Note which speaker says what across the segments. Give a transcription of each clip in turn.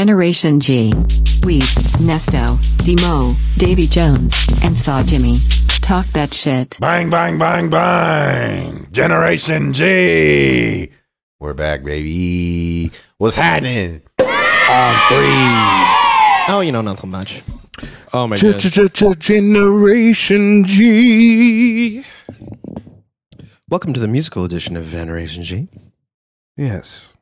Speaker 1: Generation G. Weez, Nesto, Demo, Davy Jones, and Saw Jimmy. Talk that shit.
Speaker 2: Bang, bang, bang, bang. Generation G. We're back, baby. What's happening? On three.
Speaker 3: Oh, you know, nothing much.
Speaker 4: Oh my god.
Speaker 2: Generation G.
Speaker 3: Welcome to the musical edition of Generation G.
Speaker 4: Yes.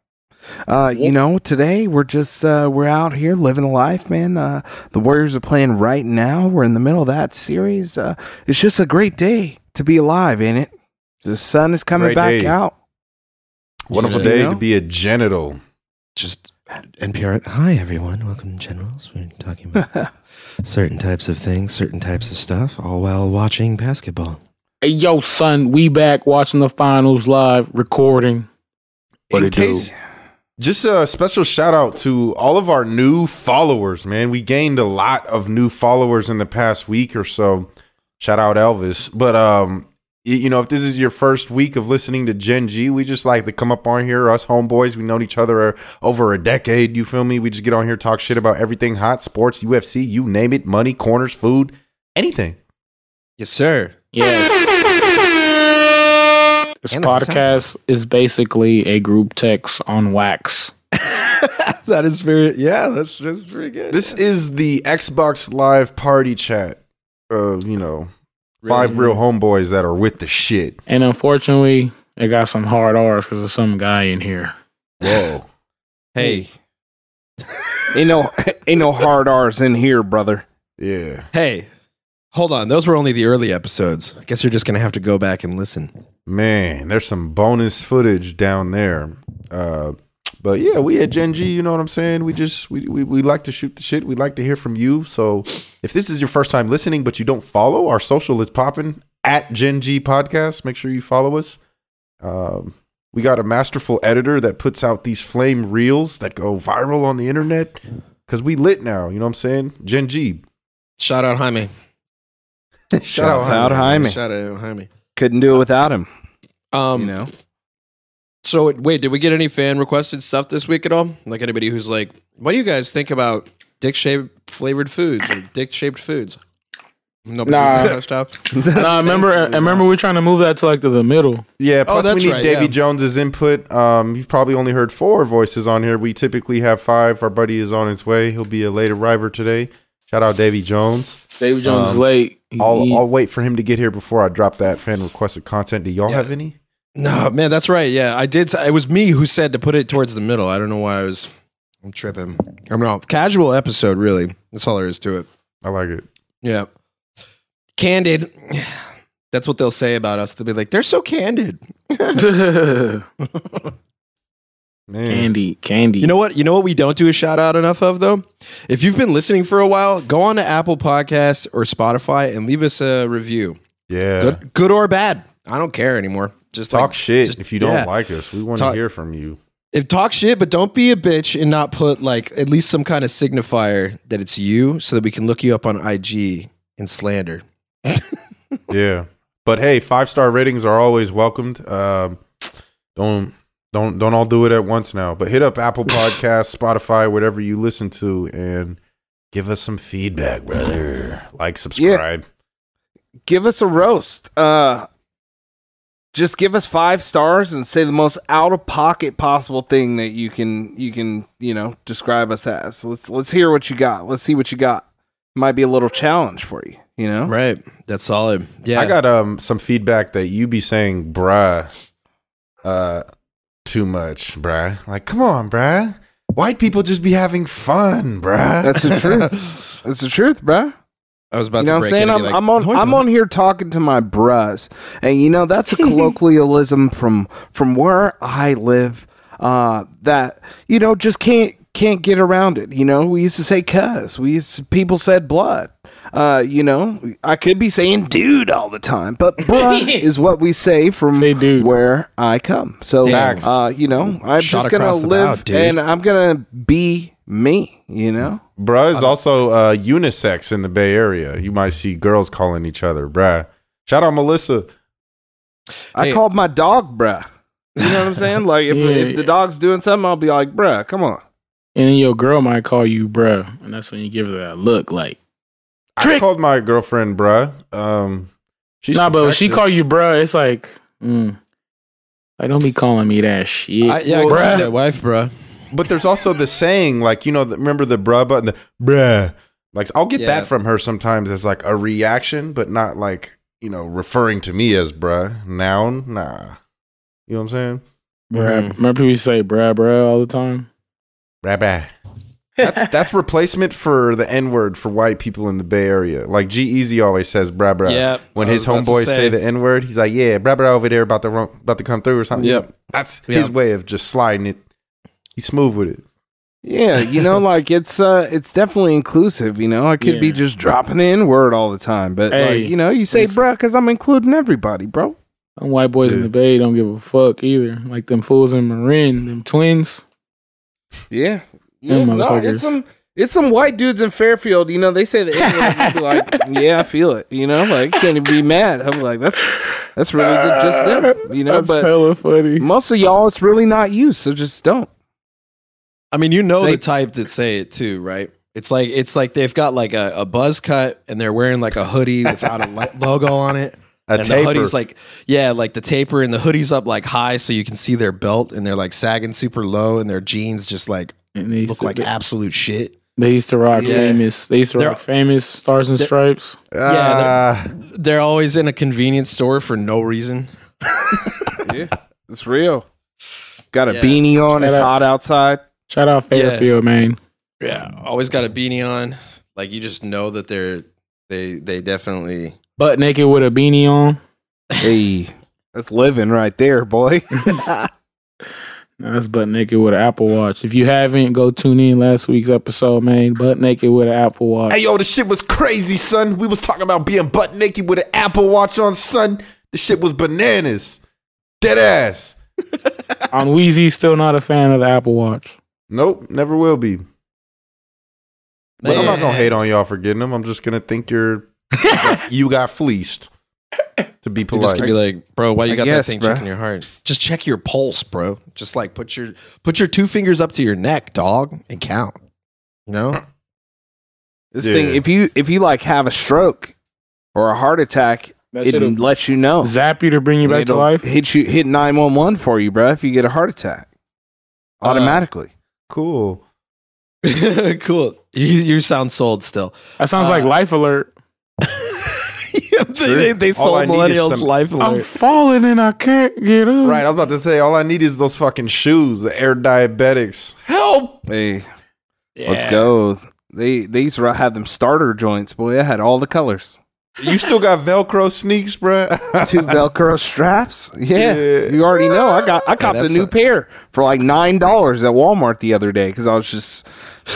Speaker 4: Uh, you know, today we're just uh, we're out here living a life, man. Uh, the Warriors are playing right now. We're in the middle of that series. Uh, it's just a great day to be alive, ain't it? The sun is coming
Speaker 2: Great
Speaker 4: back
Speaker 2: day.
Speaker 4: out.
Speaker 2: Wonderful
Speaker 4: You know?
Speaker 2: day to be a genital.
Speaker 3: Just NPR. Hi, everyone. Welcome to Generals. We're talking about certain types of things, certain types of stuff, all while watching basketball.
Speaker 5: Hey, yo, son, we back watching the finals live, recording. What
Speaker 2: in
Speaker 5: it do?
Speaker 2: case, just a special shout out to all of our new followers, man. We gained a lot of new followers in the past week or so. Shout out Elvis. But um, y- you know, if this is your first week of listening to Gen G, we just like to come up on here. Us homeboys, we known each other uh, over a decade. You feel me? We just get on here, talk shit about everything hot, sports, UFC, you name it, money, corners, food, anything.
Speaker 3: Yes, sir.
Speaker 5: Yes. This
Speaker 3: And that's a
Speaker 5: podcast is basically a group text on wax.
Speaker 3: That is very, yeah, that's, that's pretty good.
Speaker 2: This is the Xbox Live party chat. Uh, you know, five real homeboys that are with the shit.
Speaker 5: And unfortunately, it got some hard R's because there's some guy in here.
Speaker 2: Whoa.
Speaker 3: Hey,
Speaker 4: Ain't no ain't no hard R's in here, brother.
Speaker 2: Yeah.
Speaker 3: hey, hold on. Those were only the early episodes. I guess you're just going to have to go back and listen.
Speaker 2: Man, there's some bonus footage down there. Uh but yeah, we at Gen G, you know what I'm saying? We just we, we we like to shoot the shit. We like to hear from you. So if this is your first time listening but you don't follow, our social is popping at Gen G Podcast. Make sure you follow us. Um we got a masterful editor that puts out these flame reels that go viral on the internet. Cause we lit now, you know what I'm saying? Gen G.
Speaker 3: Shout out Jaime.
Speaker 2: Shout,
Speaker 4: Shout out
Speaker 2: Jaime.
Speaker 4: Jaime.
Speaker 3: Shout out Jaime.
Speaker 4: Couldn't do it without him.
Speaker 3: Um,
Speaker 4: you know.
Speaker 3: So it- wait, did we get any fan requested stuff this week at all? Like anybody who's like, what do you guys think about dick shaped flavored foods or dick shaped foods? Nobody
Speaker 5: Nah.
Speaker 3: nah. stuff.
Speaker 5: Nah, I remember. I remember we were trying to move that to like to the middle.
Speaker 2: Yeah,
Speaker 3: Oh,
Speaker 2: plus we
Speaker 3: that's
Speaker 2: need
Speaker 3: right,
Speaker 2: Davy
Speaker 3: yeah.
Speaker 2: Jones's input. Um, you've probably only heard four voices on here. We typically have five. Our buddy is on his way. He'll be a late arriver today. Shout out Davy Jones.
Speaker 5: David Jones is
Speaker 2: Um,
Speaker 5: late. He-
Speaker 2: I'll,
Speaker 5: he-
Speaker 2: I'll wait for him to get here before I drop that fan requested content. Do y'all have any?
Speaker 3: No, man, that's right. Yeah, I did. It was me who said to put it towards the middle. I don't know why I was. I'm tripping. I'm not casual episode. Really, that's all there is to it.
Speaker 2: I like it.
Speaker 3: Yeah, candid. That's what they'll say about us. They'll be like, "They're so candid."
Speaker 2: Man.
Speaker 5: candy, candy.
Speaker 3: You know what? You know what we don't do a shout out enough of though. If you've been listening for a while, go on to Apple Podcasts or Spotify and leave us a review.
Speaker 2: yeah.
Speaker 3: Good, good or bad, I don't care anymore. Just
Speaker 2: Talk
Speaker 3: like,
Speaker 2: shit
Speaker 3: just-
Speaker 2: if you don't
Speaker 3: yeah.
Speaker 2: like us. We want to
Speaker 3: Talk-
Speaker 2: hear from you.
Speaker 3: If talk shit, but don't be a bitch and not put like at least some kind of signifier that it's you, so that we can look you up on IG and slander.
Speaker 2: yeah. But hey, five star ratings are always welcomed. Um, don't don't don't all do it at once now. But hit up Apple Podcasts, Spotify, whatever you listen to, and give us some feedback, brother. Like, subscribe.
Speaker 4: Give us a roast. Uh just give us five stars and say the most out of pocket possible thing that you can you can, you know, describe us as. Let's let's hear what you got. Let's see what you got. Might be a little challenge for you, you know?
Speaker 3: Right. That's solid. Yeah.
Speaker 2: I got um some feedback that you be saying bruh uh too much, bruh. Like, come on, bruh. White people just be having fun, bruh.
Speaker 4: That's the truth. That's the truth, bruh.
Speaker 3: I was about
Speaker 4: you
Speaker 3: to
Speaker 4: know what
Speaker 3: break
Speaker 4: I'm saying?
Speaker 3: in and
Speaker 4: I'm,
Speaker 3: be like,
Speaker 4: I'm on
Speaker 3: "Hold
Speaker 4: I'm on here talking to my bros, and you know that's a colloquialism from from where I live. Uh, that you know just can't can't get around it. You know we used to say "cuz," we used to- people said "blood." Uh, you know I could be saying "dude" all the time, but "bruh" is what we say from
Speaker 5: Say dude.
Speaker 4: where I come. So
Speaker 3: Damn.
Speaker 4: uh, you know I'm
Speaker 3: Shot
Speaker 4: just gonna
Speaker 3: across the bow,
Speaker 4: live
Speaker 3: dude.
Speaker 4: and I'm gonna be me. You know.
Speaker 2: Bruh is also uh, unisex in the Bay Area. You might see girls calling each other bruh. Shout out Melissa.
Speaker 4: I
Speaker 3: Hey.
Speaker 4: called my dog bruh. You know what I'm saying? Like if,
Speaker 5: Yeah,
Speaker 4: if the
Speaker 5: yeah.
Speaker 4: dog's doing something, I'll be like, bruh, come on.
Speaker 5: And then your girl might call you bruh. And that's when you give her that look like,
Speaker 2: I called my girlfriend, bruh. Um, she's
Speaker 5: nah,
Speaker 2: from
Speaker 5: but when she
Speaker 2: Texas.
Speaker 5: call you bruh, it's like, mm, like, don't be calling me that shit.
Speaker 3: I, yeah, I
Speaker 2: Well,
Speaker 3: can see
Speaker 2: bruh.
Speaker 3: that wife, bruh.
Speaker 2: But there's also the saying, like you know, the, remember the bruh button, the bruh. Like I'll get
Speaker 3: Yeah.
Speaker 2: that from her sometimes as like a reaction, but not like you know referring to me as bruh noun. Nah, you know what I'm saying?
Speaker 5: Bruh.
Speaker 3: Mm.
Speaker 5: Remember people say bruh, bruh all the time?
Speaker 2: Rabbi. That's that's replacement for the N word for white people in the Bay Area. Like G Easy always says, "Brah brah."
Speaker 3: Yep.
Speaker 2: When
Speaker 3: I
Speaker 2: his
Speaker 3: was about to
Speaker 2: homeboys say.
Speaker 3: say.
Speaker 2: the N word, he's like, "Yeah, brah brah over there about to run, about to come through or something."
Speaker 3: Yep.
Speaker 2: That's
Speaker 3: Yep.
Speaker 2: his way of just sliding it. He's smooth with it.
Speaker 4: Yeah, you know, like it's uh it's definitely inclusive, you know. I could be
Speaker 5: Yeah.
Speaker 4: just dropping the N word all the time, but
Speaker 5: Hey,
Speaker 4: like, you know, you say
Speaker 5: listen.
Speaker 4: bruh because I'm including everybody, bro.
Speaker 5: Them white boys in
Speaker 2: Yeah.
Speaker 5: the Bay don't give a fuck either. Like them fools in Marin, them twins.
Speaker 4: Yeah.
Speaker 5: Them
Speaker 4: Yeah, no, it's
Speaker 5: motherfuckers.
Speaker 4: some it's some white dudes in Fairfield, you know, they say the N word and you be like, Yeah, I feel it, you know, like can't even be mad. I'm like, that's that's really good, just them, you know,
Speaker 5: That's
Speaker 4: but
Speaker 5: hella funny.
Speaker 4: most of y'all it's really not you, so just don't.
Speaker 3: I mean, you know
Speaker 4: Say-
Speaker 3: the type that say it too, right? It's like it's like they've got like a, a buzz cut and they're wearing like a hoodie without a lo- logo on it.
Speaker 2: A
Speaker 3: and the
Speaker 2: taper.
Speaker 3: hoodie's like yeah, like the taper and the hoodie's up like high so you can see their belt and they're like sagging super low and their jeans just like
Speaker 5: And they used
Speaker 3: look
Speaker 5: to,
Speaker 3: like absolute shit.
Speaker 5: they used to rock
Speaker 3: Yeah.
Speaker 5: famous. They used to
Speaker 3: They're-
Speaker 5: rock famous stars and stripes.
Speaker 2: Ah,
Speaker 3: They're always in a convenience store for no reason.
Speaker 4: Yeah. It's real. Got a
Speaker 3: Yeah.
Speaker 4: beanie on, it's
Speaker 5: Shout out.
Speaker 4: hot outside.
Speaker 5: Shout out
Speaker 3: Yeah.
Speaker 5: Fairfield, man.
Speaker 3: Yeah, always got a beanie on. Like you just know that they're they they definitely
Speaker 5: Butt naked with a beanie on.
Speaker 4: Hey, that's living right there, boy.
Speaker 5: Nah, That's butt naked with an Apple Watch. If you haven't, go tune in last week's episode, man. Butt naked with an Apple Watch.
Speaker 2: Hey yo, the shit was crazy, son. We was talking about being butt naked with an Apple Watch on, son. The shit was bananas. Dead ass.
Speaker 5: On Weezy, still not a fan of the Apple Watch.
Speaker 2: Nope, never will be. But I'm not gonna
Speaker 3: Man.
Speaker 2: hate on y'all for getting them. I'm just gonna think you're you got fleeced. To be
Speaker 3: You're
Speaker 2: polite,
Speaker 3: just gonna be like, bro, why you
Speaker 4: I
Speaker 3: got
Speaker 4: guess,
Speaker 3: that thing
Speaker 4: bruh.
Speaker 3: checking your heart? Just check your pulse, bro. Just like put your put your two fingers up to your neck, dog, and count. You know?
Speaker 4: This
Speaker 2: Yeah.
Speaker 4: thing, if you if you like have a stroke or a heart attack,
Speaker 5: That
Speaker 4: it
Speaker 5: shit'll
Speaker 4: lets you know.
Speaker 5: zap you to bring you back to
Speaker 4: It'll
Speaker 5: life.
Speaker 4: Hit you hit nine one one for you, bruh, If you get a heart attack,
Speaker 3: Uh,
Speaker 4: automatically.
Speaker 2: cool.
Speaker 3: cool. You, you sound sold still.
Speaker 5: That sounds like
Speaker 3: Uh,
Speaker 5: Life Alert.
Speaker 3: Yeah, they, they, they
Speaker 2: All I
Speaker 3: sold
Speaker 2: need is
Speaker 3: millennials
Speaker 2: some-
Speaker 3: life
Speaker 5: I'm
Speaker 3: alert.
Speaker 5: falling and I can't get up.
Speaker 2: Right, I was about to say all I need is those fucking shoes, the air diabetics. Help!
Speaker 4: Hey, let's go. They they used to have them starter joints, boy. I had all the colors.
Speaker 2: You still got Velcro sneaks, bruh.
Speaker 4: Two Velcro straps. Yeah,
Speaker 2: Yeah.
Speaker 4: you already know. I got I copped a
Speaker 3: that's
Speaker 4: new
Speaker 3: a-
Speaker 4: pair for like nine dollars at Walmart the other day because I was just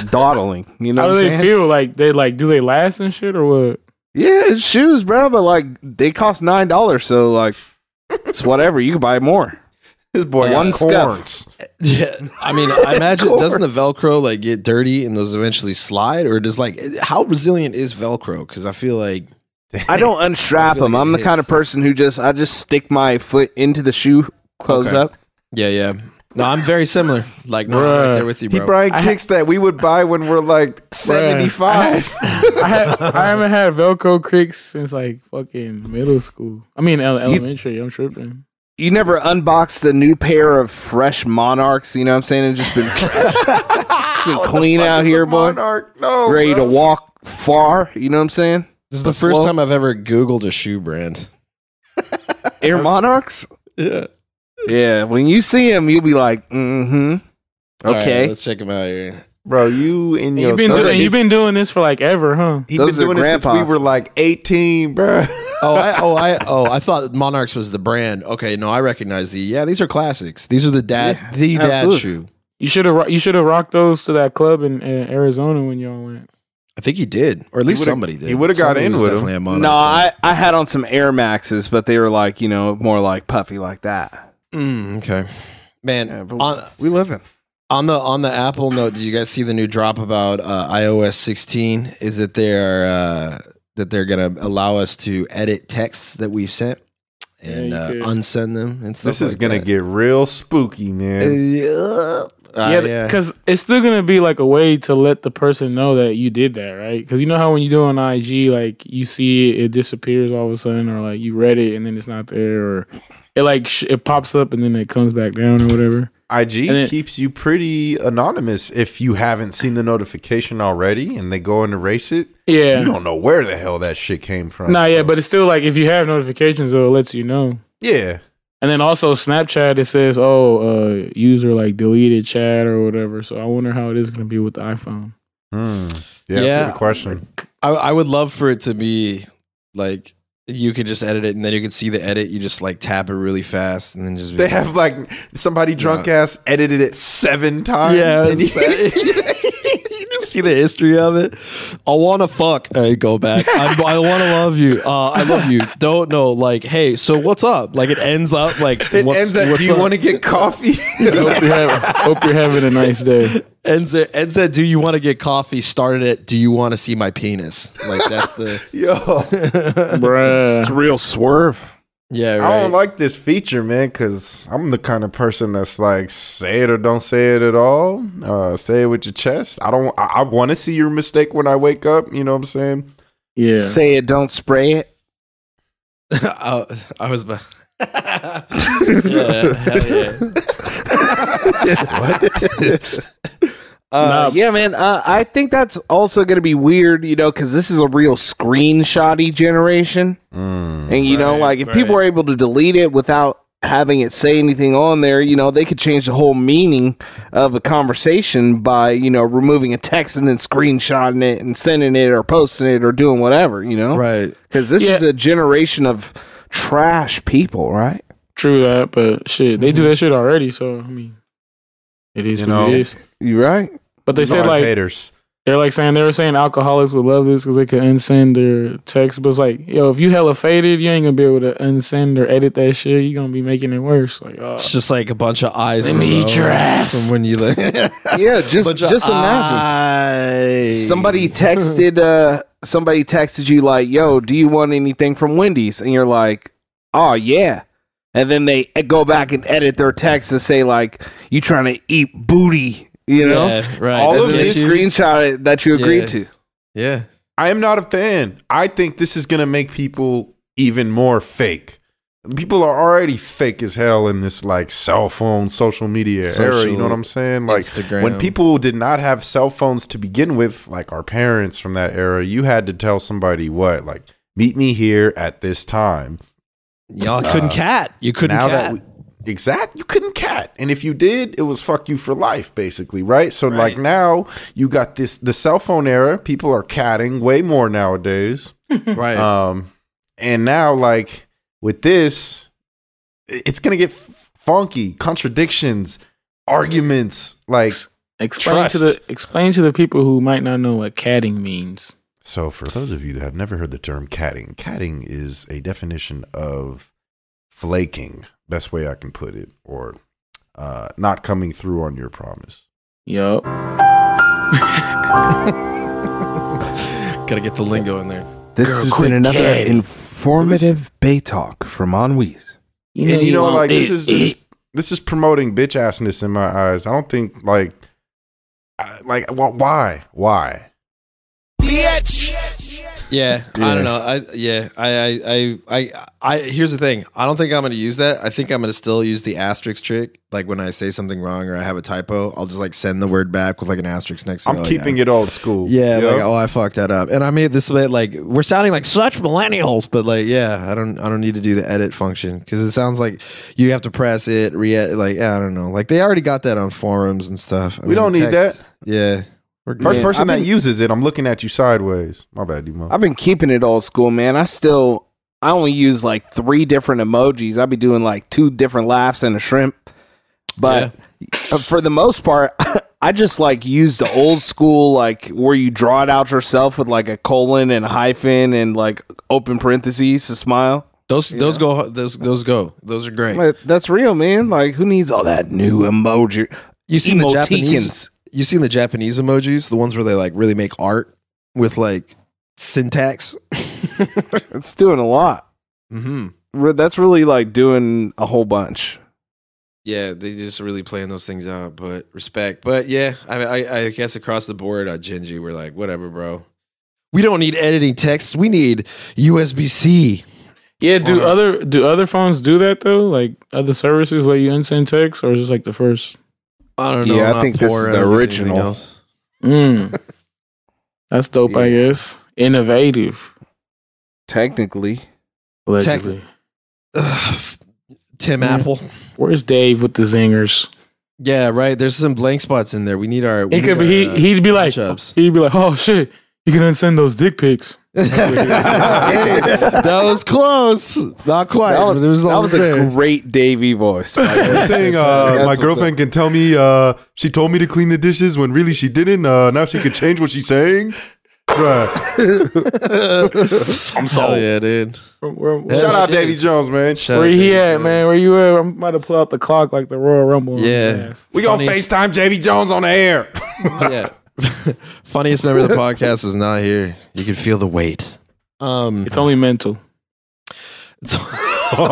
Speaker 4: dawdling. You know,
Speaker 5: How
Speaker 4: what
Speaker 5: do
Speaker 4: I'm
Speaker 5: they
Speaker 4: saying?
Speaker 5: feel? Like they like do they last and shit or what?
Speaker 4: Yeah, it's shoes, bro, but like they cost nine dollars, so like it's whatever. You can buy more.
Speaker 2: this boy
Speaker 4: One
Speaker 2: got
Speaker 4: scuff.
Speaker 2: corns.
Speaker 3: Yeah, I mean, I imagine doesn't the Velcro like get dirty and those eventually slide, or does like how resilient is Velcro? Because I feel like
Speaker 4: I don't unstrap
Speaker 3: I feel
Speaker 4: them.
Speaker 3: like it
Speaker 4: I'm the kind of
Speaker 3: hits.
Speaker 4: person who just I just stick my foot into the shoe, close
Speaker 3: Okay.
Speaker 4: up.
Speaker 3: yeah, yeah. No, I'm very similar. Like, no, I'm right
Speaker 5: Bruh.
Speaker 3: there with you,
Speaker 2: He
Speaker 3: bro.
Speaker 2: Brian kicks that we would buy when we're like seventy five.
Speaker 5: I, had, I haven't had Velcro kicks since like fucking middle school. I mean ele- elementary. I'm tripping.
Speaker 4: You never unbox the new pair of fresh monarchs, you know what I'm saying? And just been, just been clean out here, boy.
Speaker 2: Monarch, no.
Speaker 4: Ready to
Speaker 2: bruh.
Speaker 4: walk far, you know what I'm saying?
Speaker 3: This is the
Speaker 4: But
Speaker 3: first
Speaker 4: slow.
Speaker 3: time I've ever Googled a shoe brand.
Speaker 4: Air monarchs?
Speaker 3: Yeah.
Speaker 4: Yeah, when you see them, you'll be like, mm hmm.
Speaker 3: All right,
Speaker 4: Okay.
Speaker 3: let's check him out here.
Speaker 2: bro. You in your
Speaker 5: You've been
Speaker 2: thirties.
Speaker 5: doing, you've been doing this for like ever, huh?
Speaker 2: He's been
Speaker 4: Those are
Speaker 2: doing it since we
Speaker 4: grandpas.
Speaker 2: were like eighteen, bruh.
Speaker 3: Oh, I, oh, I, oh, I thought Monarchs was the brand. Okay, no, I recognize the. Yeah, these are classics. These are the dad,
Speaker 4: Yeah,
Speaker 3: the dad
Speaker 4: absolutely.
Speaker 3: shoe.
Speaker 5: You should have ro- you should have rocked those to that club in, in Arizona when y'all went.
Speaker 3: I think he did, or at least
Speaker 2: would've-
Speaker 3: somebody did.
Speaker 2: he would've got
Speaker 3: Somebody
Speaker 2: in
Speaker 3: was
Speaker 2: with him.
Speaker 3: definitely a Monarch
Speaker 4: No,
Speaker 3: fan.
Speaker 4: I, I had on some Air Maxes, but they were like, you know, more like puffy like that.
Speaker 3: Mm, okay, man.
Speaker 4: Yeah, but
Speaker 3: on,
Speaker 4: we live in.
Speaker 3: on the on the Apple note, did you guys see the new drop about uh, iOS 16? Is that they're uh, that they're gonna allow us to edit texts that we've sent and
Speaker 5: Yeah, you
Speaker 3: uh,
Speaker 5: could.
Speaker 3: unsend them and stuff.
Speaker 2: this is
Speaker 3: like
Speaker 2: gonna
Speaker 3: that.
Speaker 2: get real spooky, man.
Speaker 3: Uh,
Speaker 2: Uh,
Speaker 5: yeah, because it's still gonna be like a way to let the person know that you did that, right? Because you know how when you do on IG, like you see it, it disappears all of a sudden, or like you read it and then it's not there, or it like sh- it pops up and then it comes back down or whatever.
Speaker 2: IG
Speaker 5: And it-
Speaker 2: keeps you pretty anonymous if you haven't seen the notification already and they go and erase it.
Speaker 5: Yeah,
Speaker 2: You don't know where the hell that shit came from.
Speaker 5: nah, yeah,
Speaker 2: so-
Speaker 5: but it's still like if you have notifications, though, it lets you know.
Speaker 2: yeah,
Speaker 5: And then also Snapchat, it says, "Oh, uh, user like deleted chat or whatever." So I wonder how it is gonna be with the iPhone.
Speaker 2: Hmm. yeah,
Speaker 3: Yeah.
Speaker 2: That's a good question.
Speaker 3: I, I would love for it to be like you could just edit it and then you could see the edit. You just like tap it really fast and then just be
Speaker 2: They have like somebody drunk ass edited it seven times.
Speaker 3: yeah.
Speaker 2: and you
Speaker 3: it's- you just see the history of it. I want to fuck. All right, go back. I, I want to love you. Uh, I love you. Don't know. Like, hey, so what's up? Like, it ends up like
Speaker 2: It
Speaker 3: what's,
Speaker 2: ends at,
Speaker 3: what's
Speaker 2: do you
Speaker 3: up?"
Speaker 2: want to get coffee?
Speaker 5: Hope you're, having, hope you're having a nice day.
Speaker 3: ends at, ends at do you want to get coffee? Started at do you want to see my penis? Like that's the
Speaker 2: Yo,
Speaker 4: It's a
Speaker 5: Bruh.
Speaker 4: real swerve.
Speaker 3: yeah. Right.
Speaker 2: I don't like this feature, man, because I'm the kind of person that's like, say it or don't say it at all. Uh, say it with your chest. I don't. I, I want to see your mistake when I wake up. You know what I'm saying?
Speaker 5: Yeah.
Speaker 4: Say it, don't spray it.
Speaker 3: I, I was. Be- yeah, hell yeah.
Speaker 4: Uh, yeah, man. Uh, I think that's also going to be weird, you know, because this is a real screenshotty generation. and, you know, like if people are able to delete it without having it say anything on there, you know, they could change the whole meaning of a conversation by, you know, removing a text and then screenshotting it and sending it or posting it or doing whatever, you know?
Speaker 3: Right.
Speaker 4: Because this
Speaker 5: Yeah.
Speaker 4: is a generation of trash people, right?
Speaker 5: True that, but shit, they do that shit already. So I mean, it is
Speaker 2: You
Speaker 5: what
Speaker 2: know.
Speaker 5: it is.
Speaker 4: You right?
Speaker 5: But they said
Speaker 2: Large
Speaker 5: like
Speaker 2: haters.
Speaker 5: they're like saying they were saying alcoholics would love this because they could unsend their text. But it's like, yo, if you hella faded, you ain't gonna be able to unsend or edit that shit. You gonna be making it worse. Like, oh,
Speaker 3: It's just like a bunch of eyes.
Speaker 5: Let
Speaker 3: in a
Speaker 5: me eat
Speaker 3: row
Speaker 5: your ass.
Speaker 3: From when you like,
Speaker 4: Yeah, just just imagine. somebody texted uh somebody texted you like yo do you want anything from wendy's and you're like oh yeah and then they go back and edit their text and say like you trying to eat booty you know
Speaker 3: right.
Speaker 2: All
Speaker 4: all
Speaker 2: of
Speaker 4: of
Speaker 3: That's
Speaker 2: this
Speaker 4: this
Speaker 3: issues.
Speaker 4: screenshot it that you agreed
Speaker 3: Yeah.
Speaker 4: to
Speaker 3: Yeah.
Speaker 2: I am not a fan. I think this is gonna make people even more fake. People are already fake as hell in this like cell phone, social media era. You
Speaker 3: Social
Speaker 2: know what I'm saying? Like
Speaker 3: Instagram.
Speaker 2: when people did not have cell phones to begin with, like our parents from that era, you had to tell somebody what, like, meet me here at this time.
Speaker 3: Y'all couldn't
Speaker 5: Uh,
Speaker 3: cat. You couldn't
Speaker 2: now that
Speaker 3: cat.
Speaker 2: we, exact you couldn't cat and if you did it was fuck you for life basically right so like now you got this the cell phone era people are catting way more nowadays
Speaker 3: right.
Speaker 4: Uh.
Speaker 2: um and now like with this i- it's gonna get f- funky contradictions arguments like
Speaker 5: explain to the
Speaker 2: trust.
Speaker 5: explain to the people who might not know what catting means.
Speaker 2: so for those of you that have never heard the term catting catting is a definition of flaking best way i can put it or uh, not coming through on your promise
Speaker 5: Yup.
Speaker 3: Gotta get the lingo in there.
Speaker 4: this
Speaker 5: Girl,
Speaker 4: has
Speaker 5: quit
Speaker 4: been another
Speaker 5: kidding.
Speaker 4: informative bay talk from Onwees.
Speaker 2: and you know,
Speaker 5: want
Speaker 2: like this
Speaker 5: it,
Speaker 2: is just this is promoting bitch assness in my eyes. I don't think like I- like wh- why why
Speaker 3: Yeah, I don't know. I yeah, I, I I I I here's the thing. I don't think I'm gonna use that. I think I'm gonna still use the asterisk trick. Like when I say something wrong or I have a typo, I'll just like send the word back with like an asterisk next to it.
Speaker 2: I'm keeping it old school.
Speaker 3: Yeah, like oh, I fucked that up, and I made this way. Like we're sounding like such millennials, but like yeah, I don't, I don't need to do the edit function because it sounds like you have to press it, re like yeah, I don't know, like they already got that on forums and stuff. I
Speaker 2: We don't need that.
Speaker 3: Yeah, we're good.
Speaker 2: First
Speaker 4: Man,
Speaker 2: person
Speaker 4: I've
Speaker 2: that
Speaker 4: been-
Speaker 2: uses it, I'm looking at you sideways. My bad, Demo.
Speaker 4: I've been keeping it old school, man. I still I only use like three different emojis. I'd be doing like two different laughs and a shrimp. But uh, for the most part, I just like use the old school like where you draw it out yourself with like a colon and a hyphen and like open parentheses to smile.
Speaker 3: Those those go those those go. Those are great.
Speaker 4: Like, that's real, man. Like who needs all that new emoji?
Speaker 3: You seen the
Speaker 4: Emoticons.
Speaker 3: Japanese? You seen the Japanese emojis? The ones where they like really make art with like syntax. mm-hmm.
Speaker 4: It's doing a lot. Re- That's really like doing a whole bunch.
Speaker 3: yeah, they just really playing those things out. But respect. But yeah, I I, I guess across the board, uh, Genji, we're like, whatever, bro. We don't need editing texts. We need USB C.
Speaker 5: Yeah, do other do other phones do that though? Like other services let you unsend text, or is this like the first?
Speaker 3: I don't know.
Speaker 2: Yeah, I
Speaker 3: I'm not
Speaker 2: think this
Speaker 3: poor
Speaker 2: is the
Speaker 3: at anything
Speaker 2: original.
Speaker 3: else.
Speaker 5: Mm. That's dope, I guess. Innovative,
Speaker 4: Technically,
Speaker 5: allegedly.
Speaker 3: Ugh, Tim
Speaker 5: Yeah.
Speaker 3: Apple.
Speaker 5: Where's Dave with the zingers?
Speaker 3: Yeah, right. There's some blank spots in there. We need our.
Speaker 5: He
Speaker 3: we
Speaker 5: could be.
Speaker 3: need
Speaker 5: He,
Speaker 3: our, uh,
Speaker 5: he'd be like.
Speaker 3: matchups.
Speaker 5: He'd be like, oh shit, you can unsend those dick pics.
Speaker 3: that was close. Not quite.
Speaker 4: that was,
Speaker 3: but it was
Speaker 4: that
Speaker 3: almost
Speaker 4: was a
Speaker 3: there.
Speaker 4: great Davey voice.
Speaker 2: I'm saying uh,
Speaker 3: That's
Speaker 2: my
Speaker 3: what's
Speaker 2: girlfriend can tell me uh, she told me to clean the dishes when really she didn't. Uh, now she could change what she's saying. Bruh.
Speaker 5: I'm
Speaker 3: Hell
Speaker 5: sorry.
Speaker 3: yeah, dude.
Speaker 5: Where, where-
Speaker 2: Shout out
Speaker 3: shit.
Speaker 2: Davy Jones, man.
Speaker 3: Shout
Speaker 5: where
Speaker 3: out
Speaker 5: he
Speaker 3: Davy
Speaker 5: at,
Speaker 3: Jones.
Speaker 5: man? Where you at? I'm about to pull out the clock like the Royal Rumble. on his
Speaker 3: Yeah.
Speaker 5: ass.
Speaker 2: We gonna
Speaker 3: Funniest-
Speaker 2: FaceTime Davy Jones on the air.
Speaker 3: yeah. Funniest member of the podcast is not here. You can feel the weight. Um,
Speaker 5: It's only mental.
Speaker 3: Ah.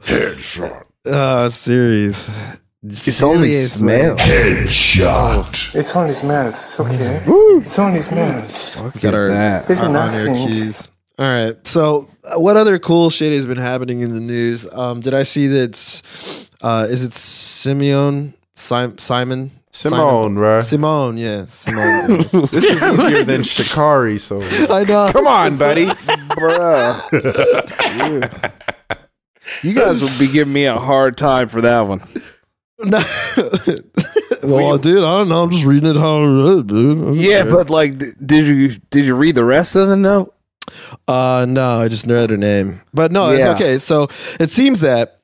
Speaker 3: uh, uh, series.
Speaker 4: It's only smell.
Speaker 6: It's only smells. It's okay. It's only smells.
Speaker 3: Got our,
Speaker 4: that.
Speaker 6: It's
Speaker 3: our on-air
Speaker 6: nothing.
Speaker 3: cues. All right. So, uh, what other cool shit has been happening in the news? Um, did I see that's uh, is it Simeon Sim- Simon
Speaker 2: Simone,
Speaker 3: Simon,
Speaker 2: bruh.
Speaker 3: Simone? Yeah, Simone.
Speaker 2: this is easier than Shikari, so
Speaker 3: I know.
Speaker 2: come on, buddy.
Speaker 4: Bruh. you guys would be giving me a hard time for that one.
Speaker 3: No. well, dude, I don't know. I'm just reading it how I read, it, dude.
Speaker 4: Yeah, but like, d- did you did you read the rest of the note?
Speaker 3: Uh, no, I just read her name. But no,
Speaker 4: Yeah.
Speaker 3: it's okay. So it seems that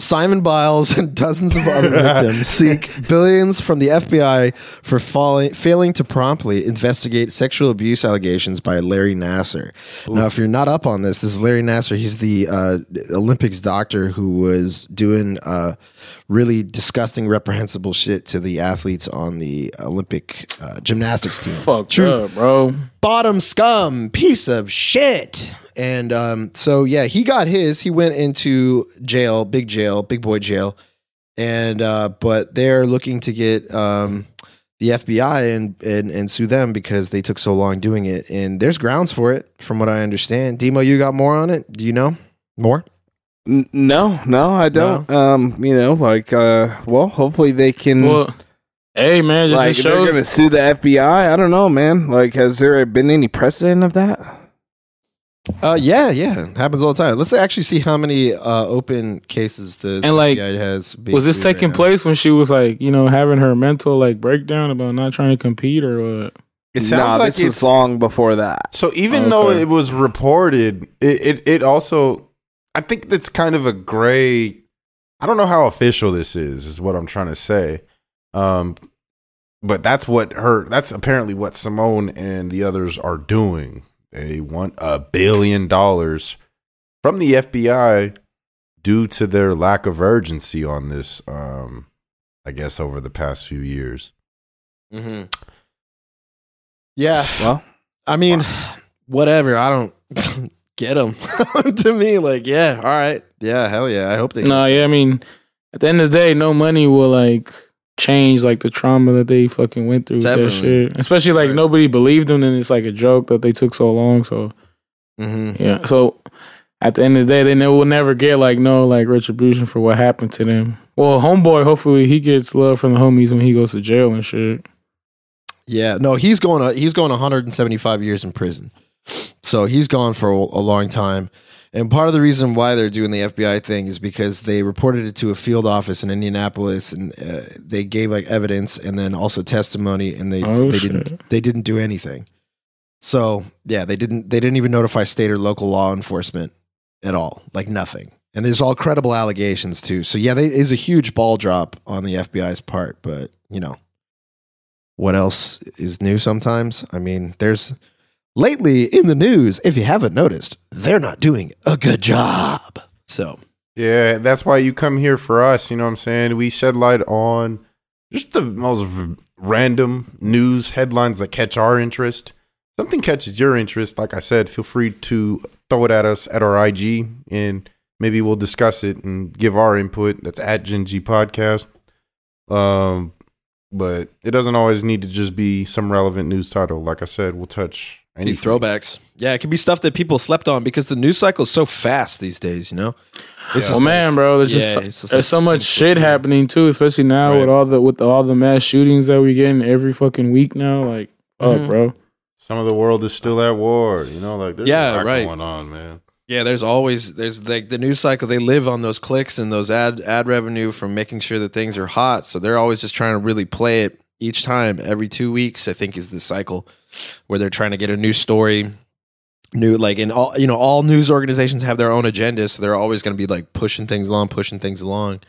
Speaker 3: Simon Biles and dozens of other victims seek billions from the FBI for falling, failing to promptly investigate sexual abuse allegations by Larry Nasser. Now, if you're not up on this, this is Larry Nasser. He's the uh, Olympics doctor who was doing uh, really disgusting, reprehensible shit to the athletes on the Olympic uh, gymnastics team
Speaker 5: Fuck up, bro.
Speaker 3: bottom scum piece of shit and um, so yeah he got his he went into jail big jail big boy jail and uh, but they're looking to get um, the fbi and, and and sue them because they took so long doing it and there's grounds for it from what i understand demo you got more on it do you know more
Speaker 4: N- no, no, I don't. Um, you know, like, uh, well, hopefully they can.
Speaker 3: Mm.
Speaker 5: Well, hey, man, just
Speaker 4: like
Speaker 5: to
Speaker 4: they're
Speaker 5: show.
Speaker 4: gonna sue the FBI. I don't know, man. Like, has there been any precedent of that?
Speaker 3: uh, yeah yeah it happens all the time let's actually see how many uh, open cases the
Speaker 5: And, like,
Speaker 3: FBI has being
Speaker 5: was this
Speaker 3: sued right
Speaker 5: taking
Speaker 3: now.
Speaker 5: place when she was like, you know, having her mental like breakdown about not trying to compete or what?
Speaker 2: It sounds
Speaker 4: nah,
Speaker 2: like
Speaker 4: this
Speaker 2: it's
Speaker 4: was long before that.
Speaker 2: So even
Speaker 5: Oh,
Speaker 2: though
Speaker 5: okay.
Speaker 2: it was reported, it, it it also I think that's kind of a gray. I don't know how official this is. Is what I'm trying to say. Um, but that's what her. That's apparently what Simone and the others are doing. They want a billion dollars from the FBI due to their lack of urgency on this. Um, I guess over the past few years.
Speaker 3: Mm-hmm. yeah
Speaker 4: Well,
Speaker 3: I mean, whatever. I don't get them to me. Like, yeah, all right, yeah, hell yeah. I hope they.
Speaker 5: No, yeah, I mean, at the end of the day, no money will like change like the trauma that they fucking went through. with That
Speaker 3: Definitely.
Speaker 5: shit. Especially like
Speaker 3: Right.
Speaker 5: nobody believed them, and it's like a joke that they took so long. So
Speaker 3: Mm-hmm.
Speaker 5: yeah, so at the end of the day, they ne- will never get like no like retribution for what happened to them. Well, homeboy, hopefully he gets love from the homies when he goes to jail and shit.
Speaker 3: Yeah, no, he's going. To, he's going 175 years in prison. So he's gone for a, a long time. And part of the reason why they're doing the FBI thing is because they reported it to a field office in Indianapolis, and uh, they gave like evidence and then also testimony, and they
Speaker 5: Oh,
Speaker 3: they
Speaker 5: shit.
Speaker 3: didn't they didn't do anything. So yeah, they didn't they didn't even notify state or local law enforcement at all, like nothing. And there's all credible allegations too. So yeah, they is a huge ball drop on the FBI's part, but you know, what else is new sometimes? I mean, there's lately in the news, if you haven't noticed, they're not doing a good job. So,
Speaker 2: Yeah, that's why you come here for us. You know what I'm saying? We shed light on just the most v- random news headlines that catch our interest. Something catches your interest, like I said, feel free to throw it at us at our IG and Maybe we'll discuss it and give our input. That's at Genji Podcast. Um, but it doesn't always need to just be some relevant news title. Like I said, we'll touch
Speaker 3: Any
Speaker 2: any
Speaker 3: throwbacks? Yeah, it could be stuff that people slept on because the news cycle is so fast these days. You know, It's
Speaker 5: Well,
Speaker 3: just
Speaker 5: man, bro, there's
Speaker 3: Yeah,
Speaker 5: just so,
Speaker 3: it's just
Speaker 5: there's
Speaker 3: like
Speaker 5: so much
Speaker 3: things
Speaker 5: shit
Speaker 3: going on.
Speaker 5: happening too, especially now
Speaker 3: Right.
Speaker 5: with all the with all the mass shootings that we getting every fucking week now. Like, fuck,
Speaker 3: Mhm.
Speaker 5: bro.
Speaker 2: Some of the world is still at war. You know, like there's
Speaker 3: Yeah,
Speaker 2: a lot
Speaker 3: right.
Speaker 2: going on, man.
Speaker 3: Yeah, there's always there's like the news cycle. They live on those clicks and those ad ad revenue from making sure that things are hot. So they're always just trying to really play it each time. Every two weeks, I think, is the cycle where they're trying to get a new story, new like and all you know all news organizations have their own agenda, so they're always going to be like pushing things along, pushing things along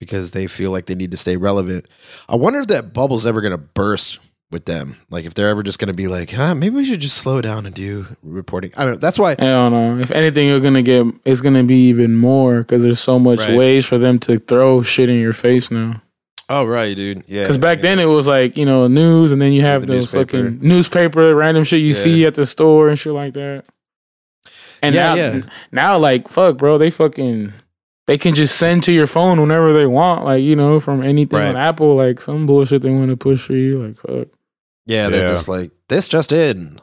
Speaker 3: because they feel like they need to stay relevant. I wonder if that bubble's ever going to burst with them. Like if they're ever just going to be like, huh, maybe we should just slow down and do reporting. I don't. know. That's why.
Speaker 5: I don't know. If anything, you're gonna get it's gonna be even more because there's so much
Speaker 3: Right.
Speaker 5: ways for them to throw shit in your face now.
Speaker 3: Oh right, dude. Yeah.
Speaker 5: Because back then it was like you know news, and then you
Speaker 3: the
Speaker 5: have those
Speaker 3: newspaper.
Speaker 5: fucking newspaper, random shit you
Speaker 3: Yeah.
Speaker 5: see at the store and shit like that. And
Speaker 3: Yeah,
Speaker 5: now,
Speaker 3: yeah.
Speaker 5: now like fuck, bro, they fucking they can just send to your phone whenever they want, like you know from anything on
Speaker 3: Right.
Speaker 5: Apple, like some bullshit they want to push for you, like fuck.
Speaker 3: yeah, they're
Speaker 2: Yeah.
Speaker 3: just like this just in,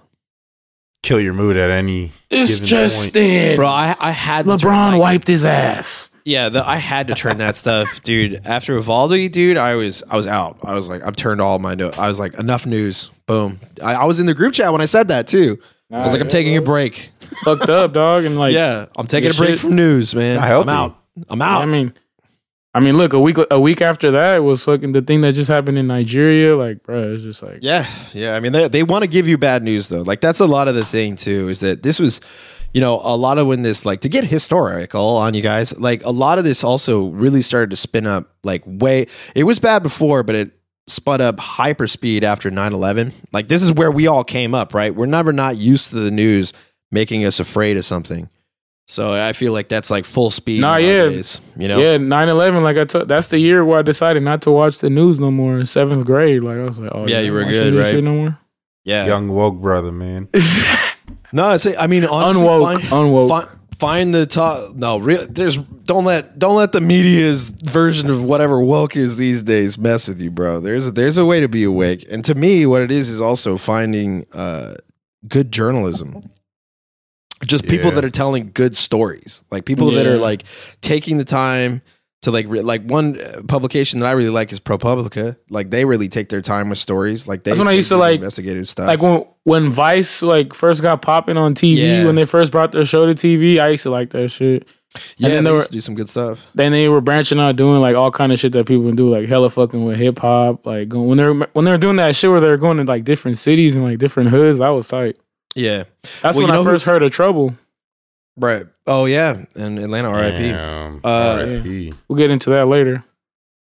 Speaker 2: Kill your mood at any.
Speaker 5: It's
Speaker 2: Given
Speaker 5: just
Speaker 2: point.
Speaker 5: in,
Speaker 3: bro. I, I had to turn,
Speaker 5: LeBron
Speaker 3: like-
Speaker 5: wiped his ass.
Speaker 3: Yeah, the, I had to turn that stuff, dude. After Evaldi, dude, I was I was out. I was like, I've turned all my. No- I was like, enough news. Boom. I, I was in the group chat when I said that too. I was like, I'm taking a break.
Speaker 5: fucked up, dog, and like
Speaker 3: yeah, I'm taking
Speaker 5: your
Speaker 3: a break
Speaker 5: shit-
Speaker 3: from news,
Speaker 2: It's
Speaker 3: man.
Speaker 2: not healthy.
Speaker 3: I'm out. I'm
Speaker 5: I
Speaker 3: out.
Speaker 5: mean, I mean, look, a week a week after that was fucking the thing that just happened in Nigeria. Like, bro, it's just like,
Speaker 3: Yeah, yeah. I mean, they they want to give you bad news though. Like that's a lot of the thing too. Is that this was, you know, a lot of when this like to get historical on you guys. Like a lot of this also really started to spin up. Like way it was bad before, but it spun up hyper speed after 9-11. Like this is where we all came up. Right, we're never not used to the news making us afraid of something. So I feel like that's like full speed.
Speaker 5: Nah, yeah.
Speaker 3: nowadays, you know.
Speaker 5: yeah, 9-11, Like I took, that's the year where I decided not to watch the news no more in seventh grade. Like I was like, oh
Speaker 3: Yeah,
Speaker 5: I'm
Speaker 3: you were
Speaker 5: watching
Speaker 3: good,
Speaker 5: this
Speaker 3: right?
Speaker 5: Shit no more.
Speaker 3: yeah.
Speaker 2: Young woke brother, man.
Speaker 3: No, it's, I mean honestly,
Speaker 5: Unwoke,
Speaker 3: find,
Speaker 5: unwoke.
Speaker 3: fi- find the top. No, real. There's don't let don't let the media's version of whatever woke is these days mess with you, bro. There's there's a way to be awake, and to me, what it is is also finding uh, good journalism. Just people
Speaker 2: Yeah.
Speaker 3: that are telling good stories, like people that
Speaker 5: Yeah.
Speaker 3: are like taking the time to like re- like one uh, publication that I really like is ProPublica. Like they really take their time with stories. Like they,
Speaker 5: That's when I
Speaker 3: they
Speaker 5: used to,
Speaker 3: do
Speaker 5: like-
Speaker 3: investigative stuff.
Speaker 5: Like when when Vice like first got popping on TV
Speaker 3: Yeah.
Speaker 5: when they first brought their show to TV, I used to like that shit.
Speaker 3: yeah,
Speaker 5: then
Speaker 3: they
Speaker 5: there
Speaker 3: used
Speaker 5: were-
Speaker 3: to do some good stuff.
Speaker 5: Then they were branching out doing like all kind of shit that people do, like hella fucking with hip hop. Like going, when they're when they're doing that shit where they're going to like different cities and like different hoods, I was tight.
Speaker 3: Yeah.
Speaker 5: That's
Speaker 3: Well, you
Speaker 5: when
Speaker 3: know
Speaker 5: I
Speaker 3: who-
Speaker 5: first heard of Trouble.
Speaker 3: Right. Oh yeah, and Atlanta RIP. Yeah.
Speaker 2: Damn,
Speaker 3: Uh,
Speaker 2: RIP.
Speaker 5: We'll get into that later.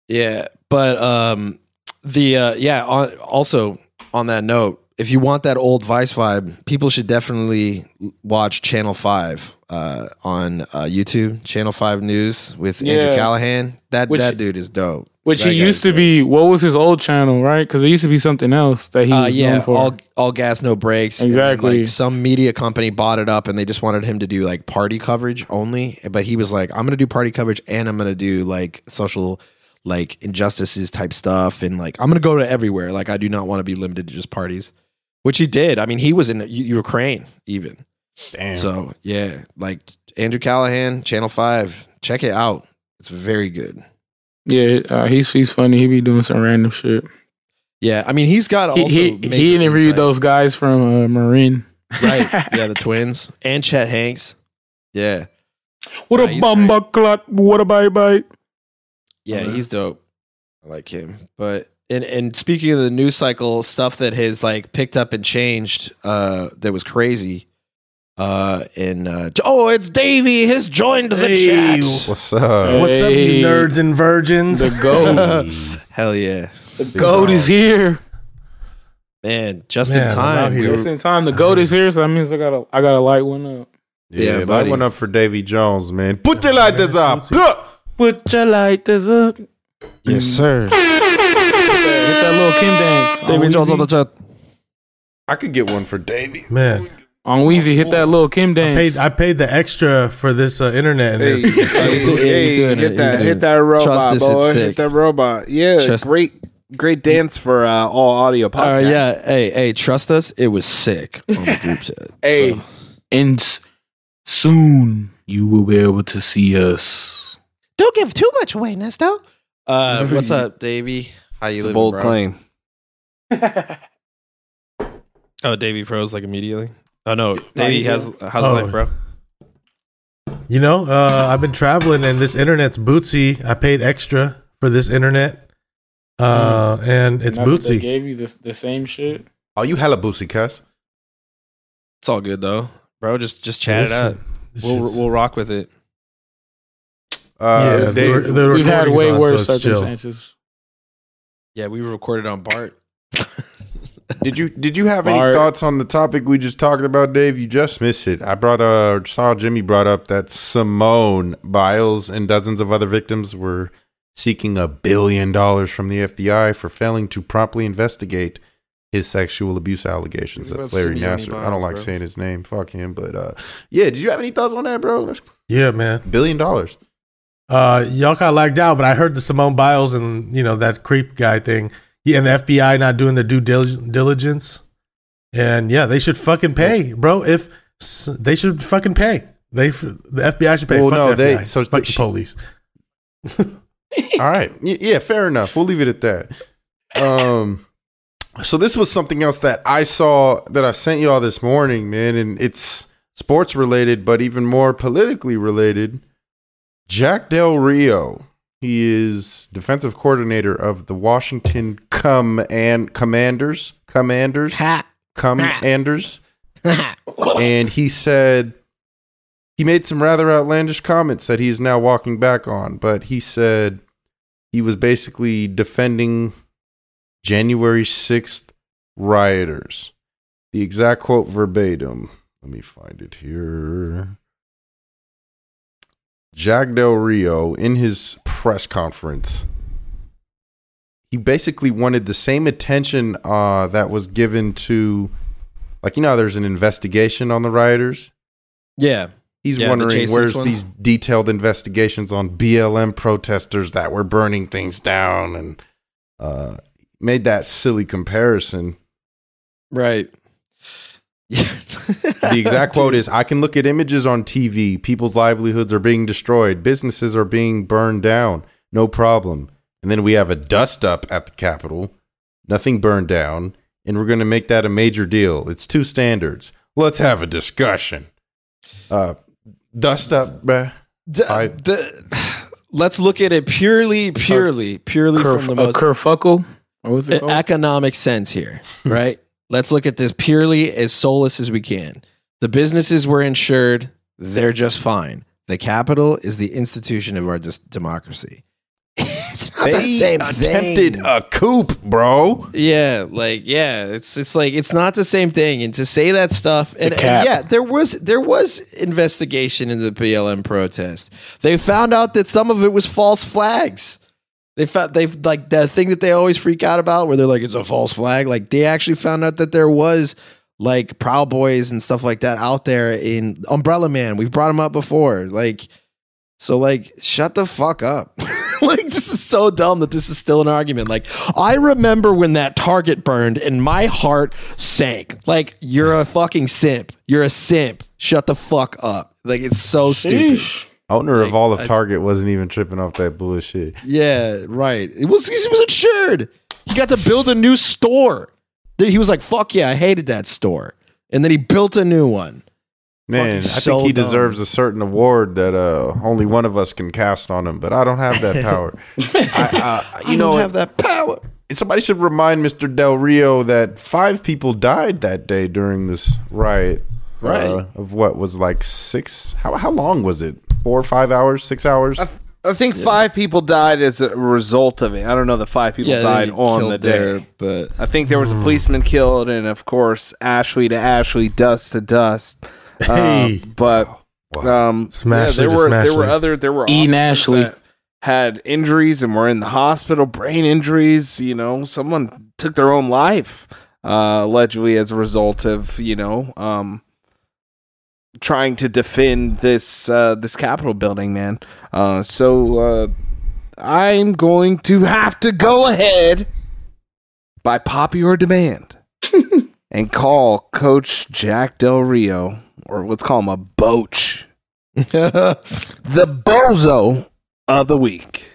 Speaker 3: But um the uh yeah, on, also on that note, if you want that old Vice vibe, people should definitely watch Channel 5 uh on uh YouTube, Channel 5 News with Andrew
Speaker 5: Yeah.
Speaker 3: Callahan. That
Speaker 5: Which-
Speaker 3: that dude is dope.
Speaker 5: Which
Speaker 3: That
Speaker 5: he
Speaker 3: guy
Speaker 5: used
Speaker 3: is
Speaker 5: to
Speaker 3: great.
Speaker 5: be. What was his old channel, right? Because it used to be something else that he was
Speaker 3: Uh, yeah,
Speaker 5: known for.
Speaker 3: all all gas, no brakes. And then,
Speaker 5: Exactly.
Speaker 3: like some media company bought it up, and they just wanted him to do like party coverage only. But he was like, "I'm gonna do party coverage, and I'm gonna do like social, like injustices type stuff, and like I'm gonna go to everywhere. Like I do not want to be limited to just parties." Which he did. I mean, he was in U- Ukraine even.
Speaker 2: Damn.
Speaker 3: So yeah, like Andrew Callahan, Channel Five, check it out. It's very good.
Speaker 5: yeah, uh, he's he's funny. He be doing some random shit.
Speaker 3: Yeah, I mean, he's got
Speaker 5: He
Speaker 3: also
Speaker 5: he,
Speaker 3: major
Speaker 5: he interviewed
Speaker 3: insight.
Speaker 5: those guys from uh, Marine.
Speaker 3: right? Yeah, the twins and Chet Hanks. Yeah,
Speaker 5: What
Speaker 3: Nah,
Speaker 5: a
Speaker 3: he's
Speaker 5: bumba clot. What a bye bye.
Speaker 3: yeah,
Speaker 5: Okay.
Speaker 3: he's dope. I like him. But and and speaking of the news cycle stuff that has like picked up and changed, uh, that was crazy. Uh, and uh, oh, it's Davey has joined the
Speaker 6: Hey.
Speaker 3: chat.
Speaker 2: What's up?
Speaker 6: What's up,
Speaker 5: Hey.
Speaker 6: you nerds and virgins?
Speaker 5: The goat.
Speaker 3: Hell yeah,
Speaker 5: the goat is here.
Speaker 3: man! Just
Speaker 6: Man,
Speaker 3: in
Speaker 6: I'm out
Speaker 3: time. we
Speaker 6: here.
Speaker 3: were-
Speaker 5: Just in time. The goat is here, so that means I gotta I gotta light one up.
Speaker 2: Yeah,
Speaker 3: Yeah,
Speaker 2: yeah light
Speaker 3: buddy.
Speaker 2: one up for Davy Jones, man. Put the lighters up. Look.
Speaker 5: Put your lighters up. Hit
Speaker 3: yes, sir.
Speaker 5: that little Kim dance.
Speaker 3: Davey Jones on the chat.
Speaker 2: I could get one for Davy.
Speaker 6: Man,
Speaker 5: On Weezy, hit that little Kim dance.
Speaker 7: Paid, I paid the extra for this uh, internet. And
Speaker 4: Hey,
Speaker 7: this.
Speaker 3: he's doing- yeah, he's doing it,
Speaker 4: hit that,
Speaker 3: he's doing
Speaker 4: hit
Speaker 3: it.
Speaker 4: that
Speaker 3: Trust
Speaker 4: robot,
Speaker 3: this, it's
Speaker 4: boy.
Speaker 3: sick.
Speaker 4: Hit that robot. Yeah,
Speaker 3: Trust-
Speaker 4: great, great dance for uh, all audio
Speaker 3: All
Speaker 4: podcast.
Speaker 3: right, yeah. Hey, hey, trust us. It was sick on the group chat.
Speaker 5: Hey,
Speaker 3: So.
Speaker 5: and s- soon you will be able to see us.
Speaker 3: Don't give too much away, Nesto. Uh, what's up, Davey? How you
Speaker 4: It's a
Speaker 3: living,
Speaker 4: bold
Speaker 3: bro?
Speaker 4: claim.
Speaker 3: Oh, Davey froze like immediately. Oh no, Davey has how's
Speaker 7: Oh.
Speaker 3: life, bro?
Speaker 7: You know, uh, I've been traveling and this internet's bootsy. I paid extra for this internet. Uh, and
Speaker 5: And Mm. that's
Speaker 7: it's
Speaker 5: what They
Speaker 7: bootsy.
Speaker 5: gave you the, the same shit.
Speaker 2: Are you hella bootsy, cuss?
Speaker 3: It's all good though, bro. Just just chat it up.
Speaker 7: It's
Speaker 3: We'll
Speaker 7: just-
Speaker 3: we'll rock with it.
Speaker 2: Uh,
Speaker 7: yeah,
Speaker 2: they-
Speaker 7: the, re- the
Speaker 5: We've had
Speaker 7: recording's
Speaker 5: way
Speaker 7: on, so
Speaker 5: worse
Speaker 7: it's chill.
Speaker 5: circumstances.
Speaker 3: Yeah, we recorded on Bart.
Speaker 2: did you did you have any
Speaker 5: Bart.
Speaker 2: thoughts on the topic we just talked about, Dave? You just missed it. I brought uh saw Jimmy brought up that Simone Biles and dozens of other victims were seeking a billion dollars from the FBI for failing to promptly investigate his sexual abuse allegations.
Speaker 3: What
Speaker 2: That's
Speaker 3: about
Speaker 2: Larry
Speaker 3: Simeone
Speaker 2: Nasser. I don't
Speaker 3: Biles,
Speaker 2: like
Speaker 3: bro?
Speaker 2: saying his name. Fuck him. But uh, yeah, did you have any thoughts on that, bro? That's
Speaker 7: Yeah, man.
Speaker 2: billion dollars.
Speaker 7: Uh, y'all kind of lagged out, but I heard the Simone Biles and you know that creep guy thing. Yeah, and the FBI not doing their due dil- diligence. And yeah, they should fucking pay, bro. If s- they should fucking pay, they f- the FBI should pay.
Speaker 2: Well,
Speaker 7: Fuck
Speaker 2: no,
Speaker 7: the
Speaker 2: they-
Speaker 7: FBI.
Speaker 2: so
Speaker 7: fuck
Speaker 2: they
Speaker 7: the
Speaker 2: sh-
Speaker 7: police.
Speaker 2: All right. Y- yeah, fair enough. We'll leave it at that. Um so this was something else that I saw that I sent y'all this morning, man, and it's sports related but even more politically related. Jack Del Rio. He is defensive coordinator of the Washington Come and Commanders. Commanders. Come Anders. and he said he made some rather outlandish comments that he's now walking back on, but he said he was basically defending January 6th rioters. The exact quote verbatim. Let me find it here. Jack Del Rio, in his press conference, he basically wanted the same attention uh, that was given to, like, you know, how there's an investigation on the rioters.
Speaker 3: Yeah,
Speaker 2: He's
Speaker 3: Yeah, the
Speaker 2: wondering
Speaker 3: Chase
Speaker 2: where's
Speaker 3: Six ones?
Speaker 2: these detailed investigations on BLM protesters that were burning things down and uh, made that silly comparison.
Speaker 3: right. Yeah.
Speaker 2: The exact quote is I can look at images on TV. People's livelihoods are being destroyed, businesses are being burned down. No problem. And then we have a dust up at the Capitol, nothing burned down, and we're going to make that a major deal. It's two standards. Let's have a discussion. Uh, dust up, bruh.
Speaker 3: D-
Speaker 2: I-
Speaker 3: d- let's look at it purely, purely, purely from
Speaker 5: Kerf-
Speaker 3: the
Speaker 5: a
Speaker 3: most
Speaker 5: kerfuckle. Or what's it
Speaker 3: e-
Speaker 5: called?
Speaker 3: economic sense here, right? Let's look at this purely as soulless as we can. The businesses were insured, they're just fine. The capital is the institution of our dis- democracy. it's not the
Speaker 2: They
Speaker 3: same
Speaker 2: attempted
Speaker 3: thing.
Speaker 2: a coup, bro.
Speaker 3: yeah, like yeah, it's it's like it's not the same thing. And to say that stuff, and, and
Speaker 5: cap.
Speaker 3: yeah, there was there was investigation in the BLM protest. They found out that some of it was false flags. They found they like the thing that they always freak out about, where they're like, "It's a false flag." Like they actually found out that there was like Proud Boys and stuff like that out there in Umbrella Man. We've brought him up before, like so. Like shut the fuck up. like this is so dumb that this is still an argument. Like I remember when that Target burned and my heart sank. Like you're a fucking simp. You're a simp. Shut the fuck up. Like it's so stupid.
Speaker 5: Sheesh.
Speaker 2: Owner of all of
Speaker 3: that's-
Speaker 2: Target wasn't even tripping off that bullshit.
Speaker 3: Yeah, right. It was he was insured. He got to build a new store. Then He was like, "Fuck yeah, I hated that store," and then he built a new one.
Speaker 2: Man, I
Speaker 3: Fucking
Speaker 2: think
Speaker 3: so
Speaker 2: he
Speaker 3: dumb.
Speaker 2: deserves a certain award that uh, only one of us can cast on him, but I don't have that power. I, I,
Speaker 3: I
Speaker 2: you know,
Speaker 3: don't have that power.
Speaker 2: somebody should remind Mr. Del Rio that five people died that day during this riot. uh,
Speaker 3: Right.
Speaker 2: of what was like six? How, how long was it? Four or five hours? Six hours?
Speaker 4: I think five people died as a result of it. I don't know that five people
Speaker 3: Yeah,
Speaker 4: died
Speaker 3: he
Speaker 4: on
Speaker 3: killed
Speaker 4: the day.
Speaker 3: there, but
Speaker 4: I think there was a policeman killed, and of course, Ashley to Ashley, dust to dust. Uh,
Speaker 7: Hey.
Speaker 4: but um,
Speaker 7: Smash
Speaker 4: yeah,
Speaker 7: her
Speaker 4: there
Speaker 7: to
Speaker 4: were
Speaker 7: smash
Speaker 4: there were
Speaker 7: her.
Speaker 4: other there were
Speaker 5: Eating
Speaker 4: officers
Speaker 5: Ashley.
Speaker 4: that had injuries and were in the hospital, brain injuries. You know, someone took their own life uh, allegedly as a result of you know um, trying to defend this uh, this Capitol building, man. Uh, so uh, I'm going to have to go ahead by popular demand and call Coach Jack Del Rio, or let's call him a Boach, the Bozo of the week.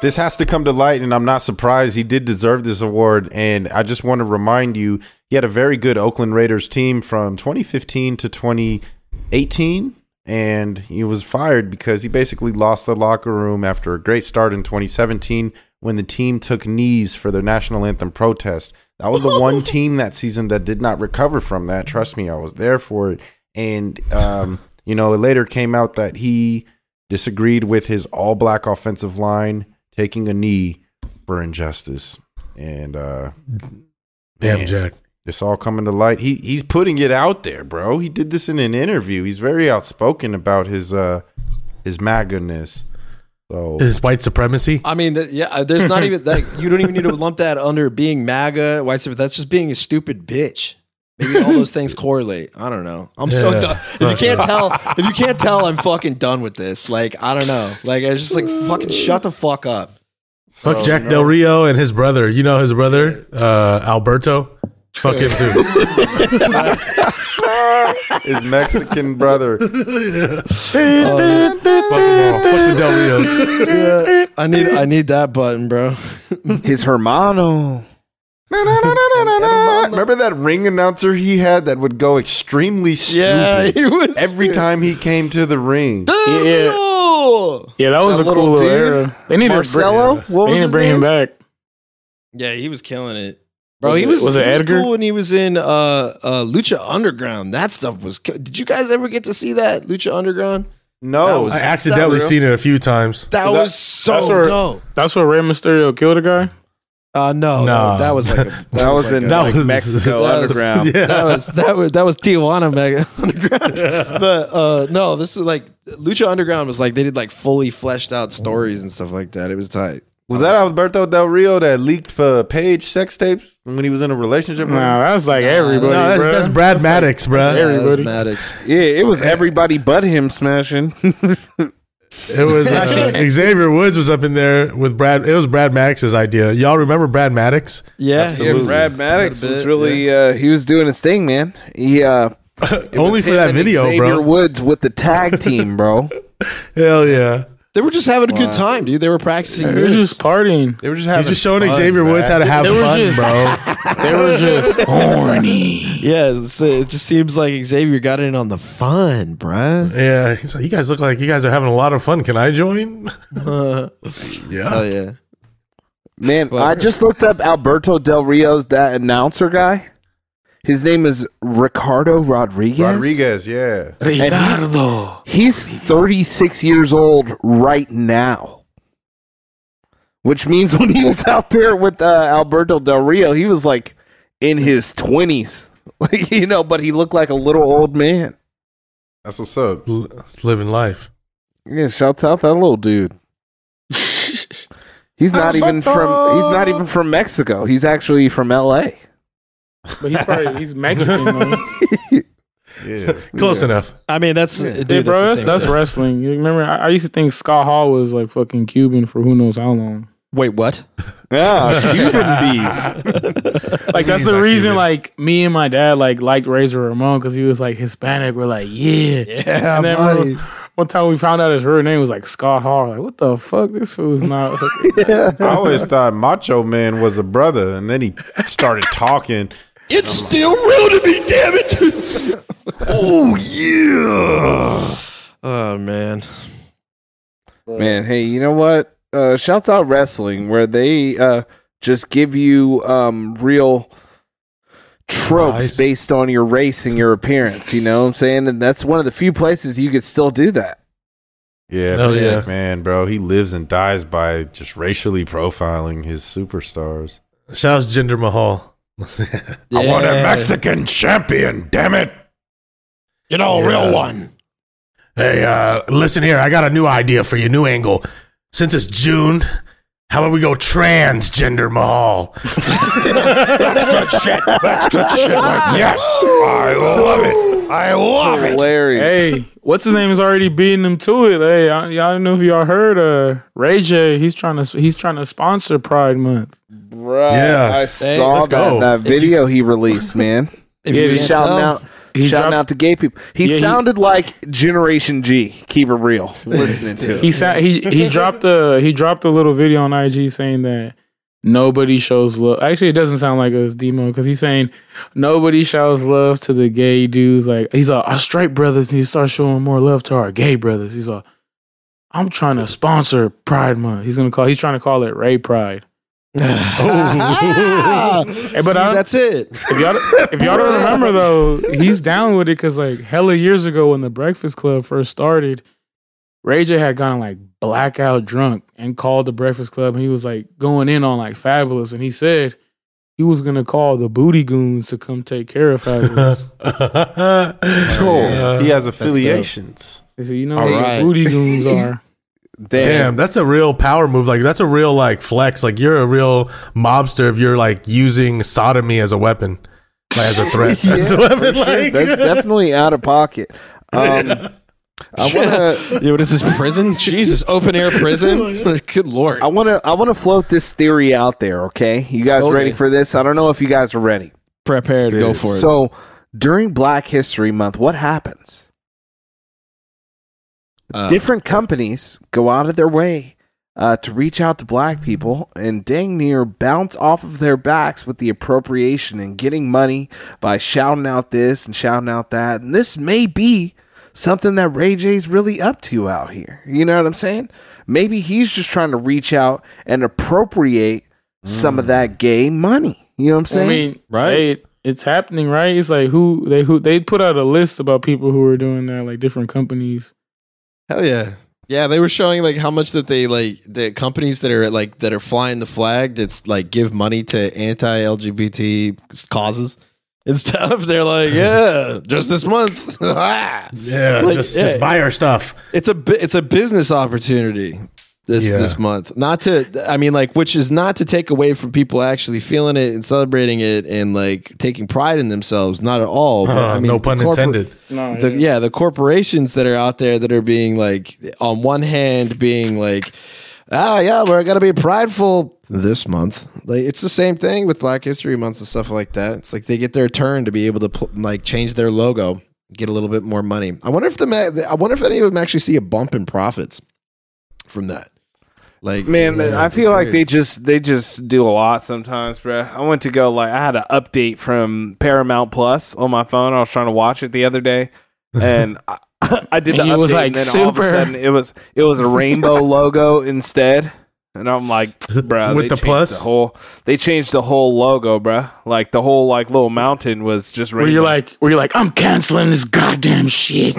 Speaker 2: This has to come to light, and I'm not surprised. He did deserve this award, and I just want to remind you, he had a very good Oakland Raiders team from 2015 to 2018, and he was fired because he basically lost the locker room after a great start in 2017 when the team took knees for their national anthem protest. That was the one team that season that did not recover from that. Trust me, I was there for it, and um, you know, it later came out that he disagreed with his all black offensive line taking a knee for injustice. And uh
Speaker 7: Damn,
Speaker 2: Man.
Speaker 7: Jack.
Speaker 2: it's all coming to light. He he's putting it out there, bro. He did this in an interview. He's very outspoken about his uh his magness. So
Speaker 7: Is white supremacy?
Speaker 3: I mean, that, yeah, uh, there's not even like you don't even need to lump that under being MAGA, white supremacy. That's just being a stupid bitch. Maybe all those things correlate. I don't know. I'm so
Speaker 7: Yeah.
Speaker 3: done. If you can't tell, if you can't tell, I'm fucking done with this. Like I don't know. Like it's just like fucking shut the fuck up.
Speaker 7: Fuck Jack Del Rio and his brother. You know his brother, uh, Alberto. Fuck him too.
Speaker 2: his Mexican brother.
Speaker 3: Oh,
Speaker 7: Fuck them all. Fuck the Del Rios.
Speaker 3: Yeah, I need I need that button, bro.
Speaker 4: His Hermano.
Speaker 2: Remember that ring announcer he had that would go extremely stupid
Speaker 3: Yeah, he was
Speaker 2: every time he came to the ring.
Speaker 5: Yeah, yeah, yeah. That was
Speaker 4: That
Speaker 5: a
Speaker 4: little
Speaker 5: cool little
Speaker 4: dude,
Speaker 5: era. They need
Speaker 4: Marcelo?
Speaker 5: To bring,
Speaker 4: What was
Speaker 5: they need to
Speaker 4: his
Speaker 5: bring him
Speaker 4: name?
Speaker 5: back.
Speaker 3: Yeah, he was killing it. Bro,
Speaker 5: Was
Speaker 3: he
Speaker 5: it-
Speaker 3: was,
Speaker 5: was it
Speaker 3: he was
Speaker 5: Edgar?
Speaker 3: cool when he was in uh, uh, Lucha Underground. That stuff was. ki- Did you guys ever get to see that Lucha Underground?
Speaker 2: No,
Speaker 7: I
Speaker 3: Is that
Speaker 7: accidentally
Speaker 3: real?
Speaker 7: seen it a few times.
Speaker 3: That
Speaker 5: Is that-
Speaker 3: was so
Speaker 5: that's where-
Speaker 3: dope.
Speaker 5: That's where Rey Mysterio killed a guy.
Speaker 3: Uh, no,
Speaker 7: No.
Speaker 3: no, that was like a, that,
Speaker 4: That was
Speaker 3: like a-
Speaker 4: in
Speaker 7: that
Speaker 4: like
Speaker 7: was-
Speaker 4: Mexico
Speaker 3: that was-
Speaker 4: underground.
Speaker 7: Yeah.
Speaker 3: that was that was that was Tijuana Mega Underground. But uh, no, this is like Lucha Underground was like they did like fully fleshed out stories and stuff like that. It was tight.
Speaker 2: Was that Alberto Del Rio that leaked for Page sex tapes when he was in a relationship with her?
Speaker 5: Nah, that's like everybody.
Speaker 7: no, that's,
Speaker 5: bruh.
Speaker 7: that's Brad Maddox, bruh.
Speaker 5: That's
Speaker 3: That was
Speaker 5: Everybody.
Speaker 3: Maddox.
Speaker 4: Yeah, it was everybody but him smashing.
Speaker 7: It was uh, Xavier Woods was up in there with Brad. It was Brad Maddox's idea. Y'all remember Brad Maddox?
Speaker 3: Yeah,
Speaker 4: Yeah,
Speaker 2: Absolutely.
Speaker 4: Brad Maddox
Speaker 3: Quite a
Speaker 4: was
Speaker 3: bit,
Speaker 4: really uh, he was doing his thing, man. He uh it
Speaker 7: Only
Speaker 4: was
Speaker 7: for
Speaker 4: him
Speaker 7: that
Speaker 4: and
Speaker 7: video,
Speaker 4: Xavier
Speaker 7: bro.
Speaker 4: Woods with the tag team, bro.
Speaker 7: Hell yeah!
Speaker 3: They were just having a good time, dude. They were practicing.
Speaker 5: They were
Speaker 3: moves.
Speaker 5: just partying.
Speaker 2: They were just
Speaker 7: He's
Speaker 2: having
Speaker 7: just showing
Speaker 2: fun,
Speaker 7: Xavier
Speaker 2: man.
Speaker 7: Woods how to have
Speaker 5: They were
Speaker 7: fun,
Speaker 5: just-
Speaker 7: bro.
Speaker 5: They were just horny.
Speaker 3: Yeah, it's, it just seems like Xavier got in on the fun, bruh.
Speaker 7: Yeah, he's like, you guys look like you guys are having a lot of fun. Can I join? yeah.
Speaker 3: Oh yeah,
Speaker 4: Man, I just looked up Alberto Del Rio's that announcer guy. His name is Ricardo Rodriguez.
Speaker 2: Rodriguez, yeah.
Speaker 4: And he's-
Speaker 5: Ricardo.
Speaker 4: He's 36 years old right now. Which means when he was out there with uh, Alberto Del Rio, he was like in his 20s. Like, you know, but he looked like a little old man.
Speaker 2: That's what's up.
Speaker 7: L- it's living life.
Speaker 4: Yeah, shout out that little dude. He's not even from he's not even from Mexico. He's actually from LA.
Speaker 5: But he's probably he's Mexican. man.
Speaker 2: Yeah.
Speaker 7: Close enough.
Speaker 3: I mean that's
Speaker 5: Hey,
Speaker 3: dude,
Speaker 5: bro,
Speaker 3: that's, the
Speaker 5: that's,
Speaker 3: same
Speaker 5: that's
Speaker 3: thing.
Speaker 5: wrestling. You remember? I, I used to think Scott Hall was like fucking Cuban for who knows how long.
Speaker 3: Wait, what?
Speaker 4: Yeah,
Speaker 5: Like that's
Speaker 7: He's
Speaker 5: the
Speaker 7: not
Speaker 5: reason.
Speaker 7: Cuban.
Speaker 5: Like me and my dad like liked Razor Ramon because he was like Hispanic. We're like, yeah.
Speaker 3: Yeah,
Speaker 5: And then one- one time we found out his real name was like Scott Hall. Like, what the fuck? This fool's not.
Speaker 2: I always thought Macho Man was a brother, and then he started talking.
Speaker 3: It's still real to me, damn it! oh yeah. Oh man.
Speaker 4: Man, hey, you know what? Uh shouts out wrestling where they uh just give you um real tropes
Speaker 7: Lies.
Speaker 4: based on your race and your appearance, you know what I'm saying? And that's one of the few places you could still do that.
Speaker 2: Yeah,
Speaker 3: Oh,
Speaker 7: Hell
Speaker 2: Vince
Speaker 7: yeah.
Speaker 2: McMahon, bro. He lives and dies by just racially profiling his superstars.
Speaker 7: Shout out Jinder Mahal.
Speaker 2: I want a
Speaker 3: Yeah.
Speaker 2: Mexican champion, damn it.
Speaker 3: You know,
Speaker 7: Yeah.
Speaker 3: one.
Speaker 7: Hey, uh, listen here. I got a new idea for you, new angle. Since it's June, How about we go transgender Mahal?
Speaker 2: yes, I love it. I love it.
Speaker 4: Hilarious.
Speaker 5: Hey, what's his name is already beating him to it. Hey, I, y'all know if y'all heard uh Ray J. He's trying to he's trying to sponsor Pride Month.
Speaker 4: Bruh,
Speaker 7: Yeah.
Speaker 4: I
Speaker 7: Hey,
Speaker 4: saw
Speaker 7: let's
Speaker 4: that,
Speaker 7: go.
Speaker 4: that
Speaker 7: If
Speaker 4: video he released, man.
Speaker 3: If
Speaker 5: Yeah,
Speaker 4: He
Speaker 5: you
Speaker 4: was
Speaker 5: can't
Speaker 4: shouting out,
Speaker 5: He
Speaker 4: shouting
Speaker 5: dropped-
Speaker 4: out to gay people. He
Speaker 5: Yeah, he-
Speaker 4: sounded like Generation G. Keep it real. Listening to
Speaker 5: He
Speaker 4: it.
Speaker 5: sa- he he dropped a he dropped a little video on IG saying that nobody shows love. Actually, it doesn't sound like us demo because he's saying nobody shows love to the gay dudes. Like he's like our straight brothers need to start showing more love to our gay brothers. He's like, I'm trying to sponsor Pride Month. He's gonna call. He's trying to call it Ray Pride. Hey, but
Speaker 3: See,
Speaker 5: I-
Speaker 3: that's it.
Speaker 5: If y'all, if y'all don't remember though, he's down with it because like hella years ago when the Breakfast Club first started, Ray J had gone like blackout drunk and called the Breakfast Club and he was like going in on like Fabulous and he said he was gonna call the Booty Goons to come take care of Fabulous.
Speaker 2: He has
Speaker 3: dope.
Speaker 2: affiliations.
Speaker 5: He said, you know
Speaker 3: All
Speaker 5: what
Speaker 3: right.
Speaker 5: the Booty Goons are.
Speaker 7: Damn, that's a real power move. Like that's a real like flex. Like you're a real mobster if you're like using sodomy as a weapon, like as a threat. as a weapon. Like,
Speaker 4: That's definitely out of pocket. Um, I want to.
Speaker 3: Yeah, what is this prison? Jesus, open air prison. Good lord.
Speaker 4: I want to. I want to float this theory out there. Okay, you guys
Speaker 3: Okay.
Speaker 4: ready for this? I don't know if you guys are ready.
Speaker 3: prepared to go for it.
Speaker 4: So, during Black History Month, what happens?
Speaker 3: Uh,
Speaker 4: Different companies go out of their way uh, to reach out to black people and dang near bounce off of their backs with the appropriation and getting money by shouting out this and shouting out that. And this may be something that Ray J's really up to out here. You know what I'm saying? Maybe he's just trying to reach out and appropriate some
Speaker 3: Hmm.
Speaker 4: of that gay money. You know what I'm
Speaker 5: I
Speaker 4: saying?
Speaker 5: mean,
Speaker 3: Right.
Speaker 5: they- it's happening, right? It's like who they who they put out a list about people who are doing that, like different companies.
Speaker 3: Hell yeah. Yeah, they were showing like how much that they like the companies that are like that are flying the flag that's like give money to anti LGBT causes and stuff. They're like, yeah, just this month.
Speaker 7: yeah,
Speaker 3: Like,
Speaker 7: just
Speaker 3: yeah.
Speaker 7: just buy our stuff.
Speaker 3: it's a bu- it's a business opportunity this
Speaker 7: Yeah.
Speaker 3: this month. Not to I mean like which is not to take away from people actually feeling it and celebrating it and like taking pride in themselves. Not at all. But, I
Speaker 7: Uh,
Speaker 3: mean,
Speaker 7: no
Speaker 3: the
Speaker 7: pun
Speaker 3: corpor-
Speaker 7: intended.
Speaker 5: No,
Speaker 3: the, yeah, the corporations that are out there that are being like, on one hand, being like, ah, yeah, we're gonna be prideful this month. Like, it's the same thing with Black History Months and stuff like that. It's like they get their turn to be able to pl- like change their logo, get a little bit more money. I wonder if the ma- I wonder if any of them actually see a bump in profits from that. Like,
Speaker 4: Man,
Speaker 3: yeah,
Speaker 4: I
Speaker 3: it's
Speaker 4: feel like
Speaker 3: weird.
Speaker 4: they just they just do a lot sometimes, bruh. I went to go like I had an update from Paramount Plus on my phone. I was trying to watch it the other day, and I, I did the
Speaker 5: And
Speaker 4: update.
Speaker 5: you was like,
Speaker 4: and then all of a
Speaker 5: "Super."
Speaker 4: sudden, it was it was a rainbow logo instead, and I'm like, bruh,
Speaker 7: With
Speaker 4: they
Speaker 7: the
Speaker 4: changed
Speaker 7: plus?
Speaker 4: the whole they changed the whole logo, bruh. Like the whole like little mountain was just
Speaker 5: where
Speaker 4: rainbow.
Speaker 5: you're like, where you're like, I'm canceling this goddamn shit.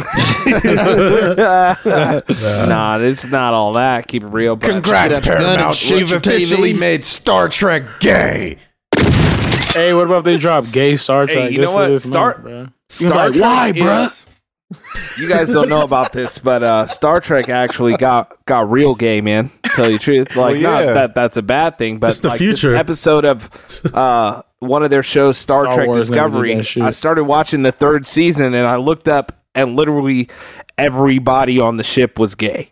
Speaker 4: nah, it's not all that. Keep it real. But
Speaker 2: Congrats, Paramount. You've officially made Star Trek gay.
Speaker 5: Hey, what about if they drop gay Star
Speaker 4: Hey,
Speaker 5: Trek?
Speaker 4: you know
Speaker 5: just for
Speaker 4: what?
Speaker 5: This
Speaker 4: Start-
Speaker 5: month, bruh?
Speaker 4: Star
Speaker 5: You're like,
Speaker 4: Trek is- You guys don't know about this, but uh, Star Trek actually got got real gay, man. Tell you the truth, like
Speaker 2: Well, yeah.
Speaker 4: not that that's a bad thing, but
Speaker 7: It's the
Speaker 4: like, this
Speaker 7: future.
Speaker 4: episode of uh, one of their shows, Star,
Speaker 5: Star
Speaker 4: Trek
Speaker 5: Wars never
Speaker 4: Discovery.
Speaker 5: did that shit.
Speaker 4: I started watching the third season, and I looked up, and literally everybody on the ship was gay.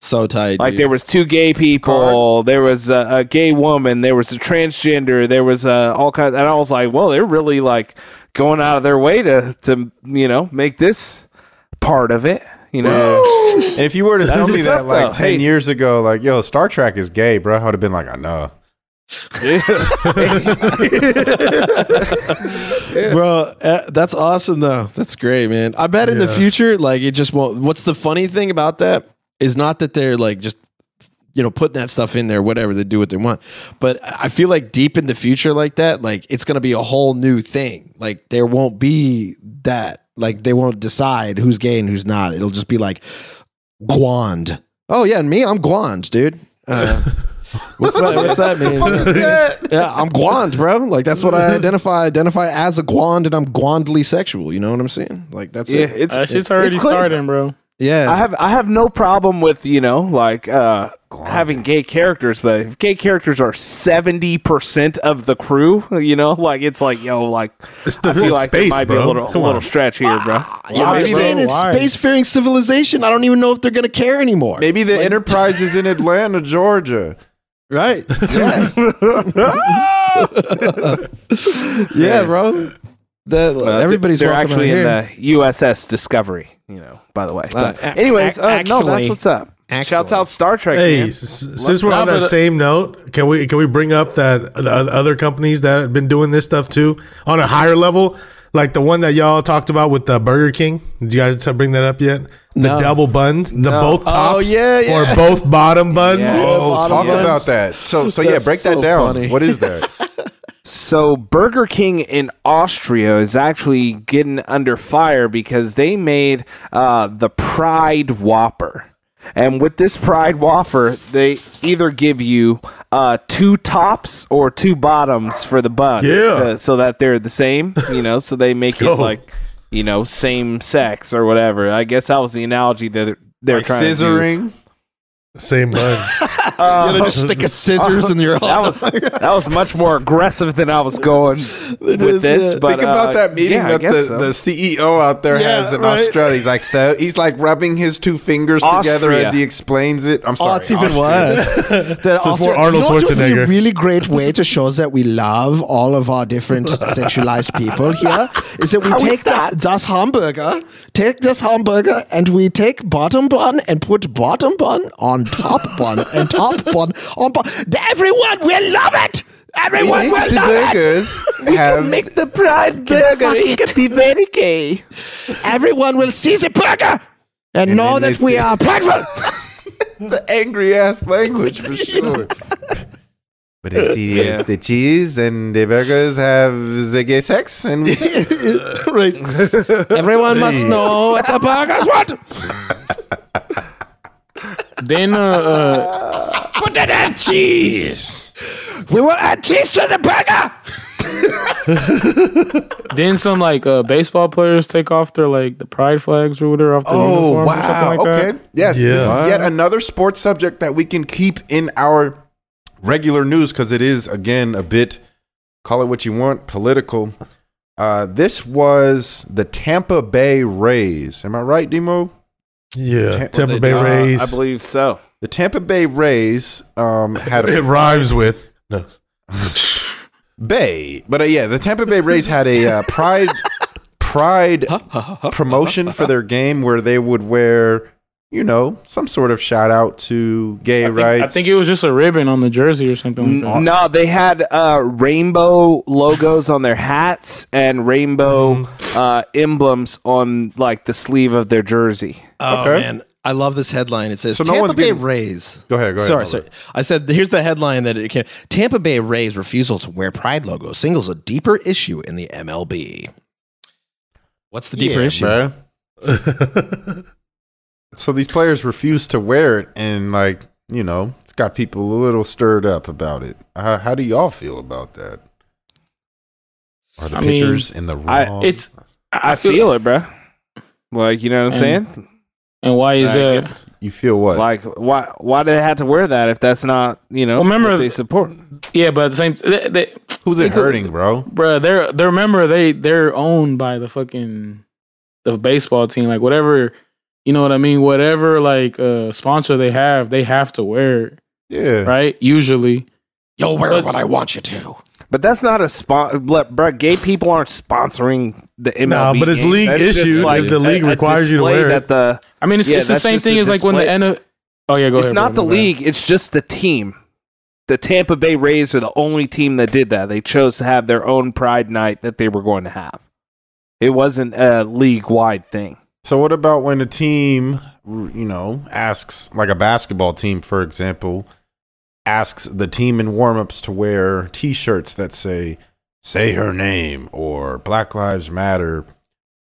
Speaker 3: so tight.
Speaker 4: Like
Speaker 3: dude.
Speaker 4: there was two gay people, there was a, a gay woman, there was a transgender, there was uh, all kinds. And I was like, well, they're really like going out of their way to to you know make this part of it. You know,
Speaker 2: And if you were to tell me
Speaker 4: what's
Speaker 2: that
Speaker 4: up,
Speaker 2: like
Speaker 4: though.
Speaker 2: 10
Speaker 4: Hey.
Speaker 2: years ago, like, yo, Star Trek is gay, bro, I would have been like, I know.
Speaker 3: Bro, uh, that's awesome though. That's great, man. I bet in the
Speaker 7: Yeah.
Speaker 3: future, like it just won't. What's the funny thing about that is not that they're like just you know putting that stuff in there, whatever they do what they want. But I feel like deep in the future, like that, like it's gonna be a whole new thing. Like there won't be that. Like they won't decide who's gay and who's not. It'll just be like guand. Oh yeah, and me, I'm guand, dude. Uh, what's, that, what's that mean? Yeah, I'm guand, bro. Like that's what I identify identify as a guand, and I'm guandly sexual. You know what I'm saying? Like that's
Speaker 4: yeah,
Speaker 3: it.
Speaker 4: it's
Speaker 5: That shit's already
Speaker 3: it's clean.
Speaker 5: starting, bro.
Speaker 3: Yeah.
Speaker 4: I have I have no problem with you know like uh, having gay characters, but if gay characters are seventy percent of the crew, you know, like it's like yo, like
Speaker 7: It's the
Speaker 4: I feel like
Speaker 7: space,
Speaker 4: it might be a
Speaker 7: bro.
Speaker 4: little, a
Speaker 7: Come
Speaker 4: little
Speaker 7: on.
Speaker 4: stretch here, bro.
Speaker 3: yeah, but I'm
Speaker 5: bro?
Speaker 3: saying it's
Speaker 5: Why?
Speaker 3: spacefaring civilization. I don't even know if they're gonna care anymore.
Speaker 2: Maybe the Enterprise is in Atlanta, Georgia.
Speaker 3: Right. Yeah. yeah, bro. That
Speaker 4: Uh,
Speaker 3: everybody's
Speaker 4: they're
Speaker 3: welcome out
Speaker 4: actually in
Speaker 3: here.
Speaker 4: the USS Discovery, you know. By the way, but
Speaker 3: a-
Speaker 4: anyways,
Speaker 3: ac-
Speaker 4: uh, no, that's
Speaker 3: actually-
Speaker 4: what's up. Shouts
Speaker 3: actually.
Speaker 4: out Star Trek.
Speaker 7: Hey,
Speaker 4: man.
Speaker 7: s- since we're on
Speaker 5: drop it.
Speaker 7: that same note, can we can we bring up that the oth- other companies that have been doing this stuff too on a higher level, like the one that y'all talked about with the Burger King? Did you guys bring that up yet? The
Speaker 3: No.
Speaker 7: double buns, the both
Speaker 3: Oh,
Speaker 7: tops,
Speaker 3: yeah, yeah.
Speaker 7: or both bottom buns.
Speaker 2: Oh,
Speaker 3: Bottom
Speaker 2: talk
Speaker 3: buns.
Speaker 2: about that. So, so yeah,
Speaker 3: That's
Speaker 2: break
Speaker 3: so
Speaker 2: that down.
Speaker 3: funny.
Speaker 2: What is that?
Speaker 4: So Burger King in Austria is actually getting under fire because they made uh, the Pride Whopper, and with this Pride Whopper, they either give you uh, two tops or two bottoms for the bun,
Speaker 7: Yeah.
Speaker 4: to- so that they're the same. You know, so they make it
Speaker 7: go.
Speaker 4: like you know same sex or whatever. I guess that was the analogy that they're, they're
Speaker 2: Like
Speaker 4: trying to do.
Speaker 2: scissoring.
Speaker 7: Same buns.
Speaker 3: yeah, they just stick a scissors in your
Speaker 4: That was that was much more aggressive than I was going with
Speaker 3: is,
Speaker 4: this.
Speaker 3: yeah.
Speaker 4: But
Speaker 2: Think about
Speaker 4: uh,
Speaker 2: that meeting
Speaker 4: yeah, I
Speaker 2: that
Speaker 4: guess
Speaker 2: the,
Speaker 4: so.
Speaker 2: the CEO out there
Speaker 3: Yeah,
Speaker 2: has in
Speaker 3: right.
Speaker 2: Australia. He's like, so he's like rubbing his two fingers together
Speaker 4: Austria.
Speaker 2: as he explains it. I'm sorry.
Speaker 3: Oh, it's even
Speaker 2: Austria.
Speaker 3: worse. That
Speaker 7: So it's
Speaker 3: also-
Speaker 7: more Arnold
Speaker 3: you know what would be a
Speaker 7: Schwarzenegger.
Speaker 3: really great way to show that we love all of our different sexualized people here is that we take that? das hamburger, take this hamburger, and we take bottom bun and put bottom bun on top bun and top bun on bun. Everyone will love it. Everyone will
Speaker 2: These
Speaker 3: love it.
Speaker 2: burgers have
Speaker 4: the pride burger. It can be very gay.
Speaker 3: Everyone will see the burger and, know
Speaker 2: then
Speaker 3: that
Speaker 2: they
Speaker 3: we
Speaker 2: feel-
Speaker 3: are prideful.
Speaker 2: angry ass language for sure. But it's, it's the cheese and the burgers have the gay sex and
Speaker 3: right. Everyone must know what the burgers want.
Speaker 5: Then uh, uh,
Speaker 3: Put it in cheese. We will add cheese to the burger.
Speaker 5: then some like uh, baseball players take off their like the pride flags or whatever off their
Speaker 2: Oh
Speaker 5: uniforms or
Speaker 2: wow!
Speaker 5: something like
Speaker 2: okay,
Speaker 5: that.
Speaker 2: yes, this
Speaker 7: Yeah.
Speaker 2: is yet another sports subject that we can keep in our regular news because it is again a bit call it what you want political. Uh, this was the Tampa Bay Rays. Am I right, Demo?
Speaker 7: Yeah,
Speaker 2: Tam-
Speaker 7: Tampa Bay
Speaker 2: uh,
Speaker 7: Rays.
Speaker 4: I believe so.
Speaker 2: The Tampa Bay Rays um, had
Speaker 7: it
Speaker 2: a
Speaker 7: rhymes with no.
Speaker 2: Bay, but uh, yeah, the Tampa Bay Rays had a uh, pride pride promotion for their game where they would wear, you know, some sort of shout out to gay
Speaker 5: I think-
Speaker 2: rights.
Speaker 5: I think it was just a ribbon on the jersey or something like that.
Speaker 4: No, they had uh, rainbow logos on their hats and rainbow uh, emblems on like the sleeve of their jersey.
Speaker 3: Oh
Speaker 2: Okay.
Speaker 3: man, I love this headline. It says
Speaker 2: So no
Speaker 3: Tampa
Speaker 2: one's
Speaker 3: Bay
Speaker 2: getting-
Speaker 3: Rays.
Speaker 2: Go ahead, go ahead,
Speaker 3: Sorry,
Speaker 2: Oliver.
Speaker 3: sorry. I said here's the headline that it came. Tampa Bay Rays refusal to wear pride logo singles a deeper issue in the MLB. What's the deeper issue?
Speaker 2: so these players refuse to wear it, and like you know, it's got people a little stirred up about it. How, how do y'all feel about that? Are the
Speaker 5: I mean,
Speaker 2: pitchers in the
Speaker 4: I-
Speaker 2: wrong?
Speaker 5: It's
Speaker 4: I, feel, it, bro. Like you know what I'm
Speaker 5: And-
Speaker 4: saying?
Speaker 5: and why is
Speaker 4: I
Speaker 5: that?
Speaker 4: guess.
Speaker 2: you feel what?
Speaker 4: Like why? Why do they have to wear that if that's not you know?
Speaker 5: Well, remember-
Speaker 4: what they support.
Speaker 5: Yeah, but at the same, they, they,
Speaker 2: Who's it hurting, bro?
Speaker 5: bruh, they're they're remember they they're owned by the fucking the baseball team. Like whatever, you know what I mean. Whatever like uh sponsor they have, they have to wear it,
Speaker 2: Yeah,
Speaker 5: right? Usually,
Speaker 3: You'll wear
Speaker 5: But-
Speaker 3: what I want you to.
Speaker 4: But that's not a spon. Bro, gay people aren't sponsoring the MLB.
Speaker 7: No, but it's
Speaker 4: games.
Speaker 7: league
Speaker 4: That's just
Speaker 7: issue if the league requires you to
Speaker 4: display
Speaker 7: wear it.
Speaker 4: that the
Speaker 5: I mean it's,
Speaker 4: Yeah,
Speaker 5: it's the
Speaker 4: that's
Speaker 5: same
Speaker 4: just
Speaker 5: thing
Speaker 4: a
Speaker 5: as like when the
Speaker 4: display.
Speaker 5: N. Oh yeah, go
Speaker 4: it's
Speaker 5: ahead.
Speaker 4: not
Speaker 5: bro,
Speaker 4: the
Speaker 5: my bad.
Speaker 4: league. It's just the team. The Tampa Bay Rays are the only team that did that. They chose to have their own Pride Night that they were going to have. It wasn't a league wide thing.
Speaker 2: So what about when a team, you know, asks like a basketball team, for example, asks the team in warm-ups to wear T-shirts that say "Say her name" or "Black Lives Matter"?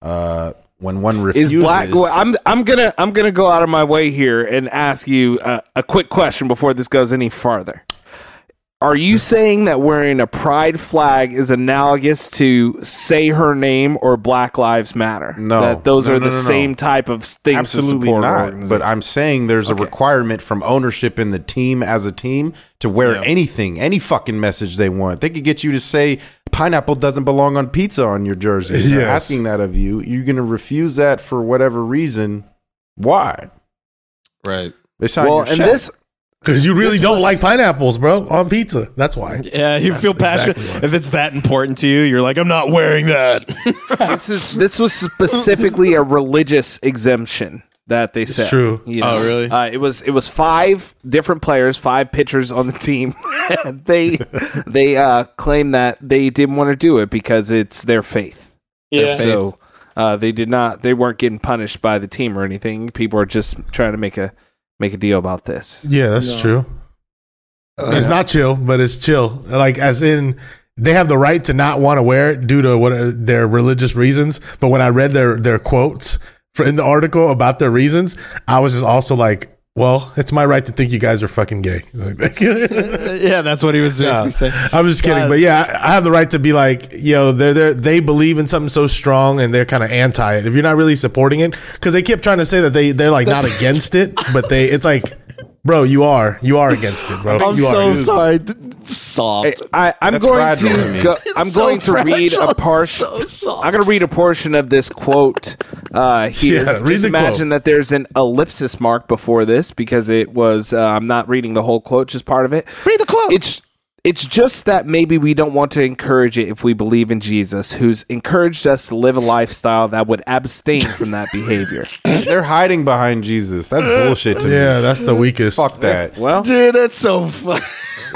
Speaker 2: Uh, when one refuses,
Speaker 4: Is black? well, I'm I'm gonna I'm gonna go out of my way here and ask you a, a quick question before this goes any farther. Are you saying that wearing a pride flag is analogous to say her name or Black Lives Matter?
Speaker 2: No.
Speaker 4: that those
Speaker 2: No,
Speaker 4: are
Speaker 2: no,
Speaker 4: the
Speaker 2: no, no.
Speaker 4: same type of things. to
Speaker 2: Absolutely
Speaker 4: support an
Speaker 2: not.
Speaker 4: organization.
Speaker 2: But I'm saying there's a requirement from ownership in the team as a team to wear anything, any fucking message they want. They could get you to say pineapple doesn't belong on pizza on your jersey. They're
Speaker 7: Yes.
Speaker 2: asking that of you. You're going to refuse that for whatever reason. Why?
Speaker 3: Right.
Speaker 2: They signed
Speaker 4: well,
Speaker 2: your
Speaker 4: and
Speaker 2: check.
Speaker 4: this
Speaker 7: Because you really
Speaker 4: This
Speaker 7: don't
Speaker 4: was-
Speaker 7: like pineapples, bro, on pizza. That's why.
Speaker 3: Yeah, you feel passionate.
Speaker 7: exactly right.
Speaker 3: If it's that important to you, you're like, I'm not wearing that.
Speaker 4: this is this was specifically a religious exemption that they said.
Speaker 7: true.
Speaker 4: you
Speaker 3: Oh, really?
Speaker 4: Uh, it was it was five different players, five pitchers on the team. And they they uh, claimed that they didn't want to do it because it's their faith.
Speaker 5: Yeah.
Speaker 4: So uh, they did not. They weren't getting punished by the team or anything. People are just trying to make a make a deal about this.
Speaker 7: Yeah, that's
Speaker 5: No.
Speaker 7: true. Uh, it's not chill, but it's chill. Like as in they have the right to not want to wear it due to what are their religious reasons. But when I read their their quotes for in the article about their reasons, I was just also like, well, it's my right to think you guys are fucking gay.
Speaker 3: yeah, that's what he was basically saying.
Speaker 7: I'm just kidding,
Speaker 3: God.
Speaker 7: but yeah, I I have the right to be like, yo, they're they are they believe in something so strong and they're kind of anti it. If you're not really supporting it, because they kept trying to say that they they're like not against it, but they it's like, bro, you are you are against it, bro.
Speaker 3: I'm
Speaker 7: you
Speaker 3: so
Speaker 7: are.
Speaker 3: sorry. Th- th-
Speaker 4: I,
Speaker 3: Soft.
Speaker 4: I, I'm
Speaker 2: That's
Speaker 4: going
Speaker 2: fragile to
Speaker 4: to
Speaker 2: me.
Speaker 4: go, I'm
Speaker 3: So
Speaker 4: going to read
Speaker 3: fragile,
Speaker 4: a portion.
Speaker 3: So soft.
Speaker 4: I'm going to read a portion of this quote uh, here.
Speaker 7: Yeah, read
Speaker 4: Just
Speaker 7: the
Speaker 4: imagine
Speaker 7: quote.
Speaker 4: that there's an ellipsis mark before this because it was. Uh, I'm not reading the whole quote, just part of it.
Speaker 3: Read the quote.
Speaker 4: It's it's just that maybe we don't want to encourage it if we believe in Jesus, who's encouraged us to live a lifestyle that would abstain from that behavior.
Speaker 2: They're hiding behind Jesus. That's bullshit to me.
Speaker 7: Yeah, that's the weakest.
Speaker 2: Fuck that.
Speaker 4: Well,
Speaker 3: Dude, that's so fun.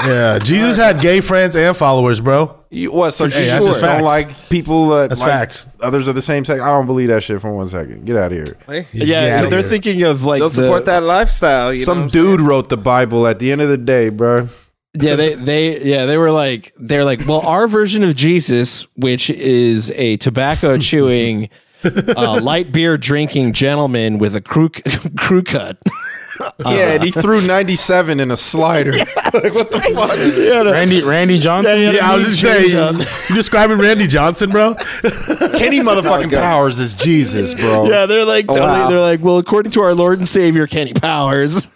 Speaker 7: Yeah, Jesus had gay friends and followers, bro.
Speaker 2: You, what? So you
Speaker 7: Hey, that's
Speaker 2: sure
Speaker 7: just
Speaker 2: don't
Speaker 7: facts.
Speaker 2: like people that
Speaker 7: That's
Speaker 2: like
Speaker 7: facts.
Speaker 2: others of the same sex? I don't believe that shit for one second. Get out of here.
Speaker 7: Yeah,
Speaker 3: Yeah, they're
Speaker 7: yeah.
Speaker 3: thinking of like
Speaker 4: don't
Speaker 3: the-
Speaker 4: support that lifestyle. You know
Speaker 2: Some
Speaker 4: what I'm saying?
Speaker 2: dude wrote the Bible at the end of the day, bro.
Speaker 3: Yeah, they they yeah they were like they're like well our version of Jesus, which is a tobacco chewing, uh, light beer drinking gentleman with a crew crew cut.
Speaker 2: Yeah, and he threw 97 in a slider. like, what the fuck?
Speaker 5: Randy Randy Johnson.
Speaker 3: Yeah,
Speaker 7: Yeah, I was just saying, you describing Randy Johnson, bro?
Speaker 2: Kenny motherfucking Powers is Jesus, bro.
Speaker 3: Yeah, they're like totally,
Speaker 4: wow.
Speaker 3: they're like well according to our Lord and Savior Kenny Powers.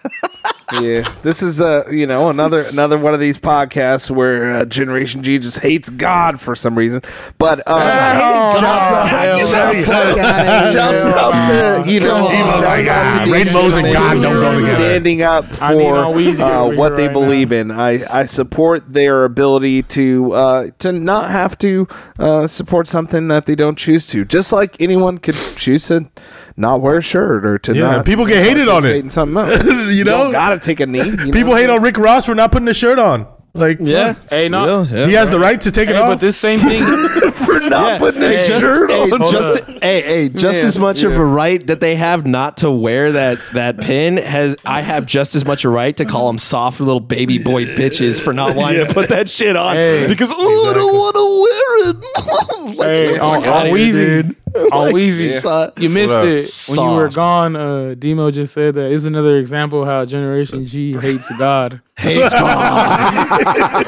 Speaker 4: Yeah, this is uh, you know another another one of these podcasts where uh, Generation G just hates God for some reason. But uh,
Speaker 5: hating God.
Speaker 4: shouts
Speaker 5: Get
Speaker 4: out-
Speaker 5: the fuck outta
Speaker 4: shouts
Speaker 5: here.
Speaker 4: out to you know
Speaker 3: Come on.
Speaker 4: shouts
Speaker 3: Like,
Speaker 4: out
Speaker 7: ah,
Speaker 4: to the
Speaker 7: rainbows and
Speaker 4: individuals
Speaker 7: God don't go
Speaker 4: who are
Speaker 7: together.
Speaker 4: Standing up
Speaker 5: I need
Speaker 4: for
Speaker 5: all Weezy
Speaker 4: uh,
Speaker 5: over here
Speaker 4: what they
Speaker 5: right
Speaker 4: believe in. I I support their ability to uh, to not have to uh, support something that they don't choose to. Just like anyone could choose to not wear a shirt or to
Speaker 7: Yeah,
Speaker 4: not
Speaker 7: and people get hated on
Speaker 4: participate
Speaker 7: it.
Speaker 4: in something else.
Speaker 7: You know?
Speaker 4: don't gotta take a knee. you know?
Speaker 7: People hate on Rick Ross for not putting a shirt on. Like,
Speaker 3: yeah,
Speaker 5: Hey, no.
Speaker 3: Real, yeah.
Speaker 7: he has the right to take
Speaker 5: Hey,
Speaker 7: it
Speaker 5: but
Speaker 7: off.
Speaker 5: this same thing.
Speaker 3: Yeah. Hey, just- hey,
Speaker 5: on.
Speaker 3: just- Hey, hey, just
Speaker 4: Man,
Speaker 3: as much of
Speaker 4: yeah.
Speaker 3: a right that they have not to wear that that pin has I have just as much a right to call them soft little baby boy bitches for not wanting to put that shit on
Speaker 5: Hey.
Speaker 3: because oh I don't want to wear it. Like,
Speaker 5: hey,
Speaker 3: get the
Speaker 5: on,
Speaker 3: fuck outta
Speaker 5: on
Speaker 3: here,
Speaker 5: Weezy.
Speaker 3: dude.
Speaker 5: On
Speaker 3: Like,
Speaker 5: Weezy.
Speaker 3: so-
Speaker 5: You missed
Speaker 2: What up?
Speaker 5: it when you were
Speaker 3: Soft.
Speaker 5: gone. Uh, Demo just said that is another example how Generation G hates God.
Speaker 3: Hey, it's gone.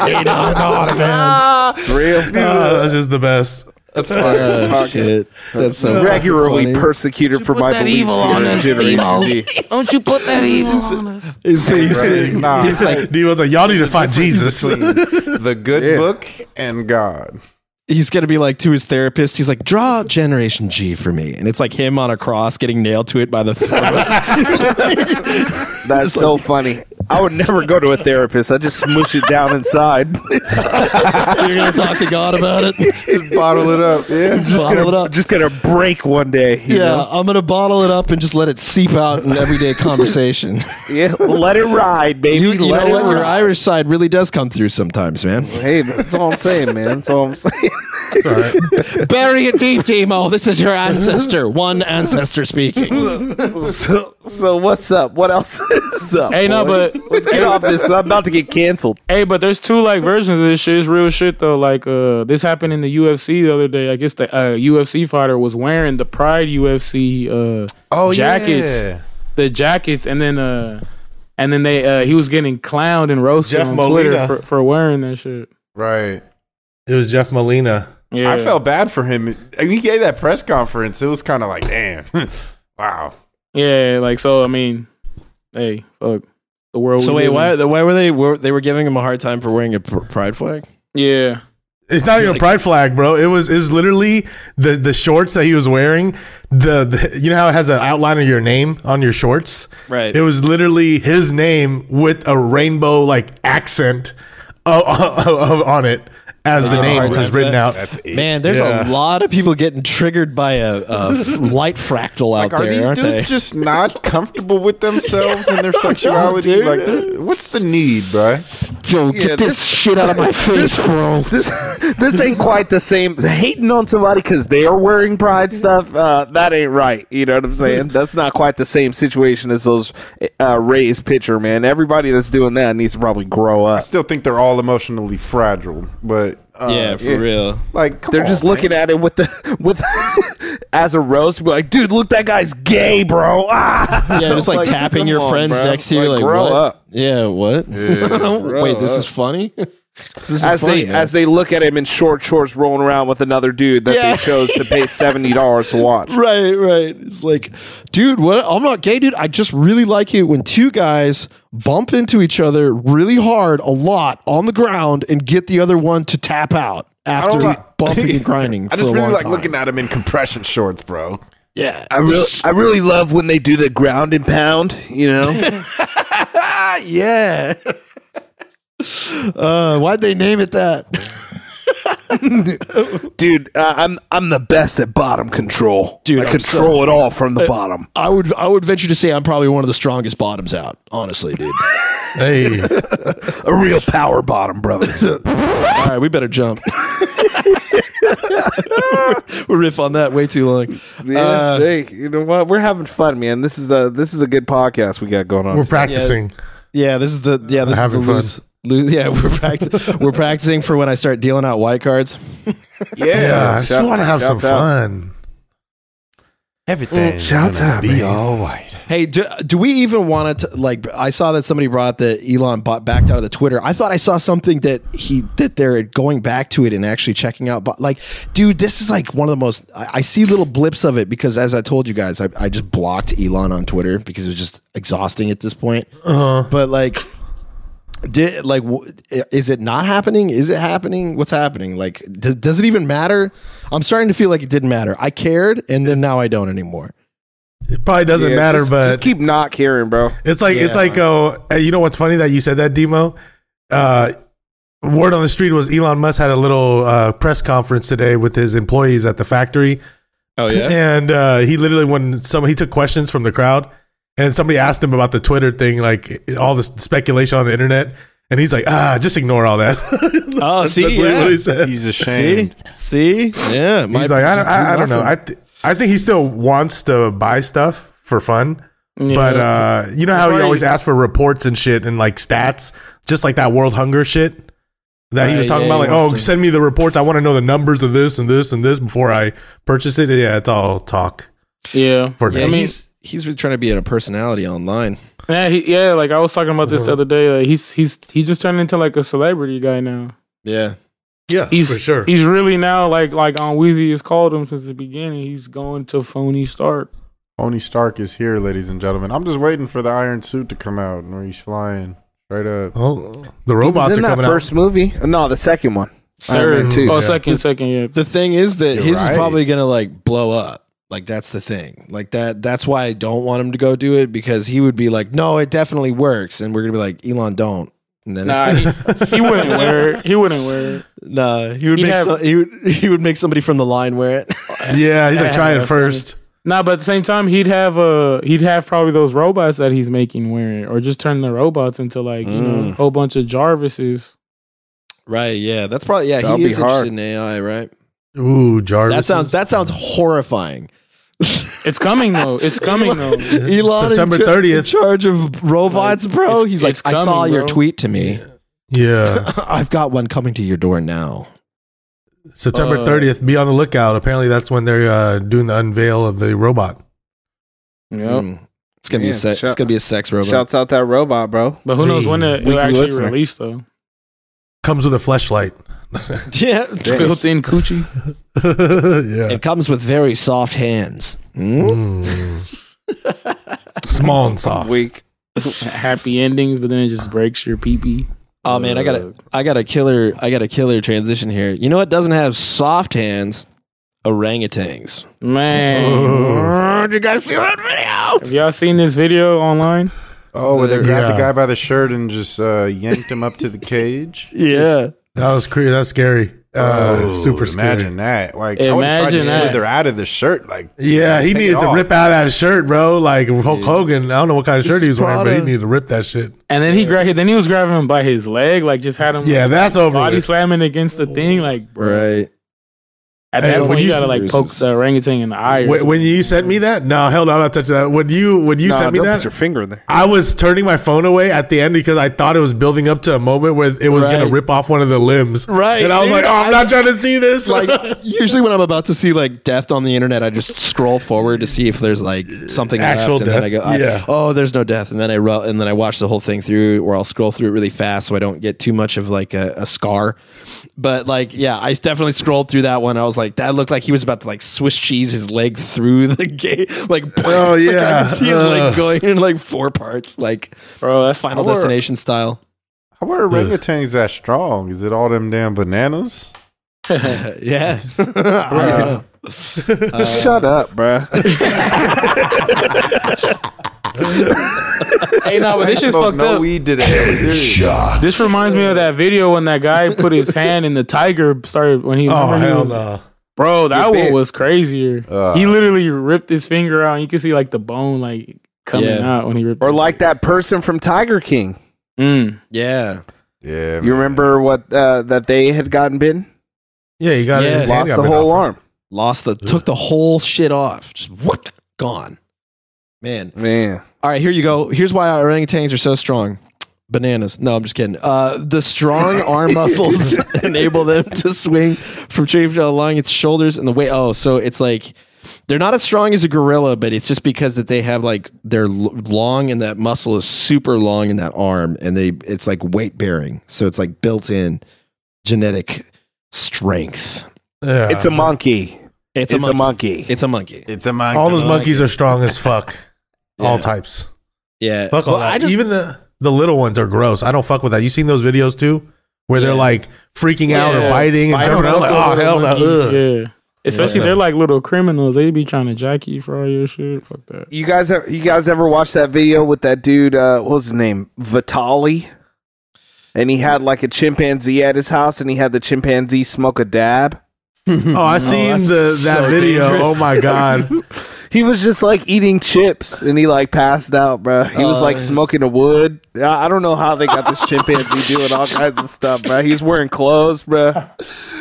Speaker 3: Hey, no, God, man.
Speaker 4: It's real.
Speaker 7: Ah, that's just the best.
Speaker 4: That's
Speaker 3: Oh, shit. That's so
Speaker 4: Regularly
Speaker 3: fucking funny.
Speaker 4: persecuted for my beliefs here in Generation D.
Speaker 8: Don't you put that evil on us.
Speaker 3: He's being- he's
Speaker 2: Nah.
Speaker 3: like
Speaker 7: D was like, y'all need to find Jesus.
Speaker 2: Between the good book and God.
Speaker 3: he's gonna be like to his therapist. He's like, draw Generation G for me, and it's like him on a cross getting nailed to it by the throat.
Speaker 4: That's so funny. I would never go to a therapist. I just smoosh it down inside.
Speaker 3: You're gonna talk to God about it.
Speaker 2: Just bottle it up. Yeah.
Speaker 3: Just bottle it up.
Speaker 4: just gonna break one day. You
Speaker 3: yeah,
Speaker 4: Know?
Speaker 3: I'm gonna bottle it up and just let it seep out in everyday conversation.
Speaker 4: Yeah. Let it ride, baby.
Speaker 3: you you
Speaker 4: Let
Speaker 3: know
Speaker 4: it
Speaker 3: what? Your
Speaker 4: ride.
Speaker 3: Irish side really does come through sometimes, man.
Speaker 4: Hey, that's all I'm saying, man. That's all I'm saying.
Speaker 3: Bury it deep, Demo. This is your ancestor, one ancestor speaking.
Speaker 4: So, so what's up? What else is up?
Speaker 5: Hey, no,
Speaker 4: boys?
Speaker 5: but-
Speaker 4: let's get off this because I'm about to get canceled.
Speaker 5: Hey, but there's two like versions of this shit. It's real shit though. Like uh, this happened in the UFC the other day. I guess the uh, UFC fighter was wearing the Pride UFC uh
Speaker 2: Oh,
Speaker 5: jackets,
Speaker 2: yeah.
Speaker 5: the jackets, and then uh and then they uh, he was getting clowned and roasted
Speaker 7: Jeff
Speaker 5: on
Speaker 7: Molina.
Speaker 5: Twitter for, for wearing that shit.
Speaker 2: Right.
Speaker 7: It was Jeff Molina.
Speaker 5: Yeah,
Speaker 2: I felt bad for him. I mean, he gave that press conference. It was kind of like, damn, wow.
Speaker 5: yeah, like so. I mean, hey, fuck the world.
Speaker 3: So
Speaker 5: we
Speaker 3: wait,
Speaker 5: live in.
Speaker 3: why? Why were they? Were, they were giving him a hard time for wearing a pr- pride flag.
Speaker 5: Yeah,
Speaker 7: It's not even a pride flag, bro. It was is literally the the shorts that he was wearing. The, the you know how it has an outline of your name on your shorts.
Speaker 3: Right.
Speaker 7: It was literally his name with a rainbow like accent o- o- o- on it as the name
Speaker 3: hard
Speaker 7: was
Speaker 3: time's
Speaker 7: written
Speaker 3: that?
Speaker 7: out.
Speaker 2: it.
Speaker 3: Man, there's a lot of people getting triggered by a, a f- light fractal
Speaker 2: Like,
Speaker 3: out
Speaker 2: are
Speaker 3: there,
Speaker 2: these
Speaker 3: aren't
Speaker 2: dudes
Speaker 3: they?
Speaker 2: just not comfortable with themselves and their sexuality? like, they're- what's the need, bro?
Speaker 4: Joe, get this, shit out of my face, bro. This this ain't quite the same. Hating on somebody because they are wearing pride stuff, uh, that ain't right. You know what I'm saying? That's not quite the same situation as those uh, Rays pitcher, man. Everybody that's doing that needs to probably grow
Speaker 2: I
Speaker 4: up.
Speaker 2: still think they're all emotionally fragile, but uh,
Speaker 3: yeah, for real.
Speaker 2: like
Speaker 4: They're just looking at it with the with as a roast, be like, dude, look, that guy's gay, bro. Ah!
Speaker 3: Yeah, just like, tapping your
Speaker 2: on,
Speaker 3: friends
Speaker 2: bro.
Speaker 3: next to you, like,
Speaker 4: Like, grow
Speaker 3: what?
Speaker 4: up.
Speaker 3: Yeah, what? wait, this is funny. this is
Speaker 4: As
Speaker 3: funny.
Speaker 4: they as they look at him in short shorts rolling around with another dude that
Speaker 3: Yeah.
Speaker 4: they chose to pay seventy dollars to watch.
Speaker 3: Right, right. It's like, dude, what? I'm not gay, dude. I just really like it when two guys bump into each other really hard, a lot on the ground, and get the other one to tap out after
Speaker 2: don't like-
Speaker 3: bumping and grinding.
Speaker 2: I
Speaker 3: for
Speaker 2: just
Speaker 3: a
Speaker 2: really
Speaker 3: long
Speaker 2: like
Speaker 3: time.
Speaker 2: looking at them in compression shorts, bro.
Speaker 3: Yeah,
Speaker 4: I really, I really love when they do the ground and pound. You know,
Speaker 3: Ah, yeah. uh, why'd they name it that?
Speaker 4: dude, uh, I'm I'm the best at bottom control.
Speaker 3: Dude,
Speaker 4: I
Speaker 3: I'm
Speaker 4: control it all from the bottom.
Speaker 3: I would I would venture to say I'm probably one of the strongest bottoms out. Honestly, dude.
Speaker 7: Hey,
Speaker 4: A real power bottom, brother.
Speaker 3: All right, we better jump. we riff on that way too long. Uh,
Speaker 4: Yeah,
Speaker 7: Uh,
Speaker 4: hey, you know what? We're having fun, man. This is a this is a good podcast we got going on.
Speaker 7: we're practicing.
Speaker 3: Yeah, this is the yeah this is the
Speaker 7: Having fun.
Speaker 3: loose, loose. Yeah, we're practicing. we're practicing for when I start dealing out white cards.
Speaker 2: Yeah,
Speaker 7: Yeah, I just
Speaker 4: Shout-
Speaker 7: want to have some
Speaker 4: shouts out.
Speaker 7: fun.
Speaker 2: everything.
Speaker 7: Shouts out,
Speaker 2: be
Speaker 7: man.
Speaker 2: all white.
Speaker 3: Hey, do, do we even want to like? I saw that somebody brought up that Elon bought, backed out of the Twitter. I thought I saw something that he that they're going back to it and actually checking out. But like, dude, this is like one of the most. I, I see little blips of it because, as I told you guys, I, I just blocked Elon on Twitter because it was just exhausting at this point.
Speaker 7: Uh-huh.
Speaker 3: But like, did like w- is it not happening is it happening what's happening like does, does it even matter i'm starting to feel like it didn't matter i cared and then now i don't anymore
Speaker 7: It probably doesn't
Speaker 4: Yeah,
Speaker 7: matter,
Speaker 4: just-
Speaker 7: but
Speaker 4: just keep not caring, bro.
Speaker 7: It's like it's
Speaker 3: Yeah.
Speaker 7: like oh, hey, you know what's funny that you said that Demo. Uh, word on the street was Elon Musk had a little uh, press conference today with his employees at the factory,
Speaker 3: oh
Speaker 7: and uh, he literally when some he took questions from the crowd, and somebody asked him about the Twitter thing, like all this speculation on the internet, and he's like, ah, just ignore all that.
Speaker 3: oh
Speaker 7: That's literally
Speaker 3: see yeah.
Speaker 7: what he said.
Speaker 2: He's
Speaker 3: see
Speaker 2: ashamed.
Speaker 3: see yeah my-
Speaker 7: He's like, I don't,
Speaker 3: just
Speaker 7: I, I don't know. I
Speaker 3: nothing.
Speaker 7: th- I think he still wants to buy stuff for fun.
Speaker 5: Yeah.
Speaker 7: But uh, you know how he always asks for reports and shit and like stats, just like that world hunger shit that he was
Speaker 3: Right,
Speaker 7: talking
Speaker 3: yeah,
Speaker 7: about.
Speaker 3: he
Speaker 7: Like, oh,
Speaker 3: wants to-
Speaker 7: send me the reports. I want to know the numbers of this and this and this before I purchase it. Yeah, it's all talk
Speaker 5: yeah.
Speaker 7: for
Speaker 3: yeah,
Speaker 7: now.
Speaker 3: he's he's really trying to be a personality online
Speaker 5: Yeah, he, yeah, like I was talking about this the other day. Like he's he's he just turned into like a celebrity guy now.
Speaker 3: yeah
Speaker 7: yeah,
Speaker 5: He's
Speaker 7: for sure.
Speaker 5: He's really now like like on Weezy has called him since the beginning. He's going to phony Stark.
Speaker 2: Tony Stark is here, ladies and gentlemen. I'm just waiting for the iron suit to come out where he's flying straight up.
Speaker 7: oh, the
Speaker 4: He was
Speaker 7: robots
Speaker 4: in
Speaker 7: are
Speaker 4: that
Speaker 7: coming
Speaker 4: first movie. No, the second one. Iron Man
Speaker 5: Third,
Speaker 4: two.
Speaker 5: oh
Speaker 7: Yeah.
Speaker 5: second, second, yeah.
Speaker 3: the thing is that
Speaker 2: You're
Speaker 3: his
Speaker 2: right.
Speaker 3: is probably gonna like blow up like that's the thing like that that's why i don't want him to go do it because he would be like no it definitely works and we're gonna be like elon don't and then
Speaker 5: Nah, he, he wouldn't wear it. He wouldn't wear it.
Speaker 3: No, he would
Speaker 5: He'd
Speaker 3: make
Speaker 5: have-
Speaker 3: so, he would he would make somebody from the line wear it.
Speaker 7: out. Yeah, he's like, try it
Speaker 5: That's
Speaker 7: first.
Speaker 5: Nah, but at the same time, he'd have uh he'd have probably those robots that he's making wear it, or just turn the robots into like you
Speaker 3: Mm.
Speaker 5: know a whole bunch of Jarvises.
Speaker 3: right? Yeah, that's probably yeah.
Speaker 4: That'll
Speaker 3: he
Speaker 4: be
Speaker 3: is interested
Speaker 4: hard.
Speaker 3: in AI, right?
Speaker 7: Ooh, Jarvis.
Speaker 3: That sounds that sounds horrifying.
Speaker 5: It's coming though. It's coming though.
Speaker 3: Elon
Speaker 7: September
Speaker 3: in, char-
Speaker 7: 30th.
Speaker 3: in charge of robots, bro.
Speaker 5: it's-
Speaker 3: He's like,
Speaker 5: it's
Speaker 3: I saw
Speaker 5: coming,
Speaker 3: your
Speaker 5: bro."
Speaker 3: tweet to me.
Speaker 7: yeah,
Speaker 3: I've got one coming to your door now.
Speaker 7: September
Speaker 5: Uh,
Speaker 7: thirtieth. Be on the lookout. Apparently, that's when they're uh, doing the unveil of the robot.
Speaker 5: Yep.
Speaker 3: Mm. It's gonna be a
Speaker 4: Yeah,
Speaker 3: sex.
Speaker 4: shout-
Speaker 3: It's gonna be a sex robot.
Speaker 4: Shouts out that robot, bro.
Speaker 5: But who knows when it,
Speaker 4: Weekly
Speaker 5: it'll actually
Speaker 4: listener.
Speaker 5: release though?
Speaker 7: Comes with a flashlight.
Speaker 3: Yeah,
Speaker 5: Built in coochie.
Speaker 7: yeah.
Speaker 3: it comes with very soft hands. Mm?
Speaker 7: Mm. Small and soft.
Speaker 4: Week.
Speaker 5: Happy endings, but then it just breaks your pee pee.
Speaker 3: Oh man, I got a, I got a killer, I got a killer transition here. You know what doesn't have soft hands? Orangutans.
Speaker 5: Man.
Speaker 3: Did you guys see that video?
Speaker 5: Have y'all seen this video online?
Speaker 2: Oh, where they
Speaker 7: Yeah.
Speaker 2: grabbed the guy by the shirt and just uh, yanked him up to the cage.
Speaker 3: Yeah,
Speaker 7: That was cre- that's scary. Uh,
Speaker 2: Oh,
Speaker 7: super scary.
Speaker 2: Imagine that. Like, I would have tried
Speaker 5: Imagine
Speaker 2: to
Speaker 5: that.
Speaker 2: slither out of the shirt. Like,
Speaker 7: Yeah, he
Speaker 2: Take it
Speaker 7: needed to
Speaker 2: off.
Speaker 7: rip out that shirt, bro. Like Hulk Hogan. I don't know what kind of shirt he was wearing, but he
Speaker 3: Prada.
Speaker 7: needed to rip that shit.
Speaker 5: And then he gra- then he was grabbing him by his leg, like just had him
Speaker 7: Yeah, that's over.
Speaker 5: body
Speaker 7: with.
Speaker 5: slamming against the thing. Like
Speaker 3: right.
Speaker 5: at
Speaker 7: Hey,
Speaker 5: that
Speaker 7: when
Speaker 5: point,
Speaker 7: you
Speaker 5: you gotta
Speaker 7: see
Speaker 5: like poke
Speaker 3: bruises-
Speaker 5: the orangutan in the eye. or
Speaker 7: When, when you sent me that, no, hell no, I'm not touching that. When you when you
Speaker 4: Nah,
Speaker 7: sent me
Speaker 4: don't
Speaker 7: that,
Speaker 4: put your finger in there.
Speaker 7: I was turning my phone away at the end because I thought it was building up to a moment where it was gonna
Speaker 3: Right.
Speaker 7: rip off one of the limbs.
Speaker 3: Right,
Speaker 7: and I was
Speaker 3: dude,
Speaker 7: like, oh, I'm
Speaker 3: I-
Speaker 7: not trying to see this.
Speaker 3: Like usually when I'm about to see like death on the internet, I just scroll forward to see if there's like something
Speaker 7: Actual
Speaker 3: left, and then
Speaker 7: death.
Speaker 3: I go, I-
Speaker 7: Yeah.
Speaker 3: "Oh, there's no death," and then I ru- and then I watch the whole thing through, or I'll scroll through it really fast so I don't get too much of like a, a scar. But like, yeah, I definitely scrolled through that one. I was like, that looked like he was about to like Swiss cheese his leg through the gate. Like,
Speaker 7: Oh,
Speaker 3: like, I
Speaker 7: yeah.
Speaker 3: could see his
Speaker 7: Ugh.
Speaker 3: leg going in like four parts, like
Speaker 5: bro, that's
Speaker 3: Final
Speaker 2: Or-
Speaker 3: Destination style.
Speaker 2: how are orangutans that strong? Is it all them damn bananas?
Speaker 3: yeah. I don't know. Uh,
Speaker 4: Shut up, bro.
Speaker 5: hey, no, but this shit's
Speaker 2: Smoked
Speaker 5: fucked
Speaker 2: no
Speaker 5: up.
Speaker 2: weed today. I'm serious.
Speaker 5: This reminds me of that video when that guy put his hand in the tiger started when he.
Speaker 7: oh
Speaker 5: remember he
Speaker 7: hell
Speaker 5: was-
Speaker 7: no!
Speaker 5: Bro, that
Speaker 4: bit.
Speaker 5: one was crazier.
Speaker 2: Uh.
Speaker 5: he literally ripped his finger out. And you could see like the bone like coming
Speaker 3: Yeah.
Speaker 5: out when he ripped.
Speaker 4: or
Speaker 5: it.
Speaker 4: like that person from Tiger King.
Speaker 5: Mm.
Speaker 3: yeah.
Speaker 2: Yeah,
Speaker 4: You
Speaker 2: man.
Speaker 4: remember what uh, that they had gotten bitten?
Speaker 7: Yeah, you got
Speaker 3: Yeah.
Speaker 7: his hand
Speaker 4: Lost
Speaker 7: got
Speaker 4: the
Speaker 7: bit
Speaker 4: whole
Speaker 7: off.
Speaker 4: arm.
Speaker 3: Lost the took the whole shit off. Just what gone. Man.
Speaker 4: Man.
Speaker 3: All right, here you go. Here's why orangutans are so strong. Bananas. No, I'm just kidding. Uh, the strong arm muscles enable them to swing from tree to along its shoulders and the way. Oh, so it's like they're not as strong as a gorilla, but it's just because that they have like they're l- long and that muscle is super long in that arm, and they it's like weight bearing. So it's like built in genetic strength.
Speaker 7: Yeah.
Speaker 4: It's a monkey. Um, It's, a, monkey.
Speaker 3: It's a monkey.
Speaker 2: It's a monkey.
Speaker 7: all those monkeys are strong as fuck. All types.
Speaker 3: Yeah.
Speaker 7: Fuck all
Speaker 3: Well,
Speaker 7: that.
Speaker 3: I just-
Speaker 7: Even the the little ones are gross. I don't fuck with that. You seen those videos too, where they're
Speaker 3: Yeah.
Speaker 7: like freaking out or
Speaker 5: Yeah,
Speaker 7: biting and
Speaker 5: I don't
Speaker 7: jumping around.
Speaker 5: fuck
Speaker 7: Like,
Speaker 5: with little
Speaker 7: oh hell no!
Speaker 5: monkeys.
Speaker 7: Ugh.
Speaker 5: Yeah. Especially
Speaker 7: Yeah.
Speaker 5: they're like little criminals. They be trying to jack you for all your shit. Fuck that.
Speaker 4: you guys, ever, you guys ever watched that video with that dude? Uh, what was his name? Vitali. And he had like a chimpanzee at his house, and he had the chimpanzee smoke a dab.
Speaker 7: Oh, I seen
Speaker 3: that's
Speaker 7: the that
Speaker 3: so
Speaker 7: video.
Speaker 3: dangerous.
Speaker 7: Oh my god!
Speaker 4: He was just like eating chips, and he like passed out, bro. He was like smoking a wood. I I don't know how they got this chimpanzee doing all kinds of stuff, bro. He's wearing clothes, bro.
Speaker 7: I,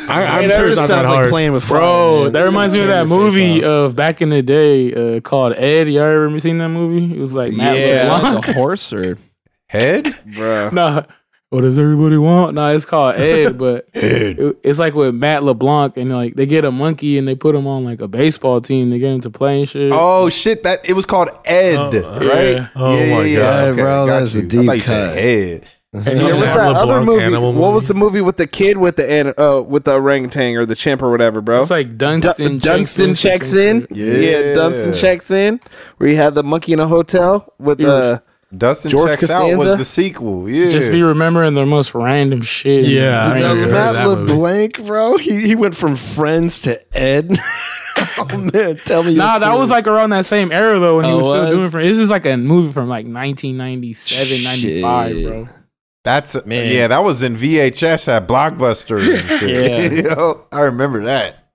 Speaker 7: I'm
Speaker 3: Hey, that
Speaker 7: sure it's
Speaker 3: just
Speaker 7: not that
Speaker 3: sounds
Speaker 7: hard.
Speaker 3: like playing with fire.
Speaker 5: Bro,
Speaker 3: man.
Speaker 5: that reminds me of
Speaker 3: Tear
Speaker 5: that
Speaker 3: your face
Speaker 5: movie
Speaker 3: off.
Speaker 5: of back in the day uh, called Ed. Y'all ever seen that movie? It was like Matt
Speaker 4: Yeah.
Speaker 5: LeBlanc.
Speaker 3: Like a horse or
Speaker 2: head.
Speaker 4: Bro,
Speaker 5: Nah. What does everybody want? Nah, it's called Ed, but it- it's like with Matt LeBlanc and like they get a monkey and they put him on like a baseball team. They get him to play and shit.
Speaker 2: Oh shit! That it was called Ed, right?
Speaker 5: yeah.
Speaker 7: Oh, my God.
Speaker 3: Bro,
Speaker 2: got
Speaker 3: that's a
Speaker 2: you.
Speaker 3: deep
Speaker 2: I thought you said
Speaker 3: cut.
Speaker 2: head.
Speaker 5: And
Speaker 4: There
Speaker 5: then
Speaker 4: was
Speaker 5: that-
Speaker 4: that
Speaker 7: Animal
Speaker 4: other
Speaker 7: Blanc,
Speaker 4: movie.
Speaker 7: animal
Speaker 4: What
Speaker 7: movie.
Speaker 4: was the movie with the kid with the an- uh, with the orangutan or the chimp or whatever, bro?
Speaker 5: it's like Dunstan.
Speaker 4: Dunston Dunstan checks in.
Speaker 2: Yeah.
Speaker 4: yeah, Dunstan checks in. Where you had the monkey in a hotel with uh, the
Speaker 2: Dustin
Speaker 4: George
Speaker 2: checks out
Speaker 4: Costanza?
Speaker 2: was the sequel. Yeah,
Speaker 5: Just be remembering the most random shit.
Speaker 7: Yeah,
Speaker 5: I ain't
Speaker 7: that
Speaker 3: Does
Speaker 7: was
Speaker 5: heard
Speaker 7: bad.
Speaker 5: that.
Speaker 3: Matt
Speaker 7: that movie.
Speaker 3: LeBlanc, bro? He he went from friends to Ed. oh man, tell me.
Speaker 5: Nah, that was like around that same era though when he
Speaker 3: Oh,
Speaker 5: was still
Speaker 3: was?
Speaker 5: doing. From, this is like a movie from like 1997, 95, bro.
Speaker 2: that's
Speaker 3: Man.
Speaker 2: yeah. That was in VHS at Blockbuster. And shit.
Speaker 3: Yeah.
Speaker 2: You know, I remember that.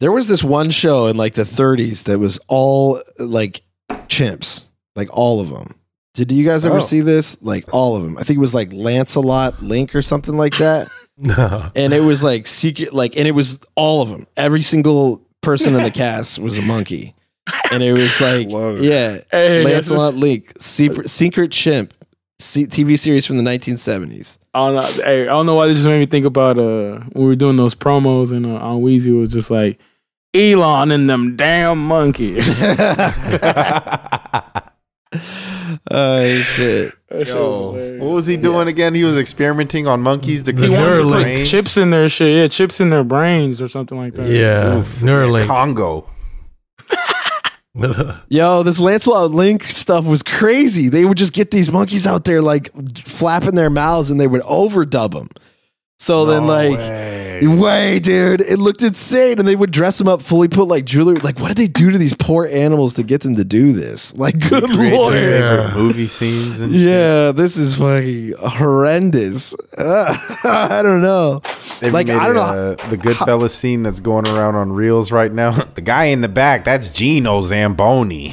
Speaker 3: there was this one show in like the 30s that was all like chimps, like all of them. Did you guys ever
Speaker 2: Oh.
Speaker 3: see this? Like all of them. I think it was like Lancelot Link or something like that.
Speaker 7: No.
Speaker 3: And it was like secret, like, and it was all of them. Every single person in the cast was a monkey. And it was like,
Speaker 4: Love it.
Speaker 3: yeah,
Speaker 5: Hey, that's
Speaker 3: Lancelot Link, secret, secret chimp, C- TV series from the 1970s.
Speaker 5: I don't know. Hey, I don't know why this just made me think about uh when we were doing those promos and uh, on Weezy was just like Elon and them damn monkeys.
Speaker 3: Oh shit!
Speaker 5: That shit
Speaker 2: Yo,
Speaker 5: was hilarious.
Speaker 2: what was he doing again? He was experimenting on monkeys to
Speaker 5: He
Speaker 2: control
Speaker 5: wanted
Speaker 2: their
Speaker 5: to put
Speaker 2: brains.
Speaker 5: chips in their shit. Yeah, chips in their brains or something like that.
Speaker 7: Yeah, Neuralink.
Speaker 2: Congo.
Speaker 3: Yo, this Lancelot Link stuff was crazy. They would just get these monkeys out there like flapping their mouths, and they would overdub them. So then,
Speaker 2: Oh,
Speaker 3: like,
Speaker 2: way.
Speaker 3: Way, dude. It looked insane. And they would dress them up fully, put like jewelry. Like, what did they do to these poor animals to get them to do this? Like, good
Speaker 2: Create their
Speaker 3: lord.
Speaker 2: favorite movie scenes and
Speaker 3: Yeah, this is fucking horrendous. Uh, I don't know.
Speaker 2: They've
Speaker 3: like,
Speaker 2: made
Speaker 3: I don't
Speaker 2: it,
Speaker 3: know.
Speaker 2: uh, the Goodfellas scene that's going around on reels right now. The guy in the back, that's Gino Zamboni.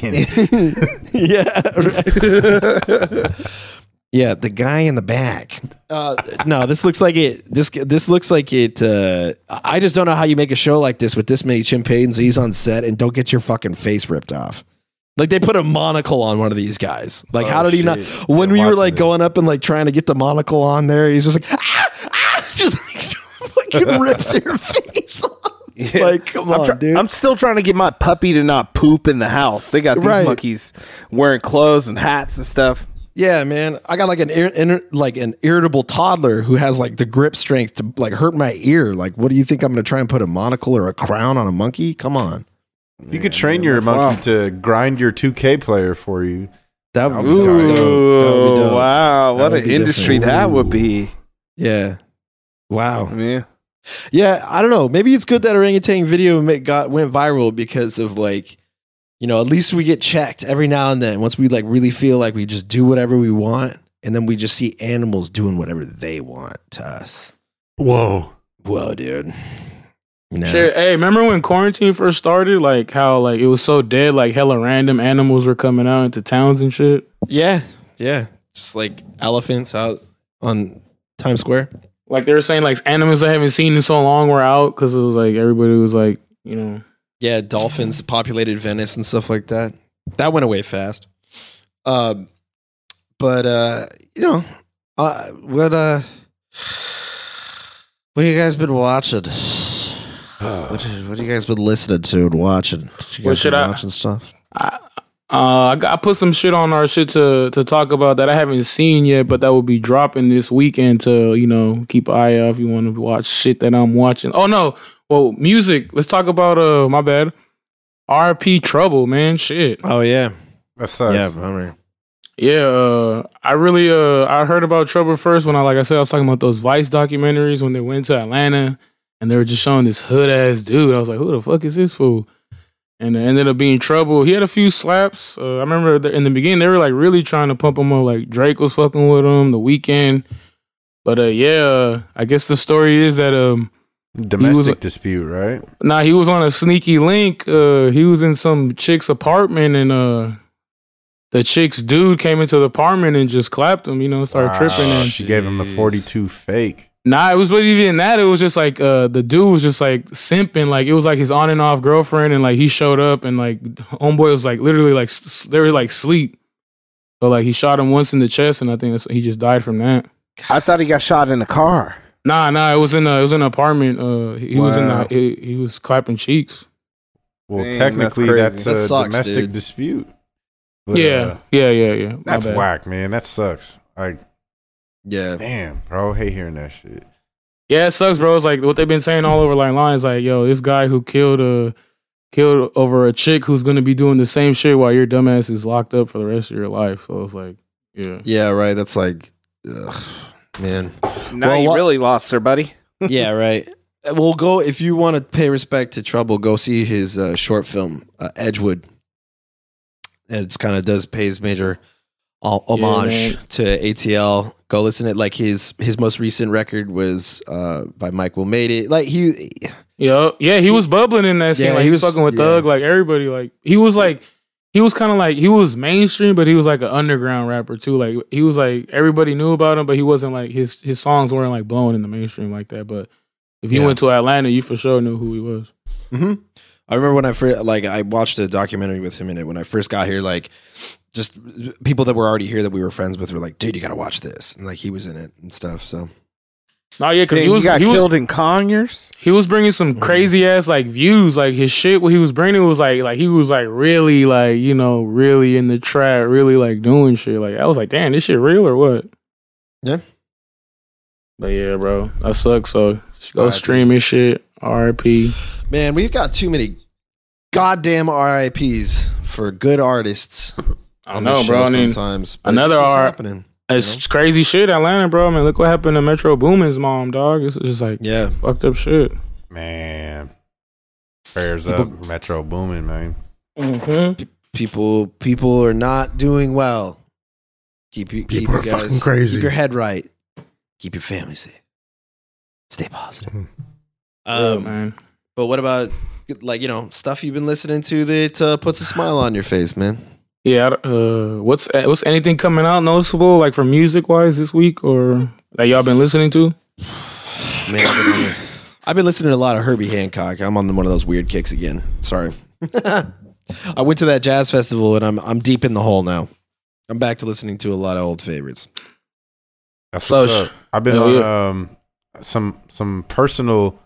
Speaker 3: yeah. right. yeah, the guy in the back. Uh, no, this looks like it. This this looks like it. Uh, I just don't know how you make a show like this with this many chimpanzees on set and don't get your fucking face ripped off. Like they put a monocle on one of these guys. Like how
Speaker 2: Oh,
Speaker 3: did he not?
Speaker 2: shit.
Speaker 3: When
Speaker 2: I'm
Speaker 3: we were
Speaker 2: watching
Speaker 3: like
Speaker 2: this.
Speaker 3: going up and like trying to get the monocle on there, he's just like ah, ah, just like fucking rips your face off. Like come
Speaker 4: I'm,
Speaker 3: on,
Speaker 4: try-
Speaker 3: dude.
Speaker 4: I'm still trying to get my puppy to not poop in the house. They got these
Speaker 3: Right.
Speaker 4: monkeys wearing clothes and hats and stuff.
Speaker 3: Yeah, man, I got like an ir- inner like an irritable toddler who has like the grip strength to like hurt my ear. Like, what do you think I'm going to try and put a monocle or a crown on a monkey? Come on,
Speaker 2: you could train your
Speaker 4: that's
Speaker 2: monkey
Speaker 4: wild.
Speaker 2: to grind your 2K player for you.
Speaker 3: that would
Speaker 2: Ooh,
Speaker 3: be dope. That would be dope.
Speaker 4: wow.
Speaker 3: That
Speaker 4: What
Speaker 3: would
Speaker 4: an
Speaker 3: be
Speaker 4: industry
Speaker 3: different.
Speaker 4: that would be.
Speaker 3: Yeah, wow.
Speaker 4: Yeah.
Speaker 3: Yeah, I don't know. Maybe it's good that orangutan video ma- got went viral because of like, you know, at least we get checked every now and then. Once we like really feel like we just do whatever we want, and then we just see animals doing whatever they want to us.
Speaker 7: Whoa.
Speaker 3: Whoa, dude. You know?
Speaker 5: Shit, hey, remember when quarantine first started? Like how like it was so dead, like hella random animals were coming out into towns and shit.
Speaker 3: Yeah, yeah. Just like elephants out on Times Square.
Speaker 5: Like they were saying like animals I haven't seen in so long were out because it was like everybody was like, you know.
Speaker 3: Yeah, dolphins that populated Venice and stuff like that. That went away fast. Um, but uh, you know, uh, what uh, what you guys been watching? What, what you guys been listening to and watching? Did you
Speaker 5: What
Speaker 3: guys
Speaker 5: should
Speaker 3: been
Speaker 5: I-
Speaker 3: watching stuff?
Speaker 5: Uh, I, got, I put some shit on our shit to to talk about that I haven't seen yet, but that will be dropping this weekend. To you know, keep an eye out if you want to watch shit that I'm watching. Oh no, well, music. Let's talk about uh, my bad. R.P. Trouble, man. Shit.
Speaker 3: Oh yeah,
Speaker 2: That sucks.
Speaker 3: yeah, bummer.
Speaker 5: Yeah, uh, I really uh, I heard about Trouble first when I like I said I was talking about those Vice documentaries when they went to Atlanta and they were just showing this hood ass dude. I was like, who the fuck is this fool? And it ended up being Trouble. He had a few slaps. Uh, I remember th- in the beginning they were like really trying to pump him up. Like Drake was fucking with him the weekend. But uh, yeah, uh, I guess the story is that um,
Speaker 2: Domestic
Speaker 5: He was-
Speaker 2: dispute, right?
Speaker 5: Nah, he was on a sneaky link. Uh, he was in some chick's apartment, and uh, the chick's dude came into the apartment and just clapped him. You know, started
Speaker 2: Wow,
Speaker 5: tripping. And
Speaker 2: she gave him the
Speaker 3: Jeez.
Speaker 2: 42 fake.
Speaker 5: nah, it was not even that. It was just like uh, the dude was just like simping. Like it was like his on and off girlfriend, and like he showed up, and like homeboy was like literally like s- s- they were like sleep. But like he shot him once in the chest, and I think that's, he just died from that.
Speaker 4: I thought he got shot in the car.
Speaker 5: Nah, nah, it was in a, it was in an apartment. Uh, he, he was in
Speaker 4: Wow.
Speaker 5: the, he, he was clapping cheeks.
Speaker 2: Well,
Speaker 4: Dang, that's
Speaker 2: technically,
Speaker 4: crazy.
Speaker 2: that's,
Speaker 3: That
Speaker 2: a
Speaker 3: sucks,
Speaker 2: domestic
Speaker 3: dude.
Speaker 2: dispute. But,
Speaker 5: yeah,
Speaker 2: uh,
Speaker 5: yeah, yeah, yeah. My
Speaker 2: that's
Speaker 5: bad.
Speaker 2: whack, man. That sucks. Like,
Speaker 3: Yeah,
Speaker 2: damn, bro. I hate hearing that shit.
Speaker 5: Yeah, it sucks, bro. It's like what they've been saying all over like lines, like, yo, this guy who killed uh killed over a chick who's gonna be doing the same shit while your dumbass is locked up for the rest of your life. So it's like, yeah.
Speaker 3: yeah, right. That's like, ugh, man.
Speaker 4: Now
Speaker 3: Well,
Speaker 4: you
Speaker 3: what-
Speaker 4: really lost her, buddy.
Speaker 3: yeah, right. Well, go if you want to pay respect to Trouble. Go see his uh, short film uh, Edgewood. It's kind of does pays major uh, homage
Speaker 5: man.
Speaker 3: to ATL. Go listen to it. Like his his most recent record was uh, by Mike Will Made It. Like he,
Speaker 5: Yo, yeah, he was bubbling in that scene.
Speaker 3: Yeah,
Speaker 5: like
Speaker 3: he
Speaker 5: he was
Speaker 3: was-
Speaker 5: fucking with
Speaker 3: yeah.
Speaker 5: Thug, like everybody, like he was like he was kinda like he was mainstream, but he was like an underground rapper too. Like he was like everybody knew about him, but he wasn't like his his songs weren't like blowing in the mainstream like that. But if you
Speaker 3: Yeah.
Speaker 5: went to Atlanta, you for sure knew who he was.
Speaker 3: hmm I remember when I first like I watched a documentary with him in it when I first got here. Like, just people that were already here that we were friends with were like, "Dude, you got to watch this," and like he was in it and stuff. So
Speaker 5: No, yeah, because
Speaker 4: Then
Speaker 5: he was
Speaker 4: he got
Speaker 5: he was,
Speaker 4: killed in Conyers.
Speaker 5: he was bringing
Speaker 3: Mm.
Speaker 5: some crazy ass like views. Like his shit, what he was bringing was like like he was like really like you know really in the trap, really like doing shit. Like I was like, damn, this shit real or what?
Speaker 3: Yeah.
Speaker 5: But yeah, bro, I suck. So go
Speaker 2: R.I.P.
Speaker 5: stream his shit. R.I.P.
Speaker 3: Man, we've got too many goddamn RIPS for good artists.
Speaker 5: I
Speaker 3: on
Speaker 5: know,
Speaker 3: this
Speaker 5: bro.
Speaker 3: show
Speaker 5: I mean,
Speaker 3: sometimes but it
Speaker 5: another
Speaker 3: just was
Speaker 5: R-
Speaker 3: happening.
Speaker 5: it's crazy shit, Atlanta, bro. I mean, look what happened to Metro Boomin's mom, dog. It's just like
Speaker 3: Yeah,
Speaker 5: fucked up shit.
Speaker 2: Man. Prayers up. Metro booming, man.
Speaker 5: Mm-hmm.
Speaker 3: people people are not doing well. Keep you keep
Speaker 7: People
Speaker 3: you
Speaker 7: are
Speaker 3: guys,
Speaker 7: fucking crazy.
Speaker 3: Keep your head right. Keep your family safe. Stay
Speaker 7: Hmm.
Speaker 3: positive. Um,
Speaker 5: man.
Speaker 3: but what about like you know stuff you've been listening to that uh, puts a smile on your face, man?
Speaker 5: Yeah. I don't- Uh, what's what's anything coming out noticeable like for music wise this week or that y'all been listening to?
Speaker 3: Man, I've been, on it. I've been listening to a lot of Herbie Hancock. I'm on one of those weird kicks again. Sorry. I went to that jazz festival and I'm I'm deep in the hole now. I'm back to listening to a lot of old favorites.
Speaker 2: That's
Speaker 5: So
Speaker 2: what's
Speaker 5: sh-
Speaker 2: up. I've been
Speaker 5: hell
Speaker 2: on
Speaker 5: yeah.
Speaker 2: um some some personal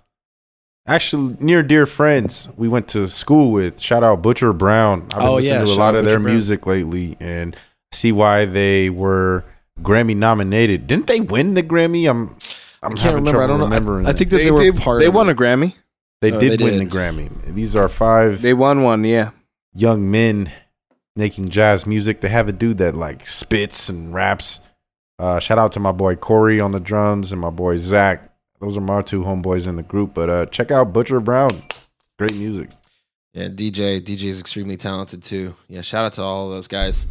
Speaker 2: actually near dear friends we went to school with. Shout out Butcher Brown. I've been
Speaker 3: Oh,
Speaker 2: listening
Speaker 3: yeah,
Speaker 2: to a
Speaker 3: shout
Speaker 2: lot
Speaker 3: out
Speaker 2: of their
Speaker 3: Butcher Brown.
Speaker 2: music lately and see why they were Grammy nominated. Didn't they win the Grammy? I'm I'm
Speaker 3: I can't
Speaker 2: having
Speaker 3: remember. I
Speaker 2: trouble
Speaker 3: don't know.
Speaker 2: remembering
Speaker 3: I, I
Speaker 2: that.
Speaker 3: think that they, were part.
Speaker 4: They
Speaker 3: of
Speaker 4: won
Speaker 3: it.
Speaker 4: a Grammy.
Speaker 2: they
Speaker 3: Oh,
Speaker 2: did
Speaker 3: they
Speaker 2: win
Speaker 3: did.
Speaker 2: the Grammy. These are five
Speaker 4: They won one. Yeah.
Speaker 2: young men making jazz music. They have a dude that like spits and raps. Uh, shout out to my boy Corey on the drums and my boy Zach. Those are my two homeboys in the group. But uh, check out Butcher Brown. Great music.
Speaker 3: Yeah, DJ. DJ is extremely talented too. Yeah, shout out to all of those guys.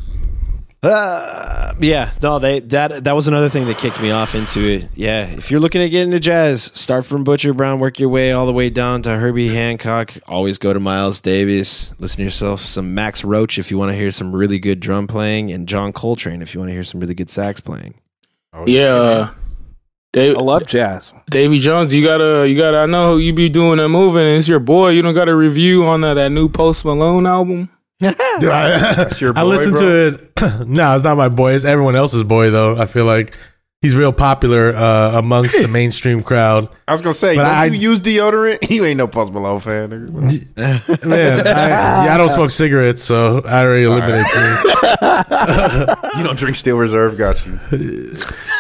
Speaker 3: Uh, yeah, no, they that that was another thing that kicked me off into it. Yeah, if you're looking to get into jazz, start from Butcher Brown, work your way all the way down to Herbie Hancock. Always go to Miles Davis. Listen to yourself some Max Roach if you want to hear some really good drum playing, and John Coltrane if you want to hear some really good sax playing.
Speaker 2: Oh,
Speaker 5: Yeah. Uh,
Speaker 4: I
Speaker 5: Dave,
Speaker 4: love jazz.
Speaker 5: Davy Jones, you gotta, you gotta. I know you be doing that moving. And it's your boy. You don't got a review on that, that new Post Malone album.
Speaker 7: Dude, I,
Speaker 2: your
Speaker 7: I
Speaker 2: boy,
Speaker 7: listened to it. no, it's not my boy. It's everyone else's boy, though. I feel like he's real popular uh, amongst the mainstream crowd.
Speaker 2: I was gonna say,
Speaker 7: But
Speaker 2: don't
Speaker 7: I-
Speaker 2: you use deodorant? You ain't no Post Malone fan. nigga.
Speaker 7: Man, I, yeah, I don't smoke cigaretes, so I already eliminated
Speaker 2: you don't drink Steel Reserve. Got you.
Speaker 7: you.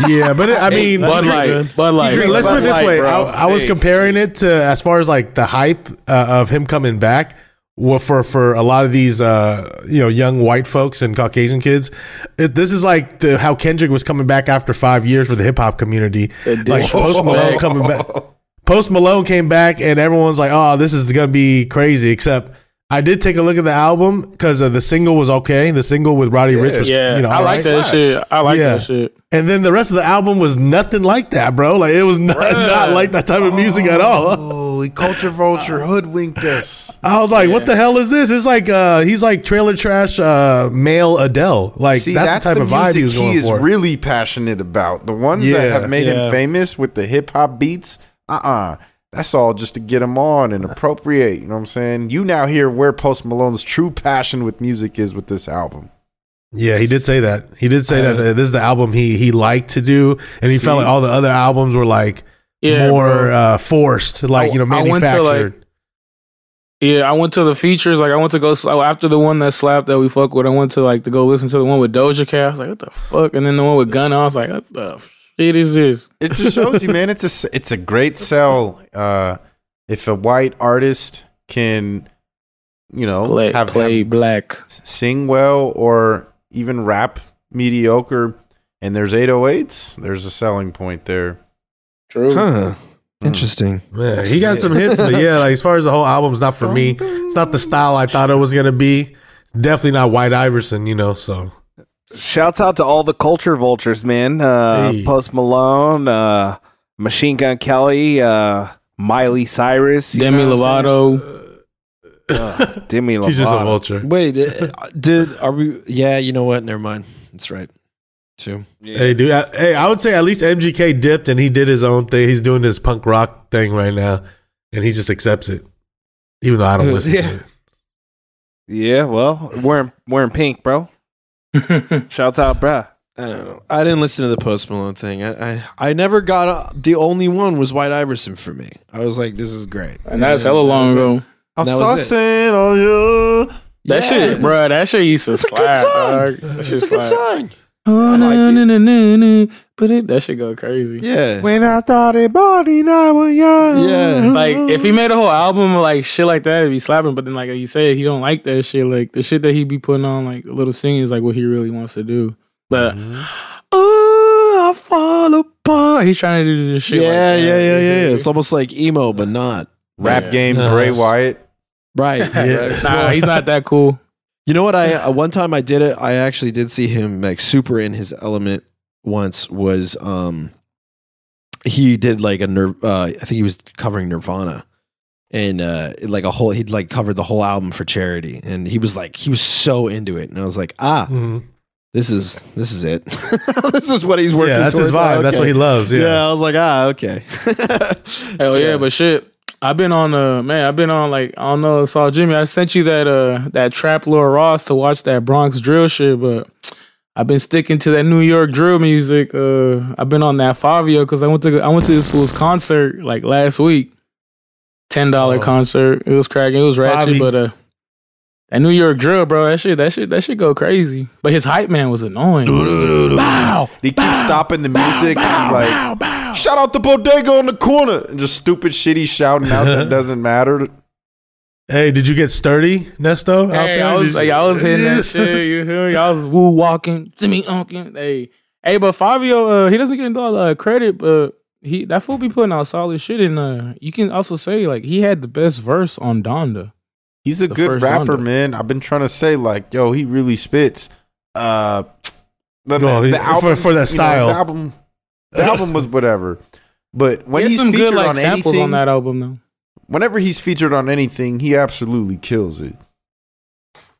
Speaker 7: Yeah, but it, I mean,
Speaker 5: Bud Light, Bud Light.
Speaker 7: Drink- let's put it
Speaker 5: Bud
Speaker 7: this
Speaker 5: Light,
Speaker 7: way.
Speaker 5: bro.
Speaker 7: I, I was comparing it to as far as like the hype uh, of him coming back. Well, for for a lot of these, uh, you know, young white folks and Caucasian kids, it, this is like the how Kendrick was coming back after five years for the hip hop community. Like
Speaker 5: Oh,
Speaker 7: Post Malone coming back. Post Malone came back, and everyone's like, "Oh, this is gonna be crazy." Except. I did take a look at the album because uh, the single was okay. The single with Roddy Rich was,
Speaker 5: Yeah,
Speaker 7: you know,
Speaker 5: I like
Speaker 7: alright.
Speaker 5: that shit. I like
Speaker 7: Yeah.
Speaker 5: that shit.
Speaker 7: And then the rest of the album was nothing like that, bro. Like it was not, not like that type of music at all.
Speaker 2: Oh, he culture vulture hoodwinked us.
Speaker 7: I was like, what the hell is this? It's like uh he's like trailer trash uh male Adele. Like
Speaker 2: See, that's,
Speaker 7: that's, the type
Speaker 2: the,
Speaker 7: of vibe
Speaker 2: music
Speaker 7: he was going
Speaker 2: is
Speaker 7: for.
Speaker 2: really passionate about. The ones that
Speaker 7: Yeah,
Speaker 2: have made
Speaker 7: yeah.
Speaker 2: him famous with the hip hop beats, uh uh That's all just to get him on and appropriate. You know what I'm saying? You now hear where Post Malone's true passion with music is with this album.
Speaker 7: yeah, he did say that. He did say that uh, this is the album he he liked to do and he felt
Speaker 2: See?
Speaker 7: like all the other albums were like
Speaker 5: Yeah,
Speaker 7: more
Speaker 5: bro.
Speaker 7: uh forced, like,
Speaker 5: I-
Speaker 7: you know,
Speaker 5: I went to,
Speaker 7: manufactured.
Speaker 5: like- Yeah, I went to the features. Like, I went to go sl- after the one that slapped that we fuck with. I went to like to go listen to the one with Doja Cat. I was like, what the fuck? And then the one with Gunna. I was like, what the shit is this?
Speaker 2: It just shows you, man. It's a s- it's a great sell. Uh, if a white artist can, you know,
Speaker 5: Play,
Speaker 2: have, have
Speaker 5: play black.
Speaker 2: sing well or even rap mediocre, and there's 808s, there's a selling point there.
Speaker 5: True.
Speaker 3: Huh. Hmm. Interesting.
Speaker 7: Yeah, he got some hits, but yeah, like as far as the whole album's not for me. It's not the style I thought it was gonna be. Definitely not White Iverson, you know. So
Speaker 4: Shouts out to all the culture vultures, man. Uh,
Speaker 7: Hey.
Speaker 4: Post Malone, uh, Machine Gun Kelly, uh, Miley Cyrus, you
Speaker 5: Demi
Speaker 4: know what I'm
Speaker 5: Lovato.
Speaker 4: saying? Uh, Demi
Speaker 7: he's just a
Speaker 4: Lovato.
Speaker 7: vulture.
Speaker 3: Wait, did, did are we? Yeah, you know what? Never mind. That's right. Two.
Speaker 7: Hey, dude. I, hey, I would say at least MGK dipped and he did his own thing. He's doing his punk rock thing right now, and he just accepts it, even though I don't listen
Speaker 3: Yeah.
Speaker 7: to it.
Speaker 4: Yeah, well, wearing wearing pink, bro. Shouts out, bruh.
Speaker 3: I don't know. I didn't listen to the Post Malone thing. I I, I never got uh, the only one was White Iverson for me. I was like, this is great.
Speaker 5: And that's hella long
Speaker 3: that was
Speaker 5: ago.
Speaker 2: I'm
Speaker 3: That was it.
Speaker 2: saucing on you.
Speaker 5: That shit, bro. That shit used to
Speaker 3: It's a
Speaker 5: slap.
Speaker 3: good song.
Speaker 5: dog. That shit
Speaker 3: It's a good
Speaker 5: slap.
Speaker 3: song.
Speaker 5: Oh,
Speaker 2: I like
Speaker 5: no,
Speaker 2: it.
Speaker 5: no, no, no, no. But it, that shit go crazy.
Speaker 3: Yeah.
Speaker 4: When I thought about it, I was young.
Speaker 3: Yeah.
Speaker 5: Like if he made a whole album of like shit like that, it'd be slapping. But then like you said, he don't like that shit. Like the shit that he be putting on like little singing is like what he really wants to do. But
Speaker 3: Mm-hmm.
Speaker 5: oh, I fall apart. He's trying to do this shit. like
Speaker 3: yeah,
Speaker 5: that.
Speaker 3: yeah, yeah, yeah, yeah. It's almost like emo, but not.
Speaker 2: Rap
Speaker 5: Yeah.
Speaker 2: game,
Speaker 7: Yeah.
Speaker 2: Bray Wyatt.
Speaker 3: Right.
Speaker 7: Yeah.
Speaker 5: Nah, he's not that cool.
Speaker 3: You know what? I uh, one time I did it. I actually did see him like super in his element. Once was um, he did like a nerve. Uh, I think he was covering Nirvana, and uh, like a whole he'd like covered the whole album for charity, and he was like he was so into it, and I was like ah.
Speaker 7: Mhm.
Speaker 3: This is this is it. this is what he's working.
Speaker 7: Yeah, that's his
Speaker 3: towards.
Speaker 7: vibe.
Speaker 3: Ah,
Speaker 7: That's
Speaker 3: okay.
Speaker 7: what he loves. Yeah.
Speaker 3: Yeah. I was like, ah, okay.
Speaker 5: Hell yeah, but shit. I've been on uh man, I've been on like I don't know, saw Jimmy. I sent you that uh that trap Laura Ross to watch that Bronx drill shit, but I've been sticking to that New York drill music. Uh I've been on that Fabio because I went to I went to this fool's concert like last week. Ten dollar
Speaker 7: Oh.
Speaker 5: concert. It was cracking, it was ratchet,
Speaker 7: Favi.
Speaker 5: but uh that New York drill, bro, that shit, that shit, that shit go crazy. But his hype man was annoying. Bow,
Speaker 2: They keep stopping the music and like
Speaker 5: bow, bow.
Speaker 2: shout out the bodega on the corner and just stupid shit he's shouting out that doesn't matter.
Speaker 7: Hey, did you get sturdy, Nesto? out
Speaker 5: Hey,
Speaker 7: there?
Speaker 5: I was,
Speaker 7: Did you-
Speaker 5: like, I was hitting that shit. You hear me? I was woo walking, Jimmy Unkin. Hey, hey, but Fabio, uh, he doesn't get into all the credit, but he that fool be putting out solid shit. And uh, you can also say like he had the best verse on Donda.
Speaker 2: He's a
Speaker 5: The
Speaker 2: good
Speaker 5: first
Speaker 2: rapper,
Speaker 5: round.
Speaker 2: man. I've been trying to say like, yo, he really spits. Uh, the,
Speaker 7: Well, he- for-
Speaker 2: you
Speaker 7: for that
Speaker 2: know,
Speaker 7: style.
Speaker 2: the album, the album was whatever. But when
Speaker 5: he
Speaker 2: he's
Speaker 5: has some
Speaker 2: featured
Speaker 5: good like
Speaker 2: on
Speaker 5: samples
Speaker 2: anything,
Speaker 5: on that album though.
Speaker 2: whenever he's featured on anything, he absolutely kills it.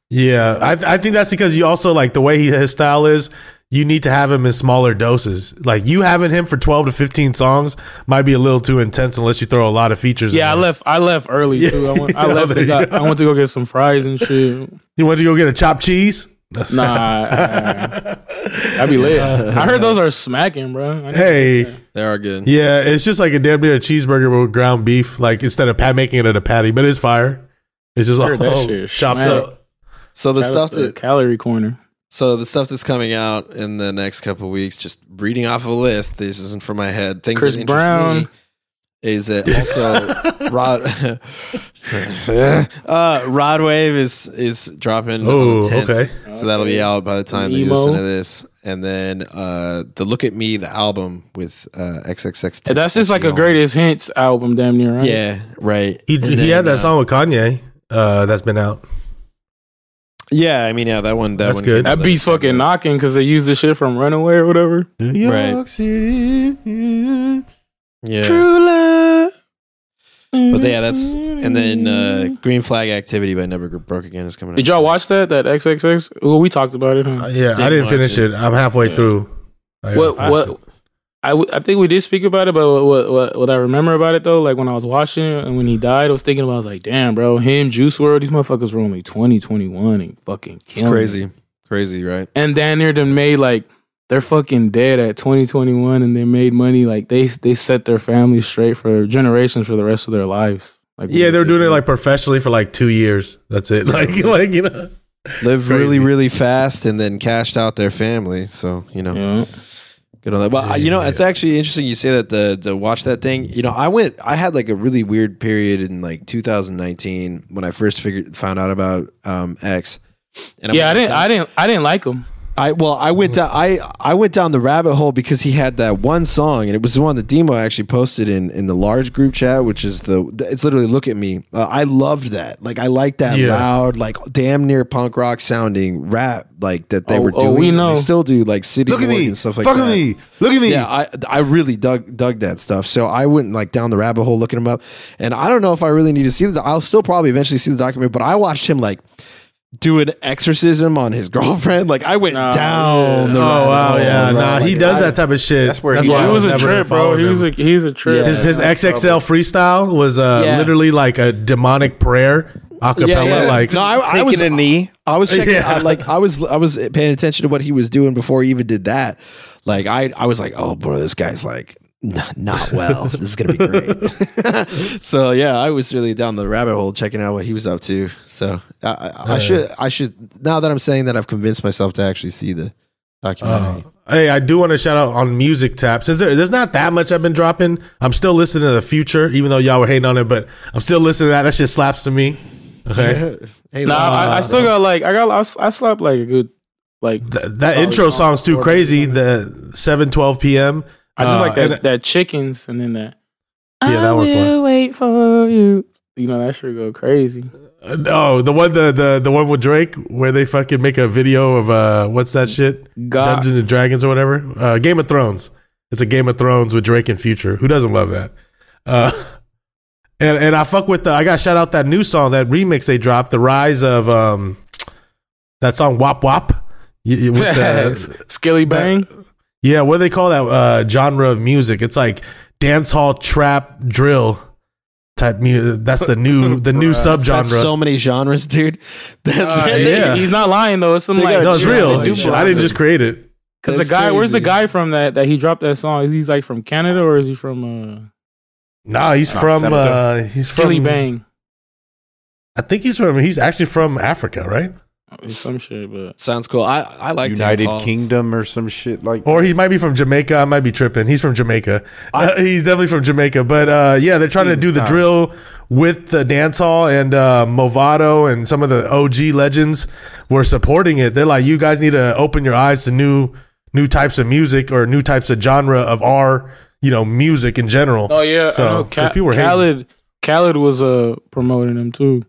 Speaker 7: Yeah, I, I think that's because you also like the way he, his style is. You need to have him in smaller doses. Like you having him for twelve to fifteen songs might be a little too intense unless you throw a lot of features.
Speaker 5: Yeah, I
Speaker 7: in there.
Speaker 5: left. I left early
Speaker 7: Yeah.
Speaker 5: too. I went. I
Speaker 7: Yeah,
Speaker 5: left.
Speaker 7: there
Speaker 5: To
Speaker 7: you
Speaker 5: got,
Speaker 7: go.
Speaker 5: I went to go get some fries and shit.
Speaker 7: You want to go get a chopped cheese?
Speaker 5: Nah, uh, I'd be lit. I heard those are smacking, bro. I need-
Speaker 7: Hey,
Speaker 3: they are good.
Speaker 7: yeah, it's just like a damn near a cheeseburger but with ground beef. Like instead of pat making it at a patty, but it's fire. It's just like
Speaker 5: heard that
Speaker 7: oh,
Speaker 5: shit is
Speaker 7: chopped
Speaker 5: smack.
Speaker 7: up.
Speaker 3: So the
Speaker 5: Cal-
Speaker 3: stuff
Speaker 5: uh,
Speaker 3: that
Speaker 5: calorie corner.
Speaker 3: So the stuff that's coming out in the next couple of weeks, just reading off a list. This isn't from my head. Things
Speaker 5: Chris
Speaker 3: that interest
Speaker 5: Brown.
Speaker 3: me is that also Rod uh, Rod Wave is is dropping. on
Speaker 7: Oh,
Speaker 3: the 10th.
Speaker 7: okay.
Speaker 3: So that'll be out by the time you
Speaker 5: Emo.
Speaker 3: listen to this, and then uh, the Look at Me, the album with uh, XXX.
Speaker 5: And that's just like a
Speaker 3: Tentacion.
Speaker 5: greatest hints album, damn near, right?
Speaker 3: Yeah, right.
Speaker 7: He,
Speaker 3: And
Speaker 7: he
Speaker 3: then,
Speaker 7: had that
Speaker 3: uh,
Speaker 7: song with Kanye. Uh, that's been out.
Speaker 3: Yeah, I mean, yeah, that one. That
Speaker 7: That's
Speaker 3: one
Speaker 7: good.
Speaker 3: came out
Speaker 5: That beat's
Speaker 3: last
Speaker 5: fucking
Speaker 3: year.
Speaker 5: knocking because they use the shit from Runaway or whatever.
Speaker 2: New
Speaker 3: Right.
Speaker 2: York City. yeah.
Speaker 3: Yeah.
Speaker 5: True love.
Speaker 3: But yeah, that's and then uh, Green Flag Activity by Never Broke Again is coming. out.
Speaker 5: Did y'all watch that? That XXX? Well, we talked about it, huh?
Speaker 7: Uh, yeah,
Speaker 3: Didn't
Speaker 7: I didn't
Speaker 3: watch
Speaker 7: finish
Speaker 3: it.
Speaker 7: it. I'm halfway through. I gotta
Speaker 5: What-
Speaker 7: finish
Speaker 5: what-
Speaker 7: it.
Speaker 5: I, w- I think we did speak about it, but what, what, what, what I remember about it though, like when I was watching it and when he died, I was thinking about, I was like, damn, bro, him, Juice World, these motherfuckers were only 20, 21 and fucking
Speaker 3: It's
Speaker 5: killing it.
Speaker 3: crazy, crazy, right?
Speaker 5: and damn near done made like they're fucking dead at 2021 and they made money like they they set their family straight for generations for the rest of their lives like
Speaker 7: Yeah, they were doing it like professionally for like two years. That's it. Like, like you know,
Speaker 3: Lived
Speaker 7: Crazy.
Speaker 3: really, really fast, and then cashed out their family. So you know,
Speaker 5: yeah.
Speaker 3: good on that. Well, you know, it's actually interesting you say that the the watch that thing. You know, I went, I had like a really weird period in like 2019 when I first figured found out about um, X. And
Speaker 5: yeah i
Speaker 3: went
Speaker 5: didn't
Speaker 3: down-
Speaker 5: i didn't i didn't like them
Speaker 3: I well, I went down. I I went down the rabbit hole because he had that one song, and it was the one that Demo actually posted in in the large group chat, which is the. It's literally "Look at Me." Uh, I loved that. Like I like that
Speaker 7: Yeah.
Speaker 3: loud, like damn near punk rock sounding rap, like that they
Speaker 5: Oh,
Speaker 3: were
Speaker 5: oh,
Speaker 3: doing.
Speaker 5: we
Speaker 3: and
Speaker 5: know.
Speaker 3: They still do like city
Speaker 2: Look at
Speaker 3: Morgue
Speaker 2: me.
Speaker 3: and stuff like
Speaker 2: Fuck
Speaker 3: that.
Speaker 2: with me. Look at me.
Speaker 3: Yeah, I I really dug dug that stuff. So I went like down the rabbit hole looking him up, and I don't know if I really need to see the. I'll still probably eventually see the documentary, but I watched him like do an exorcism on his girlfriend. Like I went
Speaker 5: Nah,
Speaker 3: down
Speaker 5: yeah.
Speaker 3: the.
Speaker 7: oh
Speaker 3: rabbit
Speaker 7: wow,
Speaker 3: hole,
Speaker 7: yeah,
Speaker 3: bro.
Speaker 7: nah, he
Speaker 3: Like,
Speaker 7: does
Speaker 3: I-
Speaker 7: that type of shit.
Speaker 2: That's where
Speaker 7: that's
Speaker 2: he-
Speaker 7: why
Speaker 5: he
Speaker 7: I
Speaker 5: was
Speaker 7: was
Speaker 5: a
Speaker 7: never
Speaker 5: trip bro
Speaker 7: following
Speaker 5: he was
Speaker 7: him.
Speaker 5: a he was a trip
Speaker 7: his his XXL freestyle was uh,
Speaker 3: Yeah.
Speaker 7: literally like a demonic prayer acapella.
Speaker 3: Yeah, yeah.
Speaker 7: Like,
Speaker 3: No, I, I was.
Speaker 4: Taking a knee.
Speaker 3: I was checking.
Speaker 7: Yeah.
Speaker 3: I, like I was, I was paying attention to what he was doing before he even did that. Like I, I was like, oh, bro, this guy's like n- not well. this is gonna be great. so yeah, I was really down the rabbit hole checking out what he was up to. So I, I, I should, I should. Now that I'm saying that, I've convinced myself to actually see the documentary.
Speaker 7: Hey, I do want to shout out on Music Tap. Since there, there's not that much I've been dropping, I'm still listening to The Future, even though y'all were hating on it, but I'm still listening to that. That shit slaps to me. Okay.
Speaker 3: hey,
Speaker 5: Oh. Nah,
Speaker 3: Lance,
Speaker 5: I, I still got like I got I, s- I slept like a good like
Speaker 7: That, that
Speaker 5: Oh,
Speaker 7: intro
Speaker 5: it's on
Speaker 7: song's too
Speaker 5: Spotify.
Speaker 7: crazy. The 7 12 p.m.
Speaker 5: I just like
Speaker 7: Uh,
Speaker 5: that
Speaker 7: and-
Speaker 5: that chickens and then that.
Speaker 7: Yeah, that
Speaker 5: I
Speaker 7: one's
Speaker 5: will wait for you. You know that should go crazy.
Speaker 7: Uh, No, the one the, the the one with Drake where they fucking make a video of uh what's that shit?
Speaker 5: God,
Speaker 7: Dungeons and Dragons or whatever. Uh Game of Thrones. It's a Game of Thrones with Drake and Future. Who doesn't love that? Uh and and I fuck with the I gotta shout out that new song, that remix they dropped, The Rise of um that song Wop Wop. Y- y- with the-
Speaker 5: Skilly Bang.
Speaker 7: yeah, what do they call that uh genre of music? It's like dance hall trap drill type music. That's the new the new subgenre.
Speaker 3: that's so many genres, dude.
Speaker 5: Uh,
Speaker 3: That-
Speaker 7: yeah.
Speaker 5: He's not lying though. It's some
Speaker 3: They
Speaker 5: like
Speaker 3: got
Speaker 7: no, it's
Speaker 3: Yeah,
Speaker 7: real.
Speaker 3: they do
Speaker 7: Shit, I didn't just create it.
Speaker 5: because the
Speaker 3: That's
Speaker 5: guy. Where's the
Speaker 3: crazy.
Speaker 5: guy from that that he dropped that song? Is he's like from Canada or is he from uh,
Speaker 7: Nah, he's
Speaker 2: Nah,
Speaker 7: from
Speaker 2: set it
Speaker 7: uh, he's from
Speaker 5: Skilly Bang
Speaker 7: I think he's from he's actually from Africa, right?
Speaker 5: or some shit? But
Speaker 3: Sounds cool. I, I like Oh, dance
Speaker 2: United
Speaker 3: halls.
Speaker 2: Kingdom or some shit like
Speaker 7: Or he might be from Jamaica. I might be tripping. He's from Jamaica. Uh, he's definitely from Jamaica. But uh, yeah, they're trying to do the drill with the dance hall and uh, Movado and some of the OG legends were supporting it. They're like, you guys need to open your eyes to new new types of music or new types of genre of our you know music in general.
Speaker 5: oh yeah,
Speaker 7: So,
Speaker 5: I know.
Speaker 7: 'cause
Speaker 5: Ca-
Speaker 7: people were hating.
Speaker 5: Khaled. Khaled was uh promoting him too.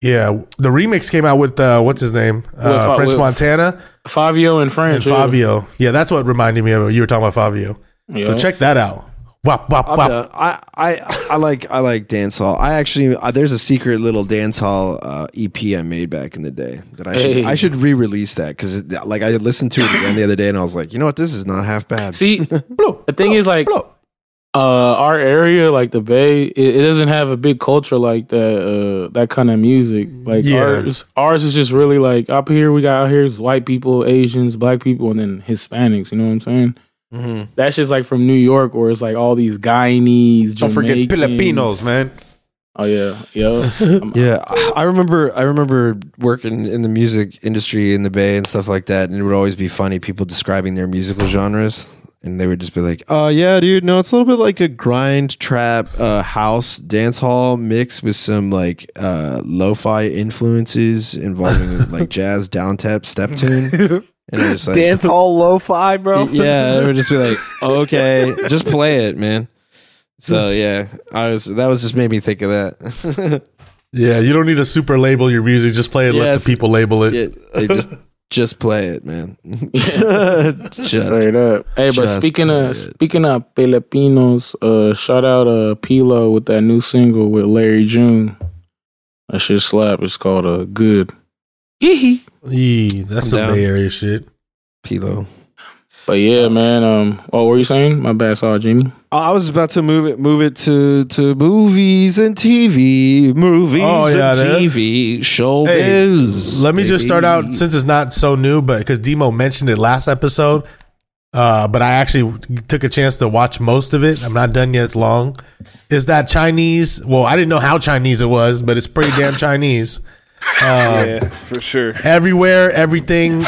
Speaker 7: Yeah, the remix came out with uh, what's his name, uh,
Speaker 5: With-
Speaker 7: French
Speaker 5: with-
Speaker 7: Montana.
Speaker 5: Fabio and French.
Speaker 7: and Fabio. Yeah, that's what reminded me of it. You were talking about Fabio.
Speaker 5: Yeah.
Speaker 7: So check that out. Wop wop
Speaker 3: I'm
Speaker 7: wop.
Speaker 3: done. I, I I like I like dance hall. I actually uh, there's a secret little dance hall uh, EP I made back in the day that I should
Speaker 5: Hey.
Speaker 3: I should re-release that because like I listened to it again the other day and I was like, you know what, this is not half bad.
Speaker 5: See, the thing is, like,
Speaker 3: blow.
Speaker 5: uh, our area, like the Bay, it, it doesn't have a big culture like that. Uh, that kind of music, like
Speaker 7: Yeah.
Speaker 5: ours, ours is just really like up here. We got out here is white people, Asians, black people, and then Hispanics. You know what I'm saying?
Speaker 3: Mhm.
Speaker 5: That's just like from New York, where it's like all these Guyanese.
Speaker 2: don't forget
Speaker 5: Jamaicans.
Speaker 2: Filipinos, man.
Speaker 5: Oh yeah, yeah. I'm-
Speaker 3: Yeah, I- I remember I remember working in the music industry in the Bay and stuff like that, and it would always be funny people describing their musical genres. And they would just be like, "Oh yeah, dude, no, it's a little bit like a grind trap uh, house dance hall mix with some like uh, lo-fi influences involving like jazz down tap step tune." And I'm just like,
Speaker 4: Dance all lo-fi, bro.
Speaker 3: yeah, it would just be like, "Okay, just play it, man." So yeah, I was that was just made me think of that.
Speaker 7: Yeah, you don't need to super label your music. Just play it. Let
Speaker 3: Yes.
Speaker 7: the people label it.
Speaker 3: Yeah, they just just play it, man. just
Speaker 5: Straight up. Hey, but
Speaker 3: Just
Speaker 5: speaking of speaking of Filipinos, uh, shout out uh Pilo with that new single with Larry June. That shit slap. It's called uh, good. Hee-hee.
Speaker 7: Yee, that's some
Speaker 3: I'm down.
Speaker 7: Bay Area shit.
Speaker 3: Pilo.
Speaker 5: But yeah, man. Um. Oh, what were you saying? My bad. Sorry, Jimmy.
Speaker 3: Oh, I was about to move it, move it to to movies and TV, movies
Speaker 7: Oh, yeah,
Speaker 3: and
Speaker 7: that-
Speaker 3: TV showbiz.
Speaker 7: Hey, Let me just start out
Speaker 3: baby.
Speaker 7: since it's not so new, but because Demo mentioned it last episode. Uh, but I actually took a chance to watch most of it. I'm not done yet. It's long. Is that Chinese? Well, I didn't know how Chinese it was, but it's pretty damn Chinese.
Speaker 6: Yeah, for sure.
Speaker 7: everywhere, everything,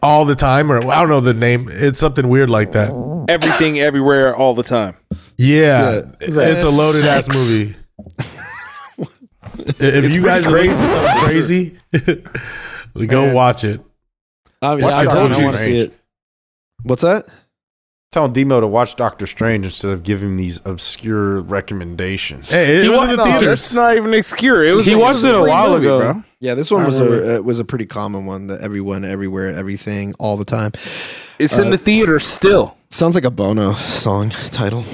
Speaker 7: all the time, or I don't know the name. It's something weird like that.
Speaker 6: Everything, everywhere, all the time.
Speaker 7: Yeah, it's a loaded ass
Speaker 3: Sex.
Speaker 7: movie. if you guys are looking for something crazy, go watch it.
Speaker 3: I, mean,
Speaker 2: Watch
Speaker 3: I,
Speaker 2: Doctor
Speaker 3: told you I
Speaker 2: Strange.
Speaker 3: want to see it. What's that?
Speaker 2: Tell Demo to watch Doctor Strange instead of giving these obscure recommendations.
Speaker 7: Hey, it was in the
Speaker 6: That's
Speaker 7: theaters.
Speaker 6: not even an excuse. It was
Speaker 5: He watched it a
Speaker 6: clean
Speaker 5: while ago.
Speaker 3: Yeah, this one was a uh, was a pretty common one. That everyone, everywhere, everything, all the time.
Speaker 4: It's in the theater still.
Speaker 3: Sounds like a Bono song title.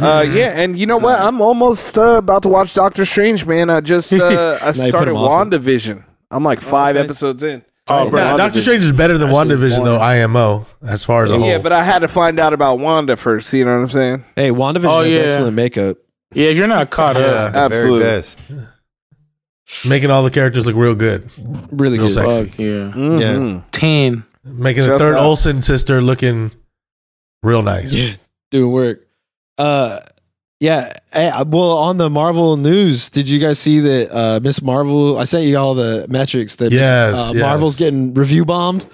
Speaker 4: Uh, yeah, and you know what? I'm almost uh, about to watch Doctor Strange, man. I just uh, I
Speaker 3: put
Speaker 4: started
Speaker 3: him off it.
Speaker 4: WandaVision. I'm like five
Speaker 3: Okay.
Speaker 4: episodes in.
Speaker 7: Oh, bro,
Speaker 4: Yeah,
Speaker 7: Doctor
Speaker 4: WandaVision.
Speaker 7: Strange is better than WandaVision, though, IMO, as far as a whole.
Speaker 4: Yeah, but I had to find out about Wanda first. You know what I'm saying?
Speaker 3: Hey, WandaVision
Speaker 5: Oh,
Speaker 3: has
Speaker 5: yeah.
Speaker 3: excellent makeup.
Speaker 5: Yeah, if you're not caught up.
Speaker 2: The very
Speaker 4: Absolutely.
Speaker 2: best.
Speaker 7: making all the characters look real good,
Speaker 3: Really
Speaker 7: real
Speaker 3: good.
Speaker 7: sexy,
Speaker 5: Fuck yeah.
Speaker 4: Mhm.
Speaker 5: Ten.
Speaker 7: making
Speaker 4: Shouts
Speaker 7: the third
Speaker 4: out.
Speaker 7: Olsen sister looking real nice.
Speaker 3: Yeah, doing work. Uh, yeah. eh, well, on the Marvel news, did you guys see that uh, Miss Marvel? I sent you all the metrics that Miss-
Speaker 7: Yes,
Speaker 3: uh,
Speaker 7: yes.
Speaker 3: Marvel's getting review bombed.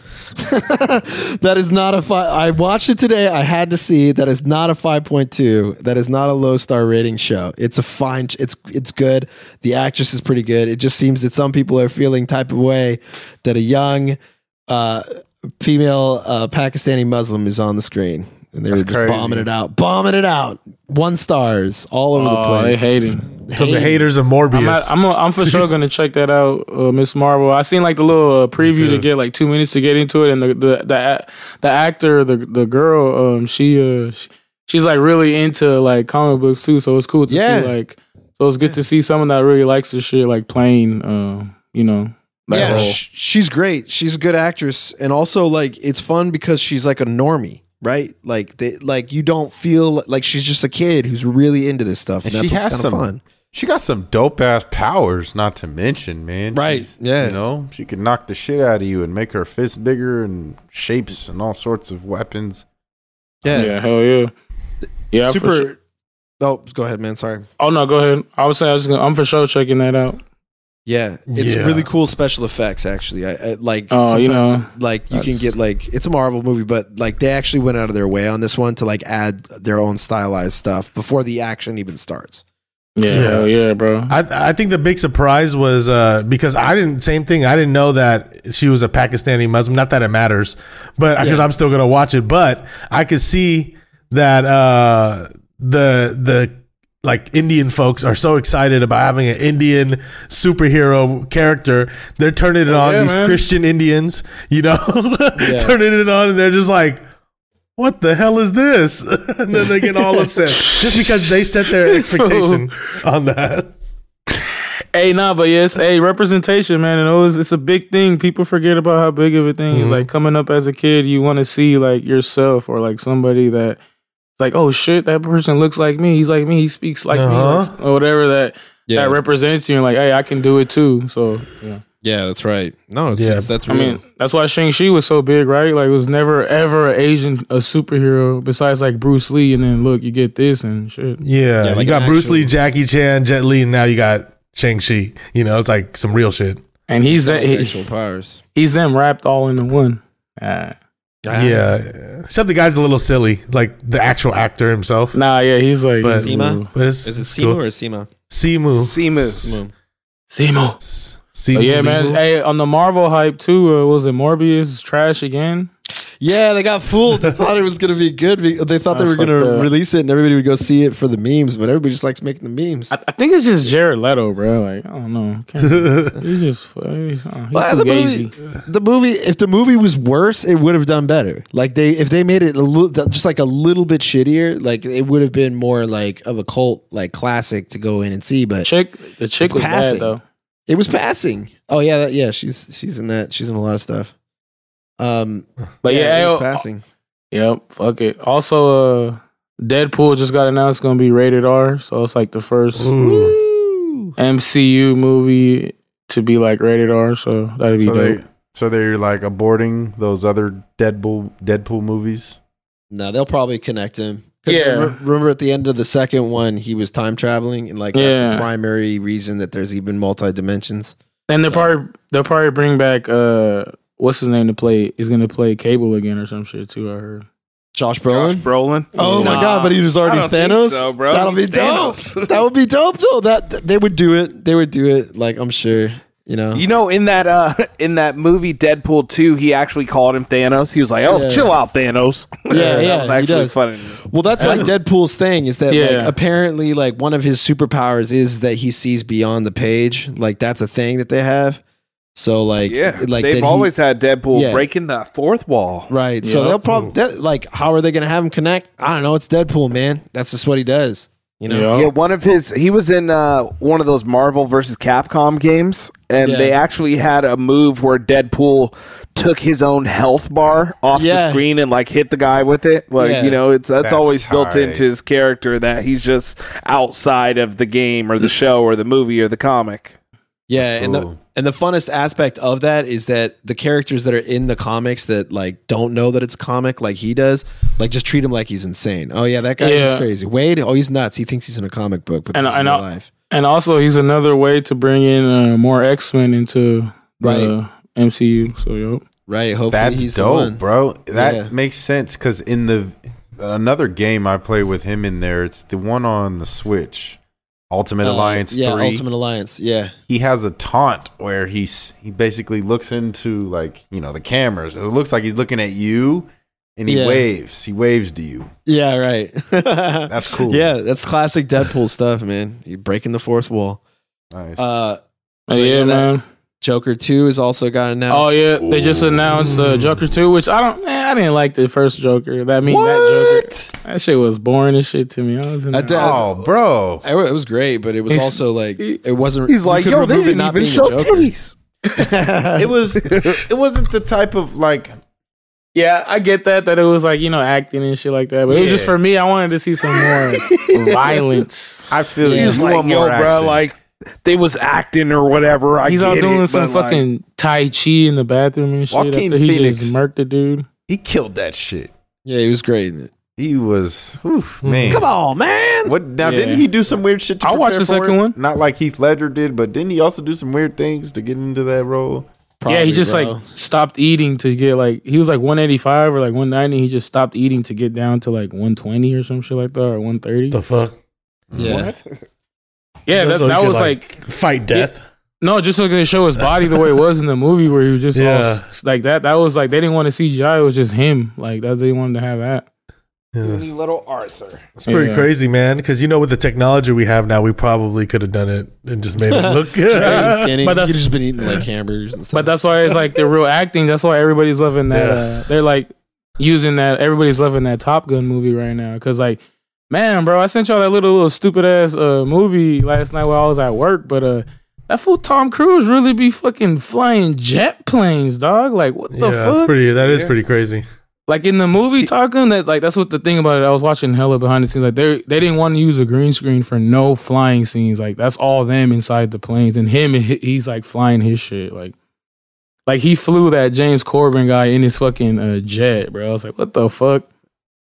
Speaker 3: that is not a five. I watched it today. I had to see. it. That is not a five point two. That is not a low star rating show. It's a fine. It's it's good. The actress is pretty good. It just seems that some people are feeling type of way that a young. Uh, female uh, Pakistani Muslim is on the screen, and they
Speaker 2: That's
Speaker 3: were just
Speaker 2: crazy.
Speaker 3: bombing it out, bombing it out. One stars all over
Speaker 5: Oh,
Speaker 3: the
Speaker 5: they
Speaker 3: place.
Speaker 5: hate him.
Speaker 7: From the haters of Morbius.
Speaker 5: I'm, at, I'm, a, I'm for sure gonna check that out, uh, Miss Marvel. I seen like the little uh, preview to get like two minutes to get into it, and the the the, a- the actor, the the girl, um, she uh, sh- she's like really into like comic books too, so it's cool to
Speaker 3: Yeah.
Speaker 5: see like, so it's good to see someone that really likes this shit like playing, uh, you know, that
Speaker 3: yeah,
Speaker 5: role.
Speaker 3: sh- she's great. She's a good actress, and also like it's fun because she's like a normie, right? Like they like you don't feel like she's just a kid who's really into this stuff, and,
Speaker 2: And she
Speaker 3: that's
Speaker 2: has
Speaker 3: what's kind
Speaker 2: some.
Speaker 3: of fun.
Speaker 2: She got some dope ass powers, not to mention, man.
Speaker 3: Right,
Speaker 2: She's-
Speaker 3: yeah.
Speaker 2: You know, she could knock the shit out of you and make her fist bigger and shapes and all sorts of weapons.
Speaker 3: Yeah,
Speaker 5: yeah, hell yeah, yeah, super.
Speaker 3: super. Oh, go ahead, man. Sorry.
Speaker 5: Oh no, go ahead. I was saying I was gonna, I'm for sure checking that out.
Speaker 3: Yeah, it's
Speaker 7: Yeah.
Speaker 3: really cool special effects. Actually, I, I like
Speaker 5: Oh,
Speaker 3: sometimes
Speaker 5: you know,
Speaker 3: like you can
Speaker 5: that's-
Speaker 3: get like it's a Marvel movie, but like they actually went out of their way on this one to like add their own stylized stuff before the action even starts.
Speaker 5: Yeah,
Speaker 7: Yeah.
Speaker 5: hell yeah, bro.
Speaker 7: I, I think the big surprise was uh, because I didn't same thing. I didn't know that she was a Pakistani Muslim. Not that it matters, but because
Speaker 3: Yeah.
Speaker 7: I'm still gonna watch it. But I could see that uh, the the like Indian folks are so excited about having an Indian superhero character. They're turning it on
Speaker 5: Oh, yeah,
Speaker 7: these
Speaker 5: man.
Speaker 7: Christian Indians, you know, turning it on, and they're just like. What the hell is this? and then they get all upset just because they set their expectation on that.
Speaker 5: Hey, nah, but yes, hey, representation, man. And always, it's a big thing. People forget about how big of a thing it's like coming up as a kid. You want to see like yourself or like somebody that, like, oh shit, that person looks like me. He's like me. He speaks like
Speaker 7: Uh-huh.
Speaker 5: me, like, or whatever that
Speaker 3: Yeah.
Speaker 5: that represents you. And like, hey, I can do it too. So yeah,
Speaker 3: Yeah, that's right. No, it's,
Speaker 7: Yeah. it's-
Speaker 3: that's
Speaker 5: I mean, that's why Shang Chi was so big, right? Like, it was never ever an Asian a superhero besides like Bruce Lee. And then look, you get this and shit.
Speaker 7: Yeah,
Speaker 3: Yeah,
Speaker 7: you
Speaker 3: like
Speaker 7: got
Speaker 3: an
Speaker 7: Bruce Lee,
Speaker 3: actual-
Speaker 7: Jackie Chan, Jet Li, and now you got Shang Chi. You know, it's like some real shit.
Speaker 5: And he's that he,
Speaker 3: actual powers.
Speaker 5: he's them wrapped all into one. Ah.
Speaker 7: Yeah, except the guy's a little silly, like the actual actor himself.
Speaker 5: Nah, yeah, he's like
Speaker 7: But-
Speaker 3: Seema?
Speaker 5: Ooh.
Speaker 7: But it's,
Speaker 3: Is it
Speaker 7: it's
Speaker 3: Simu
Speaker 7: cool.
Speaker 3: or Sima?
Speaker 7: Simu?
Speaker 4: Seamus.
Speaker 5: Simo.
Speaker 7: S- Simu.
Speaker 5: Oh, yeah, man. Hey, on the Marvel hype too. Uh, was it Morbius is trash again?
Speaker 3: Yeah, they got fooled. They thought it was going to be good. be- They thought they
Speaker 5: That's
Speaker 3: were going
Speaker 5: fucked
Speaker 3: to
Speaker 5: up.
Speaker 3: release it and everybody would go see it for the memes, but everybody just likes making the memes.
Speaker 5: I, I think it's just Jared Leto, bro. Like I don't know. Can't- he's just he's, uh, he's
Speaker 3: Well,
Speaker 5: too
Speaker 3: the movie,
Speaker 5: gazy.
Speaker 3: the movie. If the movie was worse, it would have done better. Like they, if they made it a little, just like a little bit shittier, like it would have been more like of a cult, like classic to go in and see. But
Speaker 5: Chick, the chick
Speaker 3: It's
Speaker 5: was
Speaker 3: passing.
Speaker 5: bad though.
Speaker 3: it was passing. Oh yeah, that, yeah. She's she's in that. She's in a lot of stuff. Um,
Speaker 5: But yeah,
Speaker 3: it
Speaker 5: hey,
Speaker 3: was
Speaker 5: oh,
Speaker 3: passing.
Speaker 5: yep. Fuck it. Also, uh, Deadpool just got announced going to be rated R, so it's like the first
Speaker 7: Ooh.
Speaker 5: MCU movie to be like rated R. So that'd be
Speaker 2: So
Speaker 5: dope.
Speaker 2: they, so they're like aborting those other Deadpool Deadpool movies.
Speaker 3: No, they'll probably connect him. 'Cause
Speaker 5: Yeah.
Speaker 3: re- remember at the end of the second one, he was time traveling, and like that's the
Speaker 5: Yeah.
Speaker 3: primary reason that there's even multi dimensions.
Speaker 5: And they'll
Speaker 3: So-
Speaker 5: probably they'll probably bring back uh what's his name to play is gonna play Cable again or some shit too. I heard.
Speaker 3: Josh
Speaker 4: Josh
Speaker 3: Brolin.
Speaker 4: Brolin.
Speaker 3: Oh my
Speaker 4: Nah.
Speaker 3: god! But he was already
Speaker 4: I don't think
Speaker 3: Thanos.
Speaker 4: so, bro.
Speaker 3: That'll be
Speaker 4: He's Thanos.
Speaker 3: dope. that would be dope though. That th- they would do it. They would do it. Like I'm sure. You know.
Speaker 4: You know, in that uh in that movie Deadpool 2, he actually called him Thanos. He was like, "Oh,
Speaker 3: Yeah.
Speaker 4: chill out, Thanos."
Speaker 3: Yeah,
Speaker 4: that
Speaker 3: yeah,
Speaker 4: was
Speaker 3: he
Speaker 4: actually
Speaker 3: does.
Speaker 4: funny.
Speaker 3: well, that's like Deadpool's thing is that like
Speaker 5: Yeah.
Speaker 3: apparently like one of his superpowers is that he sees beyond the page. Like that's a thing that they have. So like
Speaker 4: Yeah,
Speaker 3: like that
Speaker 4: they've
Speaker 3: he-
Speaker 4: always had Deadpool
Speaker 3: Yeah.
Speaker 4: breaking the fourth wall.
Speaker 3: right. So
Speaker 5: Yep.
Speaker 3: they'll probably like how are they going to have him connect? I don't know. It's Deadpool, man. That's just what he does. You know.
Speaker 5: Yeah.
Speaker 4: Yeah, one of his he was in uh, one of those Marvel versus Capcom games, and
Speaker 3: Yeah.
Speaker 4: they actually had a move where Deadpool took his own health bar off
Speaker 3: Yeah.
Speaker 4: the screen and like hit the guy with it. Like
Speaker 3: Yeah.
Speaker 4: you know, it's that's,
Speaker 2: That's
Speaker 4: always built
Speaker 2: tight.
Speaker 4: into his character that he's just outside of the game or the show or the movie or the comic.
Speaker 3: Yeah, and the
Speaker 2: Cool.
Speaker 3: and the funnest aspect of that is that the characters that are in the comics that like don't know that it's a comic like he does, like just treat him like he's insane. Oh yeah, that guy is
Speaker 5: Yeah.
Speaker 3: crazy. Wade, oh he's nuts. He thinks he's in a comic book, but
Speaker 5: And-
Speaker 3: this is
Speaker 5: and
Speaker 3: real
Speaker 5: I'll-
Speaker 3: life.
Speaker 5: And also, he's another way to bring in uh, more X Men into the MCU. So, yo,
Speaker 3: Right. Hopefully
Speaker 2: That's
Speaker 3: he's the one.
Speaker 2: dope, bro. That
Speaker 3: Yeah.
Speaker 2: makes sense because in the another game I play with him in there, it's the one on the Switch, Ultimate
Speaker 3: Uh,
Speaker 2: Alliance
Speaker 3: Yeah,
Speaker 2: Three.
Speaker 3: Ultimate Alliance. Yeah.
Speaker 2: He has a taunt where he's he basically looks into like you know the cameras. It looks like he's looking at you, and he
Speaker 3: Yeah.
Speaker 2: waves. He waves to you.
Speaker 3: Yeah, right. that's
Speaker 2: cool.
Speaker 3: Yeah, that's classic Deadpool stuff, man. You're breaking the fourth wall.
Speaker 2: Nice.
Speaker 3: Uh yeah,
Speaker 5: Uh, yeah,
Speaker 3: that-
Speaker 5: man.
Speaker 3: Joker 2 has also got announced.
Speaker 5: Oh yeah, they just announced uh, Joker two, which I don't. Man, I didn't like the first Joker. That mean that Joker.
Speaker 2: what?
Speaker 5: That shit was boring as shit to me. I was in
Speaker 3: I
Speaker 5: there,
Speaker 3: did-
Speaker 2: Oh, bro.
Speaker 3: It wa- it was great, but it was
Speaker 5: He's-
Speaker 3: also like
Speaker 5: he-
Speaker 3: it wasn't.
Speaker 4: He's
Speaker 3: you
Speaker 4: like,
Speaker 3: could
Speaker 4: yo,
Speaker 3: remove
Speaker 4: they
Speaker 3: it
Speaker 4: didn't
Speaker 3: not being
Speaker 4: even
Speaker 3: a
Speaker 4: show
Speaker 3: Joker."
Speaker 4: titties.
Speaker 2: It was. it wasn't the type of like
Speaker 5: Yeah, I get that that it was like you know acting and shit like that, but it was just
Speaker 2: Yeah.
Speaker 5: for me. I wanted to see some more violence.
Speaker 2: I feel.
Speaker 3: Yeah.
Speaker 2: you
Speaker 4: He's
Speaker 2: want
Speaker 4: like, yo,
Speaker 2: more
Speaker 4: bro,
Speaker 2: action.
Speaker 4: like they was acting or whatever. I
Speaker 5: He's out
Speaker 4: get
Speaker 5: doing
Speaker 4: it, but,
Speaker 5: some
Speaker 4: like,
Speaker 5: fucking tai chi in the bathroom and shit.
Speaker 2: Joaquin
Speaker 5: after he
Speaker 2: Phoenix.
Speaker 5: just murked the dude.
Speaker 2: he killed that shit.
Speaker 3: Yeah, he was great. In it.
Speaker 2: He was. Whew, man.
Speaker 3: Come on, man.
Speaker 2: What now?
Speaker 5: Yeah.
Speaker 2: Didn't he do some weird shit? To
Speaker 5: I watched
Speaker 2: prepare
Speaker 5: the
Speaker 2: for
Speaker 5: second
Speaker 2: it?
Speaker 5: one.
Speaker 2: Not like Heath Ledger did, but didn't he also do some weird things to get into that role?
Speaker 5: yeah,
Speaker 3: Probably,
Speaker 5: he just
Speaker 3: bro.
Speaker 5: like stopped eating to get like he was like 185 or like 190. He just stopped eating to get down to like 120 or some shit like that or 130.
Speaker 7: The fuck?
Speaker 3: yeah.
Speaker 5: yeah, that,
Speaker 7: Just so he
Speaker 5: that
Speaker 7: could,
Speaker 5: was
Speaker 7: like,
Speaker 5: like
Speaker 7: Fight death.
Speaker 5: No, just so they could show his body the way it was in the movie where he was just all
Speaker 7: Yeah.
Speaker 5: s like that. That was like they didn't want to CGI. It was just him. Like that they wanted to have that.
Speaker 7: Yeah.
Speaker 4: little Arthur.
Speaker 7: It's pretty
Speaker 5: Yeah.
Speaker 7: crazy, man. Because you know, with the technology we have now, we probably could have done it and just made it look
Speaker 3: Straight and
Speaker 7: good.
Speaker 3: skinny.
Speaker 5: But
Speaker 3: You've
Speaker 5: that's-
Speaker 3: just been eating like hamburgers and stuff.
Speaker 5: But that's why it's like the real acting. That's why everybody's loving that. Uh, they're like using that. Everybody's loving that Top Gun movie right now because like. Man, bro, I sent y'all that little little stupid ass uh, movie last night while I was at work, but uh, that fool Tom Cruise really be fucking flying jet planes, dog. Like what the
Speaker 7: yeah,
Speaker 5: fuck?
Speaker 7: that's pretty. That is pretty crazy.
Speaker 5: Like in the movie talking that like that's what the thing about it. I was watching hella behind the scenes. Like they they didn't want to use a green screen for no flying scenes. Like that's all them inside the planes and him he- he's like flying his shit. Like like he flew that James Corbin guy in his fucking uh, jet, bro. I was like, what the fuck?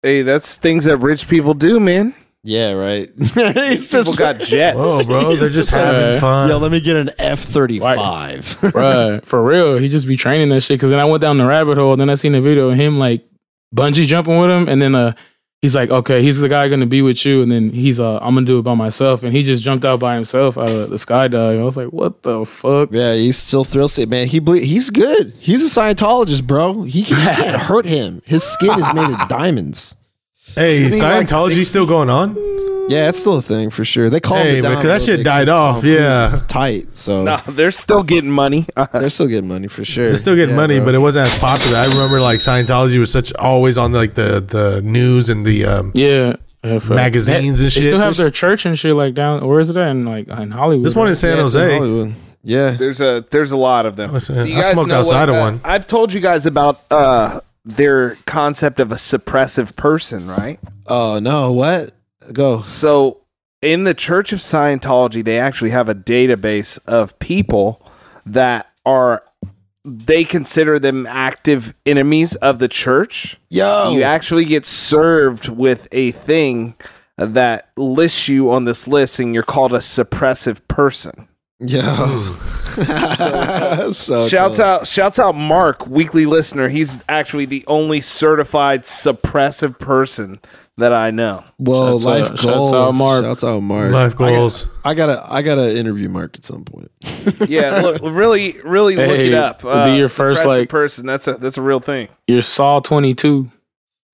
Speaker 4: Hey, that's things that rich people do, man.
Speaker 3: yeah, right. He's
Speaker 4: People
Speaker 3: just
Speaker 4: got jets.
Speaker 7: Whoa, bro, they're just having
Speaker 5: like,
Speaker 7: fun.
Speaker 3: Yo, let me get an F thirty five.
Speaker 5: Bruh, for real. He just be training that shit. Cause then I went down the rabbit hole. Then I seen a video of him like bungee jumping with him. And then uh he's like, okay, he's the guy gonna be with you. And then he's uh, I'm gonna do it by myself. And he just jumped out by himself out of the skydive. I was like, what the fuck?
Speaker 3: Yeah, he's still thrill sick, man. He ble- he's good. He's a Scientologist, bro. He can, you can't hurt him. His skin is made of diamonds.
Speaker 7: Hey,
Speaker 4: Isn't he like
Speaker 7: Scientology
Speaker 4: 60?
Speaker 7: still going on?
Speaker 3: Yeah, it's still a thing for sure. They called
Speaker 7: Hey,
Speaker 3: it down
Speaker 7: because that
Speaker 3: a little
Speaker 7: shit
Speaker 3: bit
Speaker 7: died
Speaker 3: 'cause Tom
Speaker 7: off,
Speaker 3: Cruise
Speaker 7: yeah.
Speaker 3: is tight. So
Speaker 4: Nah, they're still getting money.
Speaker 3: they're still getting money for sure.
Speaker 7: They're still getting
Speaker 3: Yeah,
Speaker 7: money,
Speaker 3: bro.
Speaker 7: but it wasn't as popular. I remember like Scientology was such always on like the the news and the um,
Speaker 5: Yeah. Yeah, for-
Speaker 7: Magazines
Speaker 5: they,
Speaker 7: and
Speaker 5: They
Speaker 7: shit.
Speaker 5: still have
Speaker 7: There's-
Speaker 5: their church and shit like down. Where is it at? In like in Hollywood.
Speaker 7: There's one
Speaker 5: right?
Speaker 7: in San
Speaker 3: Yeah, it's in
Speaker 7: Jose.
Speaker 3: Hollywood. Yeah.
Speaker 4: There's a there's a lot of them.
Speaker 7: I was-
Speaker 4: Do you
Speaker 7: I
Speaker 4: guys
Speaker 7: smoked
Speaker 4: know
Speaker 7: outside
Speaker 4: what,
Speaker 7: of
Speaker 4: uh,
Speaker 7: one.
Speaker 4: I've told you guys about uh their concept of a suppressive person, right?
Speaker 3: Oh no, what? Go.
Speaker 4: So in the Church of Scientology, they actually have a database of people that are they consider them active enemies of the church.
Speaker 3: Yo.
Speaker 4: You actually get served with a thing that lists you on this list and you're called a suppressive person.
Speaker 3: Yo. so
Speaker 4: shouts
Speaker 3: cool.
Speaker 4: out shouts out Mark, weekly listener. He's actually the only certified suppressive person that I know.
Speaker 3: Whoa,
Speaker 5: Shouts
Speaker 3: life
Speaker 5: out- shouts
Speaker 3: goals.
Speaker 5: out Mark.
Speaker 3: Shouts out Mark.
Speaker 7: Life goals.
Speaker 3: I gotta I gotta interview Mark at some point.
Speaker 4: Yeah, look, really, really look
Speaker 5: Hey,
Speaker 4: it up. Uh,
Speaker 5: it'd be your first,
Speaker 4: suppressive
Speaker 5: like-
Speaker 4: person. That's a that's a real thing.
Speaker 5: Your Saw 22.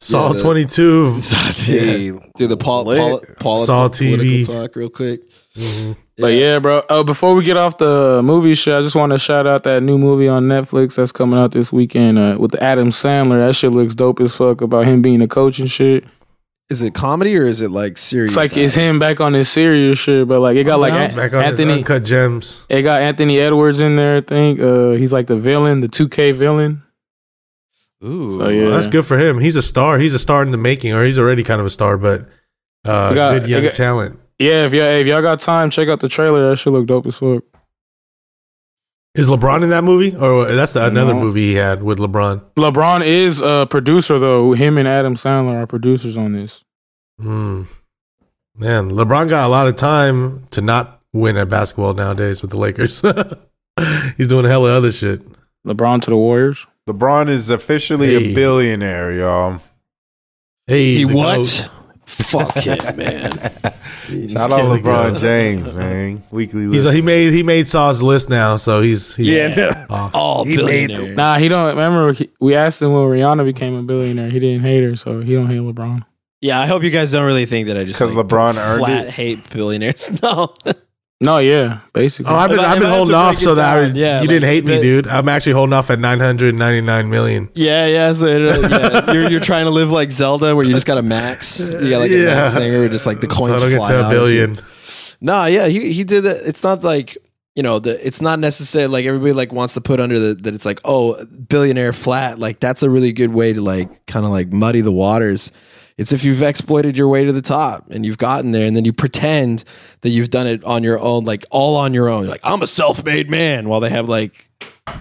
Speaker 7: Saw
Speaker 3: Yeah.
Speaker 7: 22.
Speaker 3: Dude, do the Paul
Speaker 4: Lit.
Speaker 3: Paul Paul
Speaker 7: Saw Mm-hmm. TV.
Speaker 3: political talk real quick.
Speaker 5: But yeah, bro. Uh, before we get off the movie shit, I just want to shout out that new movie on Netflix that's coming out this weekend uh, with Adam Sandler. That shit looks dope as fuck about him being a coach and shit.
Speaker 3: Is it comedy or is it like serious?
Speaker 5: It's like it's him back on his serious shit, but like it got like An-
Speaker 7: Oh, back on his
Speaker 5: Anthony.
Speaker 7: uncut gems.
Speaker 5: It got Anthony Edwards in there. I think uh, he's like the villain, the 2K villain.
Speaker 3: Ooh.
Speaker 5: So yeah,
Speaker 7: Well, that's good for him. He's a star. He's a star in the making, or he's already kind of a star, but uh,
Speaker 5: We got-
Speaker 7: good young
Speaker 5: we got-
Speaker 7: talent.
Speaker 5: Yeah, if y'all if y'all got time, check out the trailer. That shit look dope as fuck.
Speaker 7: Is LeBron in that movie, or that's the, another
Speaker 5: No.
Speaker 7: movie he had with LeBron?
Speaker 5: LeBron is a producer though. Him and Adam Sandler are producers on this.
Speaker 7: Mm. Man, LeBron got a lot of time to not win at basketball nowadays with the Lakers. He's doing a hell of other shit.
Speaker 5: LeBron to the Warriors.
Speaker 2: LeBron is officially
Speaker 7: Hey.
Speaker 2: a billionaire, y'all.
Speaker 7: Hey,
Speaker 3: He
Speaker 7: the
Speaker 3: what?
Speaker 7: GOAT.
Speaker 3: Fuck him, man. He's
Speaker 2: Shout out
Speaker 7: kidding,
Speaker 2: LeBron
Speaker 7: bro.
Speaker 2: James, man. Weekly
Speaker 7: He's
Speaker 2: list.
Speaker 7: like, he made he made Saw's list now, so he's, he's
Speaker 3: Yeah.
Speaker 7: off.
Speaker 3: all
Speaker 2: He made the-
Speaker 3: billionaire.
Speaker 5: Nah, he don't. Remember, he- we asked him when Rihanna became a billionaire. He didn't hate her, so he don't hate LeBron.
Speaker 3: Yeah, I hope you guys don't really think that I just
Speaker 2: 'Cause
Speaker 3: like,
Speaker 2: LeBron earned
Speaker 3: flat
Speaker 2: it.
Speaker 3: hate billionaires. No,
Speaker 5: No, yeah, basically.
Speaker 7: Oh, I've been,
Speaker 3: If I- if
Speaker 7: I've
Speaker 3: I
Speaker 7: been
Speaker 3: had
Speaker 7: holding
Speaker 3: to
Speaker 7: off
Speaker 3: break it
Speaker 7: so that I
Speaker 3: down,
Speaker 7: would-
Speaker 3: yeah,
Speaker 7: you didn't
Speaker 3: like,
Speaker 7: hate me,
Speaker 3: the-
Speaker 7: dude. I'm actually holding off at 999 million.
Speaker 3: yeah, yeah. So uh, yeah, you're, you're trying to live like Zelda, where you just got a max. You got like a max thing, where just like the coins
Speaker 7: so I don't
Speaker 3: fly
Speaker 7: get
Speaker 3: out
Speaker 7: to a
Speaker 3: of you.
Speaker 7: billion.
Speaker 3: Nah, yeah, he he did that. It's not like you know, the, it's not necessary. Like everybody like wants to put under the, that it's like oh billionaire flat. Like that's a really good way to like kind of like muddy the waters. It's if you've exploited your way to the top and you've gotten there, and then you pretend that you've done it on your own, like all on your own. You're like I'm a self-made man, while they have like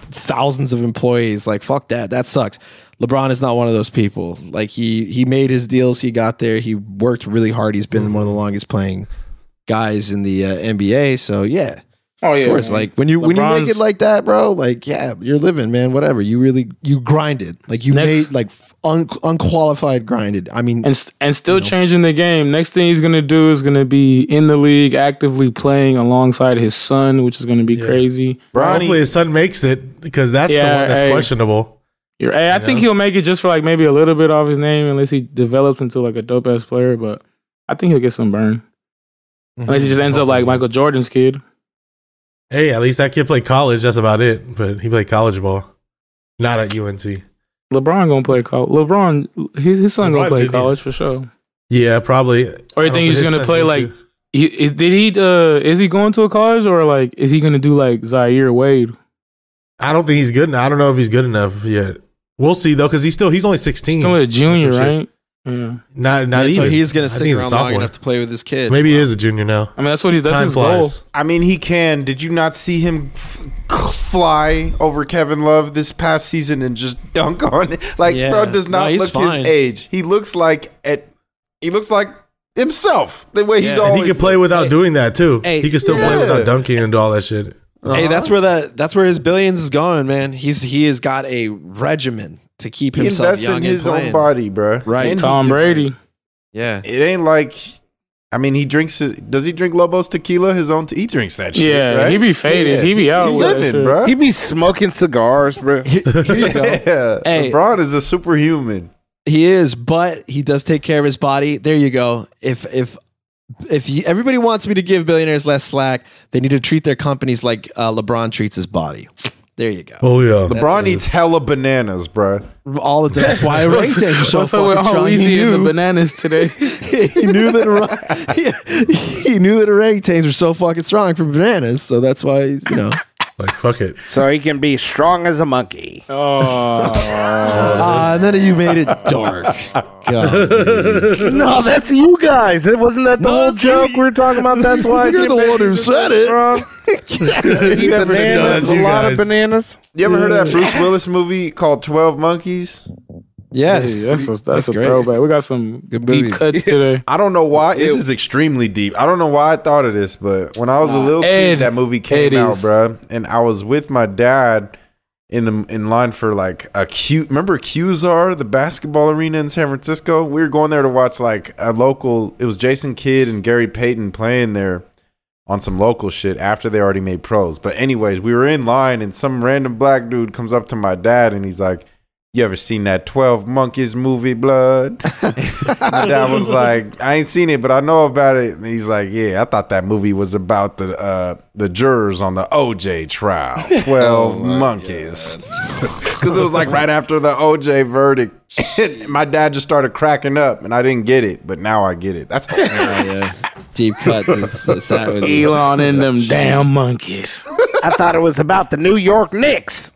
Speaker 3: thousands of employees. Like fuck that. That sucks. LeBron is not one of those people. Like he he made his deals. He got there. He worked really hard. He's been one of the longest playing guys in the uh, NBA. So yeah,
Speaker 5: oh yeah,
Speaker 3: of course. Like when you when you make
Speaker 5: LeBron's-
Speaker 3: it like that, bro. Like yeah, you're living, man. Whatever. You really you grinded. Like you
Speaker 5: Next-
Speaker 3: made like f- un- unqualified grinded. I mean,
Speaker 5: and st- and still changing the game. Next thing he's gonna do is gonna be in the league, actively playing alongside his son, which is gonna be crazy.
Speaker 7: Hopefully his son makes it because that's the
Speaker 5: Yeah,
Speaker 7: one that's
Speaker 5: hey.
Speaker 7: questionable.
Speaker 5: You're, hey, I think he'll make it just for like maybe a little bit off his name, unless he develops into like a dope ass player. But I think he'll get some burn, unless he just ends up like Michael Jordan's kid.
Speaker 7: Hey, at least that kid played college. That's about it. But he played college ball, not at UNC.
Speaker 5: LeBron gonna play college. LeBron, his his son
Speaker 7: LeBron
Speaker 5: gonna play
Speaker 7: did, yeah.
Speaker 5: college for sure.
Speaker 7: Yeah, probably.
Speaker 5: Or
Speaker 7: I
Speaker 5: you
Speaker 7: don't
Speaker 5: think he's
Speaker 7: his
Speaker 5: gonna
Speaker 7: son
Speaker 5: play
Speaker 7: needs
Speaker 5: like?
Speaker 7: to.
Speaker 5: He, is, did he? Uh, is he going to a college or like? Is he gonna do like Zaire Wade?
Speaker 7: I don't think he's good enough. I don't know if he's good enough yet. We'll see though, because he's still he's only sixteen.
Speaker 5: Still a junior,
Speaker 7: Some shit.
Speaker 5: right? Yeah.
Speaker 7: Not not
Speaker 3: man, so
Speaker 7: even.
Speaker 3: he's
Speaker 7: I
Speaker 3: gonna
Speaker 7: think
Speaker 3: stick
Speaker 7: he's a
Speaker 3: around long
Speaker 7: sophomore.
Speaker 3: enough to play with his kid.
Speaker 7: Maybe he is a junior now.
Speaker 5: I mean, that's what he's. That's
Speaker 7: Time
Speaker 5: his goal.
Speaker 7: flies.
Speaker 2: I mean, he can. Did you not see him f- fly over Kevin Love this past season and just dunk on it? Like,
Speaker 3: Yeah.
Speaker 2: bro, does
Speaker 3: No,
Speaker 2: not
Speaker 3: he's
Speaker 2: look
Speaker 3: fine.
Speaker 2: his age. He looks like at. He looks like himself the way he's
Speaker 3: Yeah.
Speaker 7: And
Speaker 2: always.
Speaker 7: he could play without doing that too.
Speaker 3: Hey,
Speaker 7: he could still
Speaker 2: yeah.
Speaker 7: play without dunking and do all that shit.
Speaker 3: Hey, that's
Speaker 7: Uh-huh.
Speaker 3: where that that's where his billions is going, man. He's he has got a regimen to keep
Speaker 2: He
Speaker 3: himself
Speaker 2: invests
Speaker 3: young
Speaker 2: in his
Speaker 3: and
Speaker 2: own
Speaker 3: playing.
Speaker 2: body, bro.
Speaker 3: Right.
Speaker 2: And he
Speaker 5: Tom
Speaker 2: did-
Speaker 5: Brady.
Speaker 3: Yeah.
Speaker 2: It ain't like. I mean, he drinks. His, does he drink Lobos tequila? His own. Te- he drinks that shit.
Speaker 5: Yeah,
Speaker 2: right?
Speaker 5: he be faded. He be out
Speaker 2: He
Speaker 5: with that
Speaker 2: living,
Speaker 5: shit.
Speaker 2: bro.
Speaker 4: He be smoking cigars, bro.
Speaker 2: yeah.
Speaker 3: Hey.
Speaker 2: LeBron is a superhuman.
Speaker 3: He is, but he does take care of his body. There you go. If if if you, everybody wants me to give billionaires less slack, they need to treat their companies like uh, LeBron treats his body. There you go.
Speaker 7: Oh yeah.
Speaker 2: LeBron eats hella bananas, bruh.
Speaker 3: All of that. That's why ranked days are so
Speaker 5: What's up with
Speaker 3: fucking
Speaker 5: all
Speaker 3: strong.
Speaker 5: Weezy
Speaker 3: He
Speaker 5: and the
Speaker 3: knew,
Speaker 5: bananas today?
Speaker 3: he knew that orang- he knew that orangutans were so fucking strong from bananas. So that's why he's, you know.
Speaker 7: Like fuck it.
Speaker 4: So he can be strong as a monkey.
Speaker 5: oh,
Speaker 3: Ah, none of you made it dark. God.
Speaker 4: No, that's you guys. It wasn't that the
Speaker 3: No,
Speaker 4: whole
Speaker 3: it's
Speaker 4: joke
Speaker 3: you.
Speaker 4: we were talking about. That's why
Speaker 3: You're
Speaker 4: Jim
Speaker 3: the one who
Speaker 4: Benson's
Speaker 3: said it.
Speaker 4: Wrong.
Speaker 7: you
Speaker 4: Bananas, a lot of bananas.
Speaker 2: You ever heard of that Bruce Willis movie called Twelve Monkeys?
Speaker 3: Yeah.
Speaker 5: that's a, that's a
Speaker 3: great.
Speaker 5: throwback. We got some
Speaker 3: Good movie.
Speaker 5: deep cuts today.
Speaker 2: I don't know why. This is extremely deep. I don't know why I thought of this, but when I was a little
Speaker 5: Ed,
Speaker 2: kid, that movie came
Speaker 5: it
Speaker 2: out,
Speaker 5: is.
Speaker 2: bruh. And I was with my dad in the in line for like a Q. Remember QSR, the basketball arena in San Francisco? We were going there to watch like a local. It was Jason Kidd and Gary Payton playing there on some local shit after they already made pros. But anyways, we were in line and some random black dude comes up to my dad and he's like, "You ever seen that Twelve Monkeys movie, Blood?" my dad was like, "I ain't seen it, but I know about it." And he's like, "Yeah, I thought that movie was about the uh, the jurors on the OJ trial, Twelve Monkeys." Because it was like right after the OJ verdict, And my dad just started cracking up, and I didn't get it, but now I get it. That's
Speaker 3: yeah. Deep cut. This, this hat with you.
Speaker 5: Elon and them damn monkeys.
Speaker 4: I thought it was about the New York Knicks.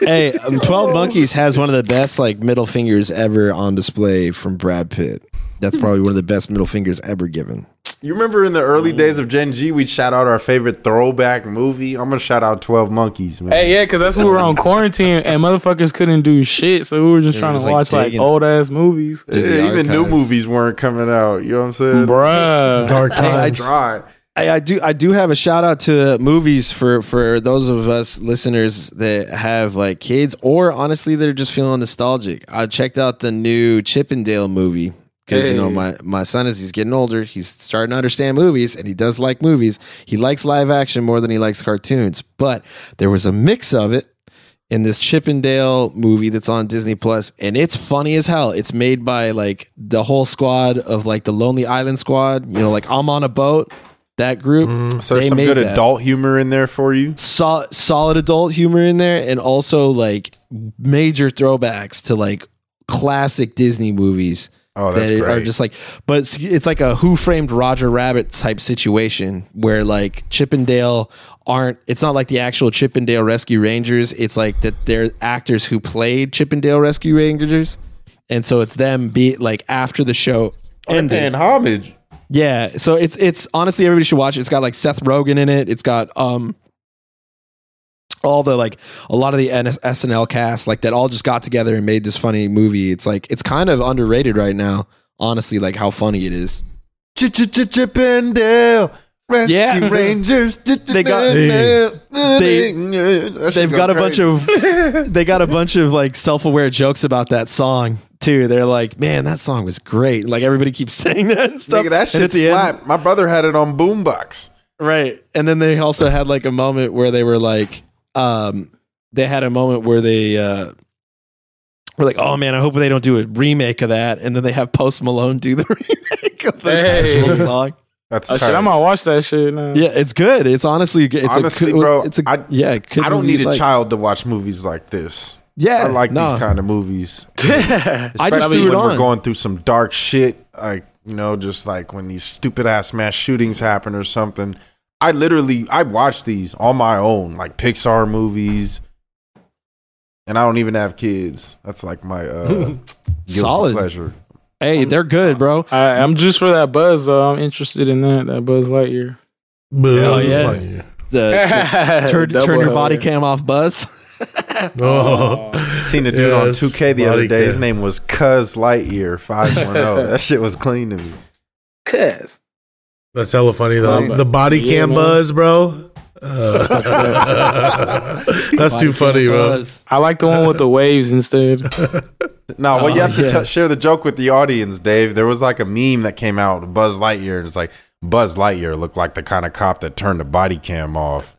Speaker 3: hey, um, Twelve Monkeys has one of the best like middle fingers ever on display from Brad Pitt. That's probably one of the best middle fingers ever given.
Speaker 2: You remember in the early days of Gen G, we'd shout out our favorite throwback movie. I'm gonna shout out Twelve Monkeys, man.
Speaker 5: Hey, yeah, because that's when we were on quarantine and motherfuckers couldn't do shit. So we were just
Speaker 3: They were
Speaker 5: trying
Speaker 3: just,
Speaker 5: to
Speaker 3: like,
Speaker 5: watch like
Speaker 3: digging.
Speaker 5: old ass movies.
Speaker 2: Yeah,
Speaker 3: Dude, the
Speaker 2: even new
Speaker 3: archives.
Speaker 2: movies weren't coming out. You know what I'm saying?
Speaker 5: Bruh.
Speaker 7: Dark
Speaker 2: I
Speaker 7: times.
Speaker 2: tried.
Speaker 3: I, I do I do have a shout out to movies for for those of us listeners that have like kids or honestly that are just feeling nostalgic. I checked out the new Chippendale movie because you know my my son is he's getting older. He's starting to understand movies and he does like movies. He likes live action more than he likes cartoons. But there was a mix of it in this Chippendale movie that's on Disney Plus, and it's funny as hell. It's made by like the whole squad of like the Lonely Island squad. You know, like I'm on a boat. That group.
Speaker 2: So there's
Speaker 3: They
Speaker 2: some
Speaker 3: made
Speaker 2: good
Speaker 3: that.
Speaker 2: adult humor in there for you.
Speaker 3: Sol- solid adult humor in there, and also like major throwbacks to like classic Disney movies.
Speaker 2: Oh, that's
Speaker 3: that are
Speaker 2: great.
Speaker 3: just like, but it's, it's like a Who Framed Roger Rabbit type situation where like Chippendale aren't. It's not like the actual Chippendale Rescue Rangers. It's like that they're actors who played Chippendale Rescue Rangers, and so it's them be like after the show
Speaker 2: Oh, And
Speaker 3: ended.
Speaker 2: homage.
Speaker 3: Yeah, so it's it's honestly everybody should watch it. It's got like Seth Rogen in it. It's got um all the like a lot of the NS- SNL cast like that all just got together and made this funny movie. It's like it's kind of underrated right now. Honestly, like how funny it is.
Speaker 2: Chippendale Rescue
Speaker 3: Yeah.
Speaker 2: Rangers.
Speaker 3: They got- They've got a bunch of they got a bunch of like self-aware jokes about that song too. They're like, "Man, that song was great." Like everybody keeps saying that and stuff.
Speaker 2: Nigga, that
Speaker 3: And
Speaker 2: shit
Speaker 3: at the end-
Speaker 2: slapped. My brother had it on boombox.
Speaker 3: Right. And then they also had like a moment where they were like, um, they had a moment where they uh, were like, oh man, I hope they don't do a remake of that. And then they have Post Malone do the remake of the
Speaker 5: Hey.
Speaker 3: actual song.
Speaker 2: That's
Speaker 5: Oh,
Speaker 2: tight.
Speaker 5: shit, I'm gonna watch that shit now.
Speaker 3: Yeah, it's good. It's honestly, good. it's
Speaker 2: Honestly,
Speaker 3: a, good-
Speaker 2: bro,
Speaker 3: It's a,
Speaker 2: I-
Speaker 3: yeah, it could
Speaker 2: I don't
Speaker 3: be
Speaker 2: need a
Speaker 3: like-
Speaker 2: child to watch movies like this.
Speaker 3: Yeah,
Speaker 2: I like
Speaker 3: no.
Speaker 2: these kind of movies.
Speaker 3: I just
Speaker 2: Especially
Speaker 3: threw it
Speaker 2: when
Speaker 3: on.
Speaker 2: we're going through some dark shit, like you know, just like when these stupid ass mass shootings happen or something. I literally I watch these on my own, like Pixar movies, and I don't even have kids. That's like my uh, guilty
Speaker 3: Solid.
Speaker 2: pleasure.
Speaker 3: hey, they're good, bro.
Speaker 5: I, I'm just for that buzz. Though. I'm interested in that. That Buzz Lightyear.
Speaker 7: Oh,
Speaker 3: yeah. The, the turn,
Speaker 5: Double
Speaker 3: turn your
Speaker 5: L.
Speaker 3: body cam off, Buzz.
Speaker 7: Oh.
Speaker 2: Seen a dude on
Speaker 7: Yes,
Speaker 2: 2K the other
Speaker 7: body
Speaker 2: day. His
Speaker 7: cam.
Speaker 2: name was Cuz Lightyear five one zero. That shit was clean to me.
Speaker 7: That's hella funny, though.
Speaker 5: Clown.
Speaker 7: The body
Speaker 5: Yeah,
Speaker 7: cam
Speaker 5: man.
Speaker 7: buzz, bro. Uh, that's too funny, bro.
Speaker 5: I like the one with the waves instead.
Speaker 2: No, well, you have to
Speaker 3: Oh, yeah.
Speaker 2: tell share the joke with the audience, Dave. There was like a meme that came out with Buzz Lightyear, and it's like Buzz Lightyear looked like the kind of cop that turned the body cam off.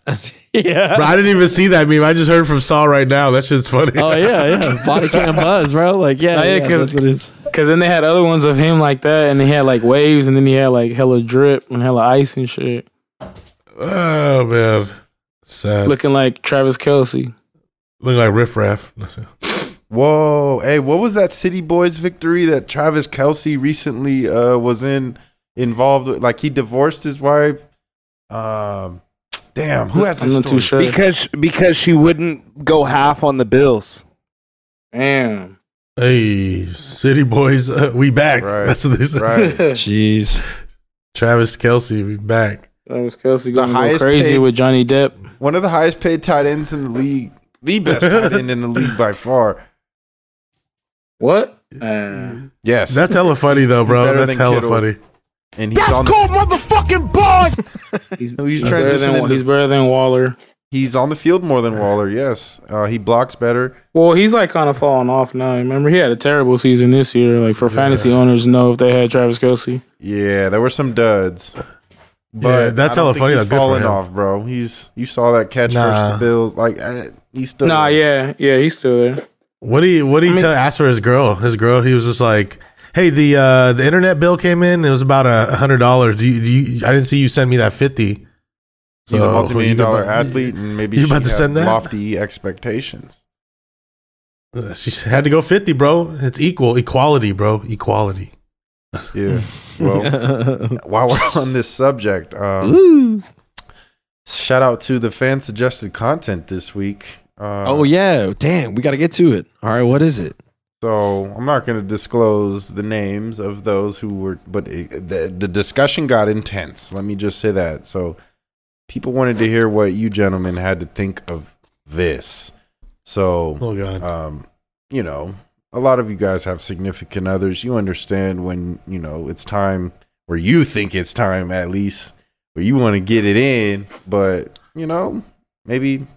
Speaker 3: Yeah.
Speaker 7: Bro, I didn't even see that meme. I just heard from Saul right now. That shit's funny.
Speaker 3: Oh yeah, yeah. Body cam Buzz, bro. Like yeah,
Speaker 5: Oh, yeah,
Speaker 3: yeah,
Speaker 5: 'cause-
Speaker 3: that's what it is.
Speaker 5: Cause then they had other ones of him like that, and they had like waves, and then he had like hella drip and hella ice and shit,
Speaker 7: Oh man, sad. Look,
Speaker 5: looking like Travis Kelsey.
Speaker 7: look like riff raff. That's it.
Speaker 2: Whoa, hey, what was that City Boys victory that Travis Kelsey recently uh, was in involved with? Like he divorced his wife. Um, damn, who has
Speaker 5: I'm
Speaker 2: this
Speaker 5: not too
Speaker 2: story?
Speaker 5: sure.
Speaker 4: because because she wouldn't go half on the bills.
Speaker 5: Damn.
Speaker 7: Hey, city boys, uh, we back.
Speaker 2: Right,
Speaker 7: That's what they said.
Speaker 2: Right.
Speaker 3: Jeez.
Speaker 7: Travis Kelsey, we back.
Speaker 5: Travis Kelsey
Speaker 2: The
Speaker 5: going go
Speaker 2: highest
Speaker 5: crazy
Speaker 2: paid-
Speaker 5: with Johnny Depp.
Speaker 2: One of the highest paid tight ends in the league. The best tight end in the league by far.
Speaker 5: What? Uh,
Speaker 2: Yes.
Speaker 7: That's hella funny though, bro.
Speaker 2: He's better than
Speaker 7: That's hella
Speaker 2: Kittle.
Speaker 7: funny.
Speaker 2: and he's on the,
Speaker 5: he's,
Speaker 2: He's
Speaker 5: he's better
Speaker 2: transitioning
Speaker 5: than, Wa-
Speaker 2: to-
Speaker 5: he's better than Waller.
Speaker 2: he's on the field more than Waller, yes. Uh, he blocks better.
Speaker 5: Well, he's like kind of falling off now. Remember, he had a terrible season this year. Like for fantasy owners, know if they had Travis Kelsey.
Speaker 2: Yeah, there were some duds. But
Speaker 7: Yeah, that's
Speaker 2: I don't
Speaker 7: hella
Speaker 2: think
Speaker 7: funny,
Speaker 2: He's
Speaker 7: though. Good for
Speaker 2: falling
Speaker 7: him.
Speaker 2: off, bro. He's you saw that catch
Speaker 7: Nah.
Speaker 2: versus the Bills. Like eh, he's still.
Speaker 5: Nah, yeah, yeah, he's still there.
Speaker 7: What do you What do you tell? Ask for his girl. His girl. He was just like, "Hey, the uh, the internet bill came in. It was about a hundred dollars. Do you, do you? I didn't see you send me that fifty.
Speaker 2: he's
Speaker 7: So,
Speaker 2: a multi-million
Speaker 7: you
Speaker 2: dollar
Speaker 7: about-
Speaker 2: athlete, and maybe
Speaker 7: you
Speaker 2: she
Speaker 7: about to
Speaker 2: had
Speaker 7: send that?
Speaker 2: lofty expectations.
Speaker 7: uh, She had to go fifty, bro. It's equal equality, bro. Equality.
Speaker 2: Yeah. Well, while we're on this subject, um,
Speaker 3: Ooh.
Speaker 2: shout out to the fan suggested content this week. Uh,
Speaker 3: oh yeah, damn, we got to get to it. All right, what is it?
Speaker 2: So I'm not going to disclose the names of those who were, but it, the the discussion got intense. Let me just say that. So people wanted to hear what you gentlemen had to think of this. So
Speaker 7: Oh god.
Speaker 2: um, you know, a lot of you guys have significant others. You understand when, you know, it's time where you think it's time at least, where you want to get it in, but, you know, maybe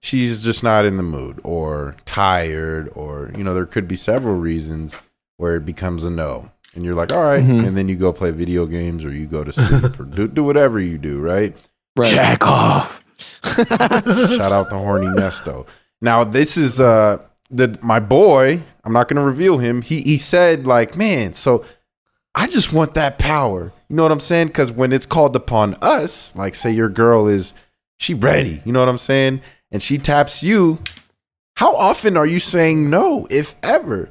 Speaker 2: she's just not in the mood or tired or, you know, there could be several reasons where it becomes a no. And you're like, all right.
Speaker 3: Mhm.
Speaker 2: And then you go play video games or you go to sleep or do, do whatever you do, right?
Speaker 3: Right.
Speaker 5: Jack off.
Speaker 2: Shout out to Horny Nesto. Now this is uh the my boy. I'm not gonna reveal him. He he said like, man, so I just want that power. You know what I'm saying? Because when it's called upon us, like say your girl is she ready. You know what I'm saying? And she taps you. How often are you saying no, if ever?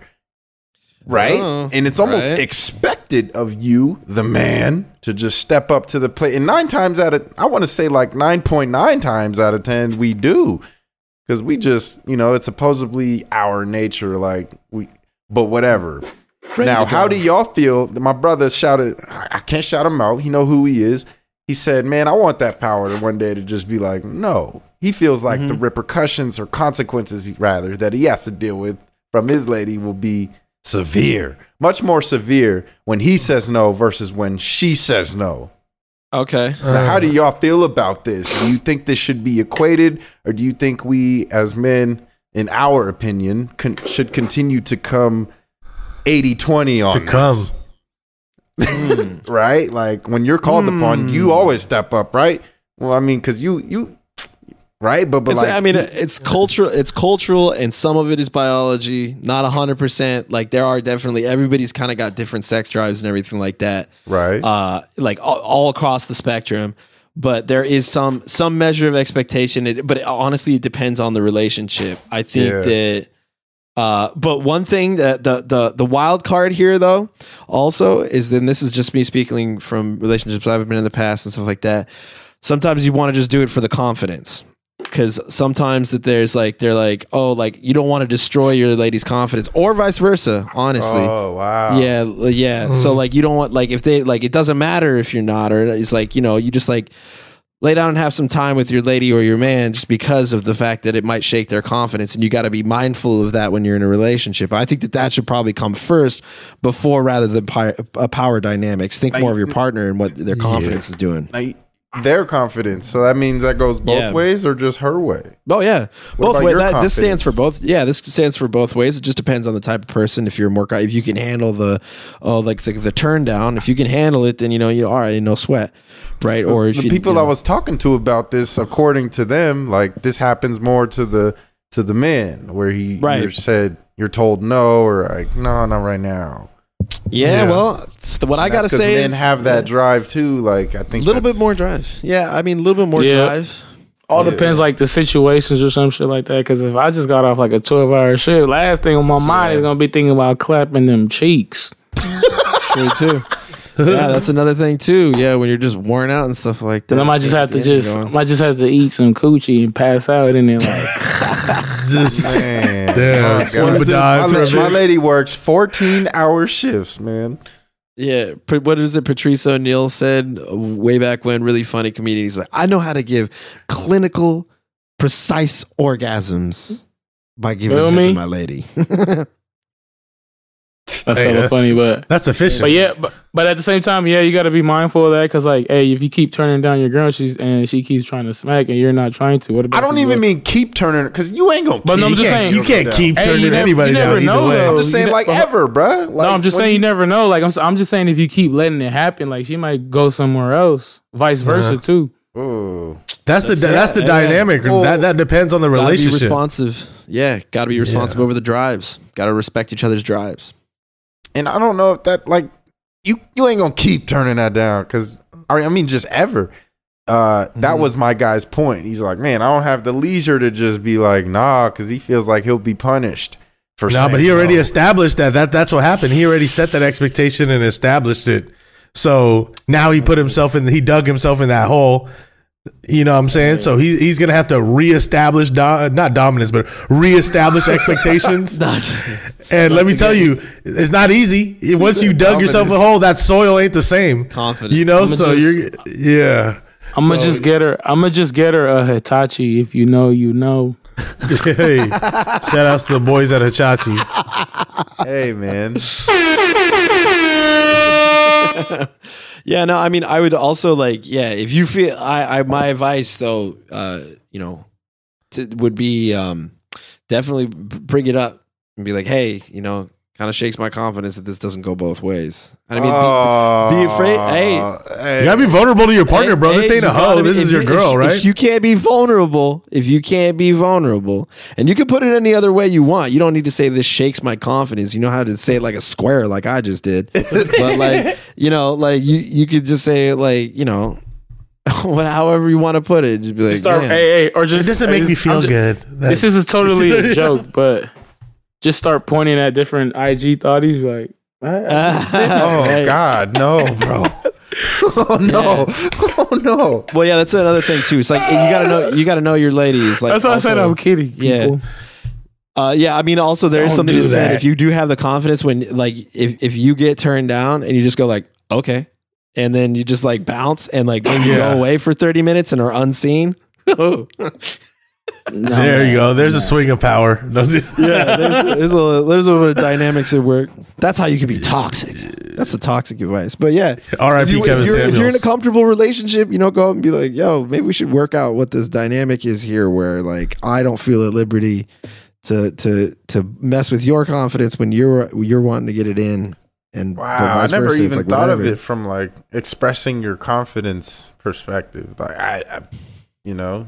Speaker 2: Right?
Speaker 3: Oh,
Speaker 2: and it's almost
Speaker 3: right.
Speaker 2: expected of you, the man, to just step up to the plate. And nine times out of, I want to say like 9.9 times out of 10, we do. Because we just, you know, it's supposedly our nature. Like, we, but whatever. now, how do y'all feel? My brother shouted, I I can't shout him out. He know who he is. He said, man, I want that power to one day to just be like, no. He feels like the repercussions or consequences, rather, that he has to deal with from his lady will be severe, much more severe when he says no versus when she says no.
Speaker 3: Okay.
Speaker 2: Now, how do y'all feel about this? Do you think this should be equated, or do you think we, as men, in our opinion, con- should continue to come 80 20 on
Speaker 7: to come.
Speaker 2: this? right? Like when you're called
Speaker 3: Hmm.
Speaker 2: upon, you always step up, right? Well, I mean, because you, you, right? But, but
Speaker 3: It's-
Speaker 2: like,
Speaker 3: I mean, it's cultural. It's cultural, and some of it is biology. Not hundred percent. Like there are definitely everybody's kind of got different sex drives and everything like that.
Speaker 2: right?
Speaker 3: Uh, like all, all across the spectrum. But there is some some measure of expectation. It, but it, honestly, it depends on the relationship. I think
Speaker 2: Yeah.
Speaker 3: that. Uh, but one thing that the the the wild card here though also is then this is just me speaking from relationships I've been in the past and stuff like that. Sometimes you want to just do it for the confidence because sometimes that there's like they're like oh like you don't want to destroy your lady's confidence or vice versa. Honestly,
Speaker 2: Oh, wow.
Speaker 3: yeah, l- yeah. So like you don't want like if they like it doesn't matter if you're not or it's like you know you just like lay down and have some time with your lady or your man just because of the fact that it might shake their confidence and you got to be mindful of that when you're in a relationship. I think that that should probably come first before rather than pi- uh, power dynamics. Think more of your partner and what their confidence is doing.
Speaker 2: Now, their confidence. So that means that goes both
Speaker 3: Yeah.
Speaker 2: ways or just her way?
Speaker 3: Oh yeah,
Speaker 2: What
Speaker 3: both
Speaker 2: about
Speaker 3: ways.
Speaker 2: your
Speaker 3: That, this stands for
Speaker 2: confidence?
Speaker 3: both. Yeah, this stands for both ways. It just depends on the type of person. If you're more, guy- if you can handle the, oh, like the, the turn down. If you can handle it, then you know you all right, no sweat, right? Or if
Speaker 2: the
Speaker 3: you,
Speaker 2: people
Speaker 3: you know,
Speaker 2: I was talking to about this, according to them, like this happens more to the to the man where he either
Speaker 3: Right.
Speaker 2: said you're told no or like no, not right now.
Speaker 3: yeah,
Speaker 7: Yeah.
Speaker 3: Well, it's the, what I
Speaker 2: That's
Speaker 3: gotta
Speaker 2: 'cause
Speaker 3: say
Speaker 2: men
Speaker 3: is
Speaker 2: have that drive too. Like I
Speaker 3: a
Speaker 2: think
Speaker 3: little bit
Speaker 2: that's-
Speaker 3: more drive. Yeah, I mean a little bit more
Speaker 5: Yeah.
Speaker 3: drive.
Speaker 5: All depends like the situations or some shit like that. Because if I just got off like a twelve hour shift, last thing on my mind is gonna be thinking about clapping them cheeks.
Speaker 3: True too. yeah, that's another thing too. Yeah, when you're just worn out and stuff like that.
Speaker 5: Then I might just have to
Speaker 3: Yeah, you
Speaker 5: just, I
Speaker 3: know.
Speaker 5: might just have to eat some coochie and pass out in there. Like,
Speaker 7: This-
Speaker 2: Man,
Speaker 7: Damn.
Speaker 2: my
Speaker 7: Scuba
Speaker 2: God.
Speaker 7: dive
Speaker 2: my,
Speaker 7: for a
Speaker 2: la- my
Speaker 7: bit.
Speaker 2: lady works 14 hour shifts, man.
Speaker 3: Yeah, pa- what is it? Patrice O'Neill said uh, way back when, really funny comedian. He's like, I know how to give clinical, precise orgasms by giving
Speaker 5: Feel
Speaker 3: it
Speaker 5: me?
Speaker 3: to my lady.
Speaker 5: that's
Speaker 7: Hey,
Speaker 5: hella
Speaker 7: that's-
Speaker 5: funny, but
Speaker 7: That's efficient.
Speaker 5: But yeah, but, but at the same time, yeah, you got to be mindful of that because, like, hey, if you keep turning down your girl, she's and she keeps trying to smack, and you're not trying to. What about?
Speaker 2: I don't
Speaker 5: you
Speaker 2: even
Speaker 5: go-
Speaker 2: mean keep turning because you ain't gonna.
Speaker 5: But no, I'm
Speaker 2: keep-
Speaker 5: just saying-
Speaker 7: you can't keep
Speaker 5: Hey, you
Speaker 7: turning
Speaker 5: never-
Speaker 7: anybody
Speaker 5: you
Speaker 7: down
Speaker 5: never
Speaker 7: either
Speaker 5: know,
Speaker 7: way.
Speaker 5: though.
Speaker 2: I'm just saying
Speaker 5: You
Speaker 2: like
Speaker 5: ne-
Speaker 2: ever, bruh. Like,
Speaker 5: no, I'm just
Speaker 2: what
Speaker 5: saying
Speaker 2: do
Speaker 5: you never know. Like, I'm s- I'm just saying if you keep letting it happen, like she might go somewhere else. Vice versa too.
Speaker 2: Ooh.
Speaker 7: That's the that's the dynamic.
Speaker 3: Well,
Speaker 7: that that depends on the
Speaker 3: gotta be
Speaker 7: relationship.
Speaker 3: responsive. Yeah, gotta be responsive over the drives. Gotta respect each other's drives.
Speaker 2: And I don't know if that like you you ain't gonna keep turning that down because I mean, I mean just ever. Uh,
Speaker 3: Mm-hmm.
Speaker 2: that was my guy's point. He's like, man, I don't have the leisure to just be like, nah, because he feels like he'll be punished for.
Speaker 7: No,
Speaker 2: saying
Speaker 7: but he already
Speaker 2: no.
Speaker 7: established that. That that's what happened. He already set that expectation and established it. So now he put himself in. He dug himself in that hole. You know what I'm saying? So he, he's going to have to reestablish, do, not dominance, but reestablish expectations. and let me tell you, it's not easy. It- Once you dug yourself a hole, that soil ain't the same.
Speaker 3: Confidence.
Speaker 7: You know,
Speaker 5: I'ma
Speaker 7: so you're,
Speaker 5: just-
Speaker 7: yeah.
Speaker 5: I'm gonna just get her. I'm gonna just get her a Hitachi. If you know, you know.
Speaker 7: hey, shout outs to the boys at Hachachi.
Speaker 2: Hey man,
Speaker 3: Yeah, no, I mean, I would also like, yeah, if you feel, I, I my advice though, uh, you know, to, would be um, definitely b- bring it up and be like, hey, you know, kind of shakes my confidence that this doesn't go both ways. And I mean, be, be afraid. Hey,
Speaker 7: You gotta be vulnerable to your partner,
Speaker 3: hey,
Speaker 7: bro. This
Speaker 3: hey,
Speaker 7: ain't a
Speaker 3: you gotta
Speaker 7: hoe.
Speaker 3: be-
Speaker 7: This
Speaker 3: if
Speaker 7: is your
Speaker 3: you-
Speaker 7: girl,
Speaker 3: if,
Speaker 7: right?
Speaker 3: If you can't be vulnerable, if you can't be vulnerable, and you can put it any other way you want, you don't need to say this shakes my confidence. You know how to say it like a square, like I just did. but like, you know, like you you could just say it like, you know, what, however you want to put it, just be like,
Speaker 5: Start,
Speaker 3: "Man,
Speaker 5: hey, hey, or just
Speaker 7: it doesn't
Speaker 5: hey,
Speaker 7: make
Speaker 5: this-
Speaker 7: me
Speaker 5: I'm ju-
Speaker 7: feel good.
Speaker 5: This is a totally a joke, but just start pointing at different IG thoughties. Like, I- I just did that.
Speaker 2: Oh
Speaker 5: Hey.
Speaker 2: God, no, bro. oh no, oh no.
Speaker 3: Well, yeah, that's another thing too. It's like you gotta know, you gotta know your ladies. Like
Speaker 5: that's why I said
Speaker 3: also-
Speaker 5: I'm kidding.
Speaker 3: yeah.
Speaker 5: People.
Speaker 3: Uh, yeah, I mean, also there is
Speaker 7: Don't
Speaker 3: something
Speaker 7: do
Speaker 3: to say
Speaker 7: that.
Speaker 3: if you do have the confidence when, like, if if you get turned down and you just go like, okay, and then you just like bounce and like when you
Speaker 7: Yeah.
Speaker 3: go away for thirty minutes and are unseen. yeah,
Speaker 5: No,
Speaker 7: there
Speaker 5: man.
Speaker 7: you go. There's a swing of power.
Speaker 3: there's there's a little, there's a little dynamics at work. That's how you can be toxic. That's the toxic advice. But yeah, if,
Speaker 7: R.I.P.
Speaker 3: you,
Speaker 7: Kevin
Speaker 3: if, you're, if you're in a
Speaker 7: Samuels.
Speaker 3: comfortable relationship, you know, go out and be like, yo, maybe we should work out what this dynamic is here where like I don't feel at liberty to to to mess with your confidence when you're you're wanting to get it in and but
Speaker 2: Wow, I
Speaker 3: vice
Speaker 2: never
Speaker 3: versa. It's
Speaker 2: even
Speaker 3: like,
Speaker 2: thought of
Speaker 3: whatever.
Speaker 2: it from like expressing your confidence perspective. Like I, I you know,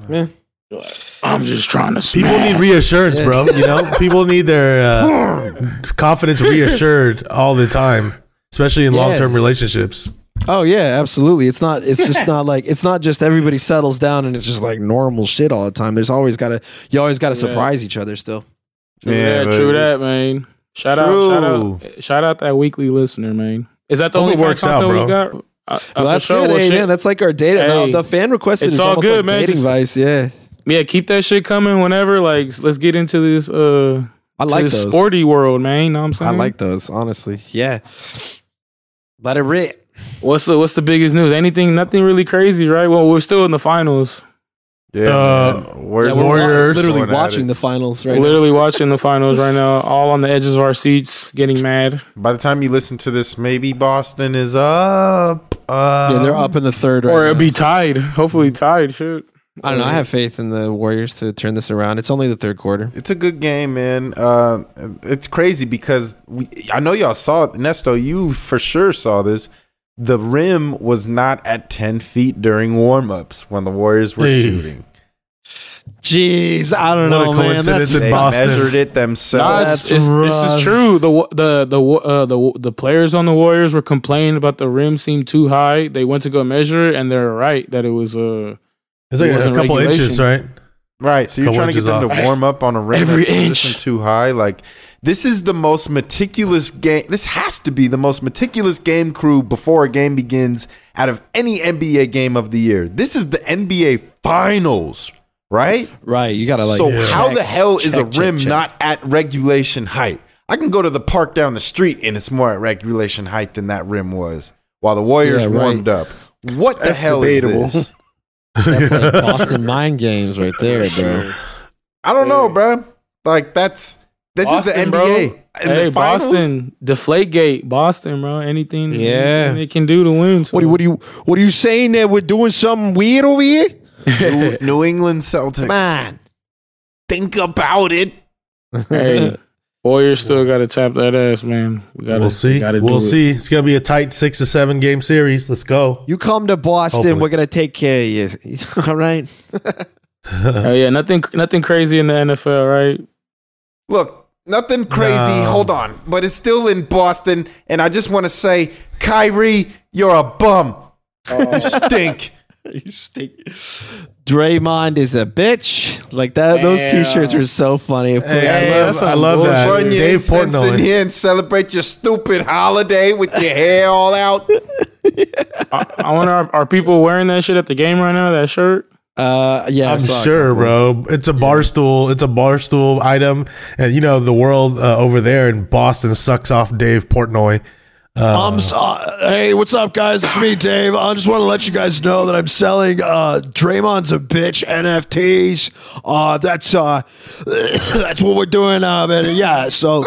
Speaker 5: I'm just trying to speak.
Speaker 7: People need reassurance, bro. You know, people need their uh, confidence reassured all the time, especially in
Speaker 3: Yeah.
Speaker 7: long-term relationships.
Speaker 3: Oh yeah, absolutely. It's not it's just not like it's not just everybody settles down and it's just like normal shit all the time. There's always gotta you always gotta surprise each other still.
Speaker 5: True
Speaker 2: Yeah,
Speaker 5: that,
Speaker 2: but-
Speaker 5: true that, man. Shout out, shout out, shout out that weekly listener, man. Is that the
Speaker 7: Hope it
Speaker 5: only
Speaker 7: works
Speaker 5: works
Speaker 7: out,
Speaker 5: out,
Speaker 7: bro.
Speaker 5: we got? Uh, uh,
Speaker 3: Well,
Speaker 5: for
Speaker 3: that's
Speaker 5: sure.
Speaker 3: good.
Speaker 5: Well,
Speaker 3: Hey,
Speaker 5: shit.
Speaker 3: man, that's like our data. now.
Speaker 5: Hey,
Speaker 3: the fan requested
Speaker 5: it's
Speaker 3: is
Speaker 5: all
Speaker 3: almost
Speaker 5: good,
Speaker 3: like
Speaker 5: man.
Speaker 3: dating
Speaker 5: Just-
Speaker 3: advice. Yeah.
Speaker 5: yeah, keep that shit coming whenever. Like, let's get into this. Uh,
Speaker 3: I
Speaker 5: to
Speaker 3: like
Speaker 5: this
Speaker 3: those.
Speaker 5: sporty world, man. You know what I'm
Speaker 3: I
Speaker 5: saying?
Speaker 3: like those, honestly. Yeah. Let it rip.
Speaker 5: What's the What's the biggest news? Anything? Nothing really crazy, right? Well, we're still in the finals.
Speaker 2: yeah,
Speaker 7: Uh,
Speaker 2: man. Where's
Speaker 3: Yeah,
Speaker 2: the
Speaker 3: we're wa-
Speaker 7: Warriors.
Speaker 3: literally
Speaker 2: Going at
Speaker 3: watching
Speaker 2: it.
Speaker 3: the finals right now.
Speaker 5: Literally watching the finals right now, all on the edges of our seats, getting mad.
Speaker 2: By the time you listen to this, maybe Boston is up. Uh,
Speaker 3: Yeah, they're up in the third
Speaker 5: Or
Speaker 3: right
Speaker 5: it'll
Speaker 3: now.
Speaker 5: be tied. Hopefully tied. Shoot.
Speaker 3: I don't know. I have faith in the Warriors to turn this around. It's only the third quarter.
Speaker 2: It's a good game, man. Uh, it's crazy because we, I know y'all saw it. Nesto, you for sure saw this. The rim was not at 10 feet during warmups when the Warriors were
Speaker 7: Hey.
Speaker 2: shooting.
Speaker 3: Jeez, I don't
Speaker 7: What a
Speaker 3: know, man.
Speaker 7: coincidence
Speaker 3: That's,
Speaker 7: in
Speaker 2: They
Speaker 7: Boston.
Speaker 2: measured it
Speaker 5: Nah,
Speaker 2: themselves.
Speaker 5: it's, it's, this
Speaker 3: rough.
Speaker 5: is true. The wa- the the wa- uh, the wa- the players on the Warriors were complaining about the rim seemed too high. They went to go measure it, and they're right that it was uh
Speaker 7: It's like
Speaker 5: It
Speaker 7: a
Speaker 5: wasn't
Speaker 7: couple
Speaker 5: regulation.
Speaker 7: inches, right?
Speaker 2: Right. So you're
Speaker 7: Couple
Speaker 2: trying to get
Speaker 7: inches
Speaker 2: them
Speaker 7: off.
Speaker 2: to warm up on a rim
Speaker 5: Every
Speaker 2: that's positioned
Speaker 5: inch.
Speaker 2: too high. Like this is the most meticulous game. This has to be the most meticulous game crew before a game begins out of any NBA game of the year. This is the NBA Finals, right?
Speaker 3: right. You got to like.
Speaker 2: so how
Speaker 3: check,
Speaker 2: the hell is
Speaker 3: check,
Speaker 2: a
Speaker 3: check,
Speaker 2: rim
Speaker 3: check.
Speaker 2: not at regulation height? I can go to the park down the street and it's more at regulation height than that rim was while the Warriors
Speaker 3: Yeah, right.
Speaker 2: warmed up. What the
Speaker 5: That's
Speaker 2: hell
Speaker 5: debatable.
Speaker 2: is this?
Speaker 3: That's like Boston mind games right there, bro.
Speaker 2: I don't know, bro. Like that's this is the
Speaker 5: bro.
Speaker 2: NBA. In
Speaker 5: Hey,
Speaker 2: the finals,
Speaker 5: Boston, deflate gate, Boston, bro. Anything,
Speaker 3: Yeah.
Speaker 5: anything they can do to win.
Speaker 3: What are, what are you? What are you saying that we're doing something weird over here?
Speaker 2: New, New England Celtics.
Speaker 3: Man,
Speaker 2: Think about it.
Speaker 5: hey, Warriors still got to tap that ass, man. We gotta,
Speaker 7: We'll see.
Speaker 5: Gotta do
Speaker 7: We'll
Speaker 5: it.
Speaker 7: see. It's gonna be a tight six to seven game series. Let's go.
Speaker 3: you come to Boston,
Speaker 7: Hopefully.
Speaker 3: we're gonna take care of you. All right.
Speaker 5: Oh yeah, nothing, nothing crazy in the NFL, right?
Speaker 2: Look, nothing crazy.
Speaker 7: No.
Speaker 2: Hold on, but it's still in Boston, and I just want to say, Kyrie, you're a bum. you stink.
Speaker 3: You stink. Draymond is a bitch. Like that. Those
Speaker 5: Damn.
Speaker 3: T-shirts are so funny. Of course.
Speaker 7: Hey,
Speaker 2: Hey,
Speaker 7: I love,
Speaker 5: that's
Speaker 7: I
Speaker 5: some
Speaker 7: love that.
Speaker 2: Burn your
Speaker 7: Dave
Speaker 2: incense in
Speaker 7: Portnoy.
Speaker 2: here and celebrate your stupid holiday with your hair all out.
Speaker 5: I, I wonder, are, are people wearing that shit at the game right now? That shirt?
Speaker 3: Uh, yeah, I
Speaker 7: I'm
Speaker 3: saw a
Speaker 7: sure,
Speaker 3: couple.
Speaker 7: bro. It's a bar stool. It's a bar stool item, and you know the world uh, over there in Boston sucks off Dave Portnoy. Uh,
Speaker 3: I'm so, hey, what's up, guys? It's me, Dave. I just want to let you guys know that I'm selling uh, Draymond's a bitch NFTs. Uh, that's uh, that's what we're doing, uh, man. Yeah, so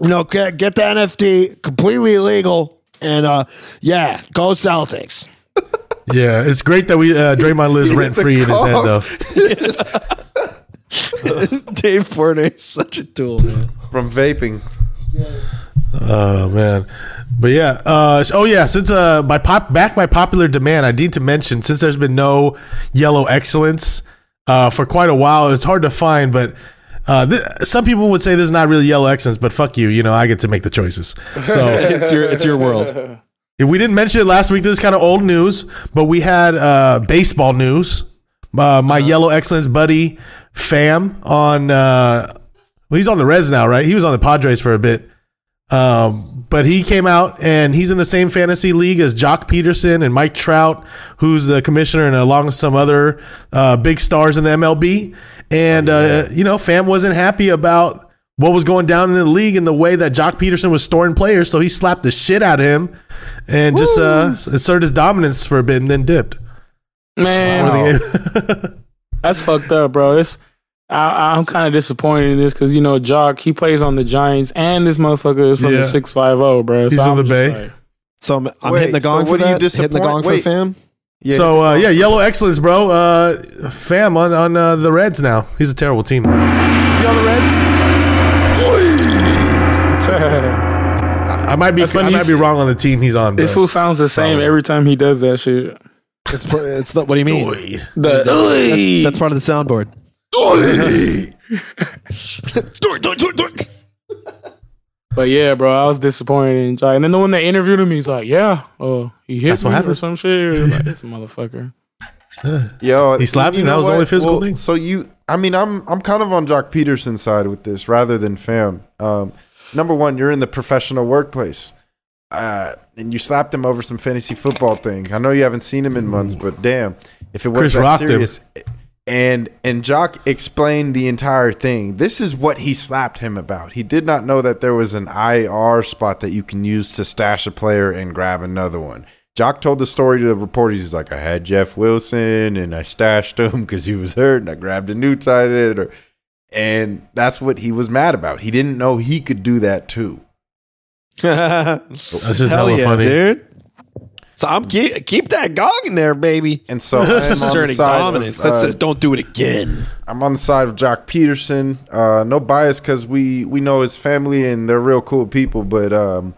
Speaker 3: you know, get, get the NFT, completely illegal, and uh, yeah, go Celtics.
Speaker 7: Yeah, it's great that we uh, Draymond lives rent free in his head though.
Speaker 3: Dave Fortnite is such a tool, man.
Speaker 2: From vaping.
Speaker 7: Oh man, but yeah. Uh, s- oh yeah. Since uh, by pop back by popular demand, I need to mention since there's been no yellow excellence uh, for quite a while, it's hard to find. But uh, th- some people would say this is not really yellow excellence, but fuck you. You know, I get to make the choices. So
Speaker 3: It's your it's your world.
Speaker 7: If we didn't mention it last week. This is kind of old news, but we had uh, baseball news. Uh,
Speaker 3: Uh-huh.
Speaker 7: my yellow excellence buddy, Fam, on uh, well, he's on the Reds now, right? He was on the Padres for a bit, um, but he came out and he's in the same fantasy league as Jock Peterson and Mike Trout, who's the commissioner, and along with some other uh, big stars in the MLB. And uh, you know, Fam wasn't happy about what was going down in the league and the way that Jock Peterson was storing players, so he slapped the shit out of him and just uh, asserted his dominance for a bit and then dipped.
Speaker 5: Man, That's fucked up, bro. It's I, I'm kind of disappointed in this because you know Jock he plays on the Giants and this motherfucker is from
Speaker 7: Yeah.
Speaker 5: the six five zero, bro.
Speaker 7: He's in the
Speaker 5: just
Speaker 7: Bay.
Speaker 5: like-
Speaker 3: So I'm, I'm
Speaker 2: Wait,
Speaker 3: hitting the
Speaker 2: so
Speaker 3: gong for
Speaker 2: what do you
Speaker 3: that. Hitting the
Speaker 2: disappoint-
Speaker 3: gong for
Speaker 2: wait.
Speaker 3: fam.
Speaker 2: Yeah.
Speaker 7: So uh, yeah, yellow excellence, bro. Uh, fam on on uh, the Reds now. He's a terrible team. Is he on the Reds? I might be
Speaker 5: That's funny
Speaker 7: I
Speaker 5: you
Speaker 7: might be
Speaker 5: s-
Speaker 7: wrong on the team he's on.
Speaker 5: this
Speaker 7: Bro.
Speaker 5: fool sounds the same every time he does that shit.
Speaker 3: It's pr- it's not. What do you mean?
Speaker 5: The
Speaker 3: That's, that's part of the soundboard.
Speaker 5: but yeah, bro, I was disappointed in Jock. And then the one that interviewed him, he's like, "Yeah, uh, he hit
Speaker 7: That's what
Speaker 5: me or
Speaker 7: happened.
Speaker 5: some shit." Or like, this motherfucker.
Speaker 2: Yo,
Speaker 7: He slapped you? That
Speaker 2: know
Speaker 7: was the only
Speaker 2: what?
Speaker 7: physical thing?
Speaker 2: So you, I mean, I'm I'm kind of on Jock Peterson's side with this rather than Fam. Um, number one, you're in the professional workplace, uh, and you slapped him over some fantasy football thing. I know you haven't seen him in months, but damn, if it was
Speaker 7: Chris
Speaker 2: that
Speaker 7: rocked him.
Speaker 2: serious. And and Jock explained the entire thing. This is what he slapped him about. He did not know that there was an IR spot that you can use to stash a player and grab another one. Jock told the story to the reporters. He's like, I had Jeff Wilson and I stashed him because he was hurt, and I grabbed a new tight end. Or, and that's what he was mad about. He didn't know he could do that too.
Speaker 7: That's just hella funny.
Speaker 3: dude. So I'm keep, keep that gong in there, baby.
Speaker 2: And so I'm on, the side of, uh,
Speaker 3: don't do it again.
Speaker 2: I'm on the side of Jock Peterson. Uh, no bias because we we know his family and they're real cool people. But um,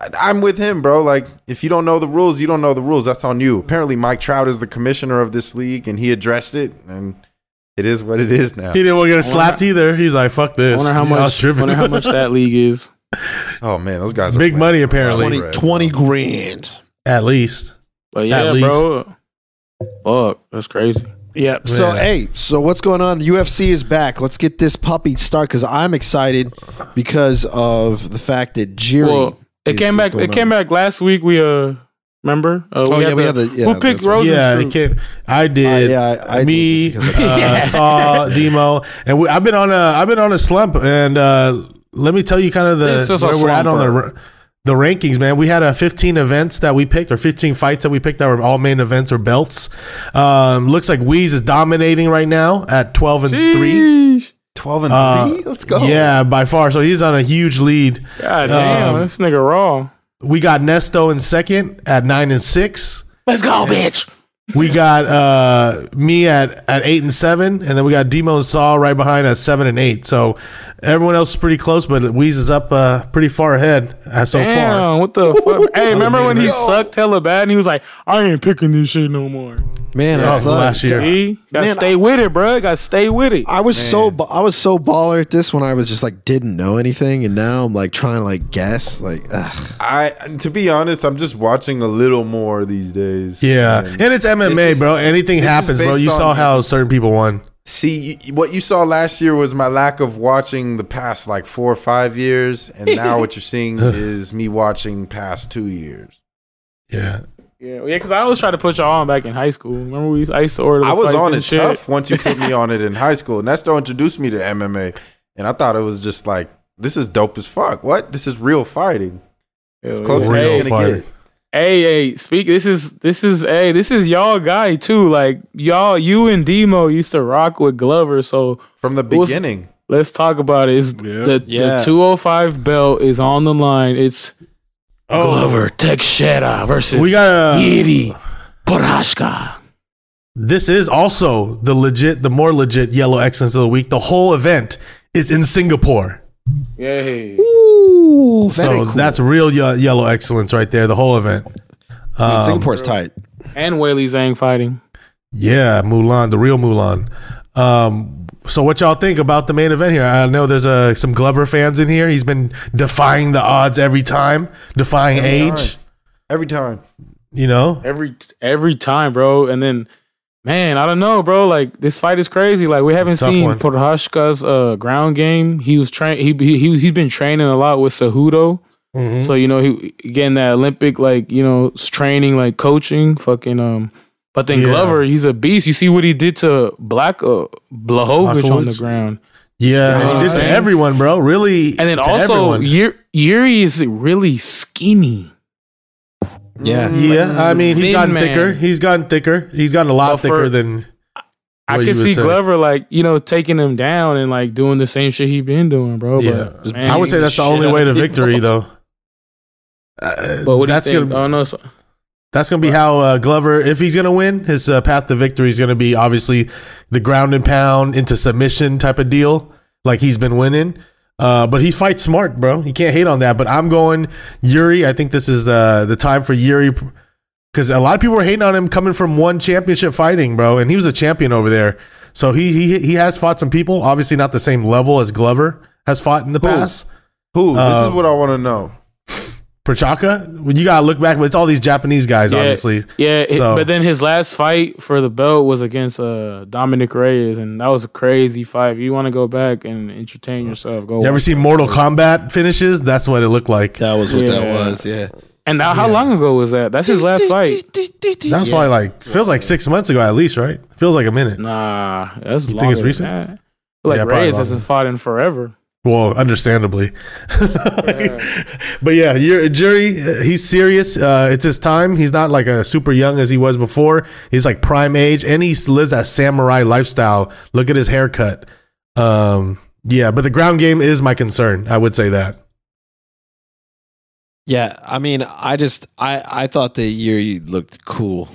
Speaker 2: I, I'm with him, bro. Like if you don't know the rules, you don't know the rules. That's on you. Apparently, Mike Trout is the commissioner of this league, and he addressed it, and it is what it is now.
Speaker 7: He didn't want to get slapped either. He's like, fuck
Speaker 5: I
Speaker 7: this.
Speaker 5: wonder how
Speaker 7: Yeah, I was
Speaker 5: much.
Speaker 7: tripping.
Speaker 5: wonder how much that league is.
Speaker 2: Oh man, those guys are
Speaker 7: Big
Speaker 2: playing
Speaker 7: money,
Speaker 2: for
Speaker 7: apparently.
Speaker 3: 20,
Speaker 2: Red.
Speaker 3: 20 grand.
Speaker 7: At least.
Speaker 5: But yeah,
Speaker 7: At
Speaker 5: bro. Fuck, that's crazy.
Speaker 3: Yep. So
Speaker 7: Yeah.
Speaker 3: hey, so what's going on? UFC is back. Let's get this puppy start because I'm excited because of the fact that Jiri.
Speaker 5: Well, it
Speaker 3: is-
Speaker 5: came
Speaker 3: is
Speaker 5: back.
Speaker 3: going
Speaker 5: It came
Speaker 3: on.
Speaker 5: back last week. We uh, remember? Uh,
Speaker 3: Oh, yeah, we had the- yeah,
Speaker 5: who picked
Speaker 3: that's right.
Speaker 5: Rosen?
Speaker 7: Yeah, it can't. I did.
Speaker 3: I- yeah, I- I
Speaker 7: me
Speaker 3: did because
Speaker 7: uh, saw Demo, and we, I've been on a I've been on a slump, and uh, let me tell you kind of
Speaker 5: It's
Speaker 7: the
Speaker 5: just a
Speaker 7: where we're at on the
Speaker 5: slumper.
Speaker 7: ra- the rankings, man. We had uh, 15 events that we picked, or 15 fights that we picked that were all main events or belts. Um, looks like Wheeze is dominating right now at 12 and three.
Speaker 5: Yeesh.
Speaker 2: twelve and
Speaker 7: Uh,
Speaker 2: three. Let's go.
Speaker 7: Yeah, by far. So he's on a huge lead.
Speaker 5: God
Speaker 3: Um,
Speaker 5: damn, this nigga raw.
Speaker 7: We got Nesto in second at nine and six.
Speaker 8: Let's go, bitch.
Speaker 7: We got uh, me at, at eight and seven, and then we got Demo and Saw right behind at seven and eight. So everyone else is pretty close, but Weez is up uh, pretty far ahead uh, so
Speaker 5: Damn,
Speaker 7: far.
Speaker 5: what the fuck? Hey, remember when he
Speaker 3: Yo.
Speaker 5: sucked hella bad and he was like, I ain't picking this shit no more.
Speaker 3: man,
Speaker 7: That
Speaker 3: I,
Speaker 7: was
Speaker 3: love
Speaker 7: last
Speaker 3: it.
Speaker 7: year.
Speaker 5: See? Gotta
Speaker 3: Man,
Speaker 5: stay
Speaker 3: I-
Speaker 5: with it, bro. Gotta stay with it.
Speaker 3: I was so ba- I was so baller at this when I was just like didn't know anything, and now I'm like trying to like guess like. Ugh.
Speaker 2: I to be honest, I'm just watching a little more these days.
Speaker 7: Yeah,
Speaker 2: And-
Speaker 7: and it's MMA,
Speaker 2: This is-
Speaker 7: bro. Anything
Speaker 2: this is
Speaker 7: happens, bro.
Speaker 2: based
Speaker 7: You saw
Speaker 2: on-
Speaker 7: how certain people won.
Speaker 2: See, you- what you saw last year was my lack of watching the past like four or five years, and now what you're seeing is me watching past two years.
Speaker 7: Yeah,
Speaker 5: Yeah, yeah, because I always try to put y'all on back in high school. Remember we used, I used to order. the
Speaker 2: I was
Speaker 5: flights
Speaker 2: on
Speaker 5: and
Speaker 2: it
Speaker 5: shit?
Speaker 2: tough once you put me on it in high school. Nesto introduced me to MMA, and I thought it was just like, this is dope as fuck. What? This is real fighting. It's
Speaker 5: Hell
Speaker 2: close
Speaker 5: yeah.
Speaker 2: as it's
Speaker 5: Hey,
Speaker 2: gonna
Speaker 7: fighting.
Speaker 2: get.
Speaker 5: Hey, hey, speak. This is this is hey, this is y'all guy too. Like y'all, you and Demo used to rock with Glover, so
Speaker 2: From the
Speaker 5: It was-
Speaker 2: beginning.
Speaker 5: let's talk about it. It's the
Speaker 3: Yeah.
Speaker 5: the 205 belt is on the line. It's Glover Teixeira versus
Speaker 7: Oh. We got uh, a,
Speaker 5: Yiri Porashka.
Speaker 7: this is also the legit, the more legit Yellow Excellence of the Week. The whole event is in Singapore,
Speaker 5: Yay.
Speaker 3: Ooh, very
Speaker 7: so
Speaker 3: cool.
Speaker 7: that's real ye- Yellow Excellence right there. The whole event.
Speaker 3: Dude,
Speaker 7: Um,
Speaker 3: Singapore's tight.
Speaker 5: And Whaley Zhang fighting.
Speaker 7: Yeah, Mulan, the real Mulan. Um, so what y'all think about the main event here? I know there's uh, some Glover fans in here. He's been defying the odds every time, defying
Speaker 2: Every time.
Speaker 7: age.
Speaker 2: Every time.
Speaker 7: You know,
Speaker 5: Every every time, bro. And then man, I don't know, bro. Like this fight is crazy. Like we haven't
Speaker 7: Tough
Speaker 5: seen
Speaker 7: one.
Speaker 5: Porashka's uh ground game. He was train he, he he he's been training a lot with Cejudo.
Speaker 7: Mhm.
Speaker 5: So you know he getting that Olympic like you know s- training like coaching fucking um. But then
Speaker 7: Yeah.
Speaker 5: Glover, he's a beast. You see what he did to Black uh, Blahovich on the
Speaker 7: Blachowicz.
Speaker 5: ground,
Speaker 7: yeah, and he did to
Speaker 5: Same.
Speaker 7: everyone, bro. Really,
Speaker 5: and then
Speaker 7: to
Speaker 5: also
Speaker 7: everyone.
Speaker 5: Yuri, Yuri is really skinny.
Speaker 3: Yeah.
Speaker 5: Mm.
Speaker 7: yeah. I mean, he's
Speaker 5: Thin
Speaker 7: gotten
Speaker 5: man.
Speaker 7: thicker. He's gotten thicker. He's gotten a lot
Speaker 5: But for-
Speaker 7: thicker than.
Speaker 5: I
Speaker 7: What
Speaker 5: can
Speaker 7: you would
Speaker 5: see
Speaker 7: say.
Speaker 5: Glover like you know taking him down and like doing the same shit he been doing, bro.
Speaker 7: Yeah,
Speaker 5: But man,
Speaker 7: I would say that's the
Speaker 3: shit
Speaker 7: only
Speaker 3: out
Speaker 7: way
Speaker 3: of
Speaker 7: to
Speaker 3: people.
Speaker 7: victory, though. Uh,
Speaker 5: But what do
Speaker 7: that's
Speaker 5: you think?
Speaker 7: gonna
Speaker 5: oh no, so-
Speaker 7: That's going to be how uh, Glover, if he's going to win, his uh, path to victory is going to be obviously the ground and pound into submission type of deal, like he's been winning. Uh, but he fights smart, bro. You can't hate on that. But I'm going Yuri. I think this is the the time for Yuri because a lot of people were hating on him coming from one championship fighting, bro, and he was a champion over there. So he he he has fought some people, obviously not the same level as Glover has fought in the past.
Speaker 2: Who? this
Speaker 7: Um,
Speaker 2: is what I want to know.
Speaker 7: Prochaka, you gotta look back, but it's all these Japanese guys,
Speaker 5: yeah,
Speaker 7: obviously.
Speaker 5: yeah. it-
Speaker 7: So-
Speaker 5: but then his last fight for the belt was against uh, Dominic Reyes, and that was a crazy fight. If you want to go back and entertain yourself, go.
Speaker 7: You ever
Speaker 5: watch
Speaker 7: seen
Speaker 5: that.
Speaker 7: Mortal Kombat finishes? That's what it looked like. That
Speaker 3: That was what that
Speaker 5: Yeah.
Speaker 3: was. Yeah.
Speaker 5: And now, how long ago was that? That's his last fight.
Speaker 7: was probably like feels like six months ago at least, right? Feels like a minute.
Speaker 5: Nah, that's
Speaker 7: You think it's
Speaker 5: longer than
Speaker 7: recent?
Speaker 5: that. Like
Speaker 7: Yeah, probably
Speaker 5: Reyes
Speaker 7: longer.
Speaker 5: hasn't fought in forever.
Speaker 7: Well, understandably.
Speaker 5: Yeah.
Speaker 7: But yeah, you're, Jerry, uh, he's serious. Uh, it's his time. He's not like a super young as he was before. He's like prime age, and he lives that samurai lifestyle. Look at his haircut. Um, yeah, but the ground game is my concern. I would say that.
Speaker 3: Yeah, I mean, I just I I thought that Yuri looked cool.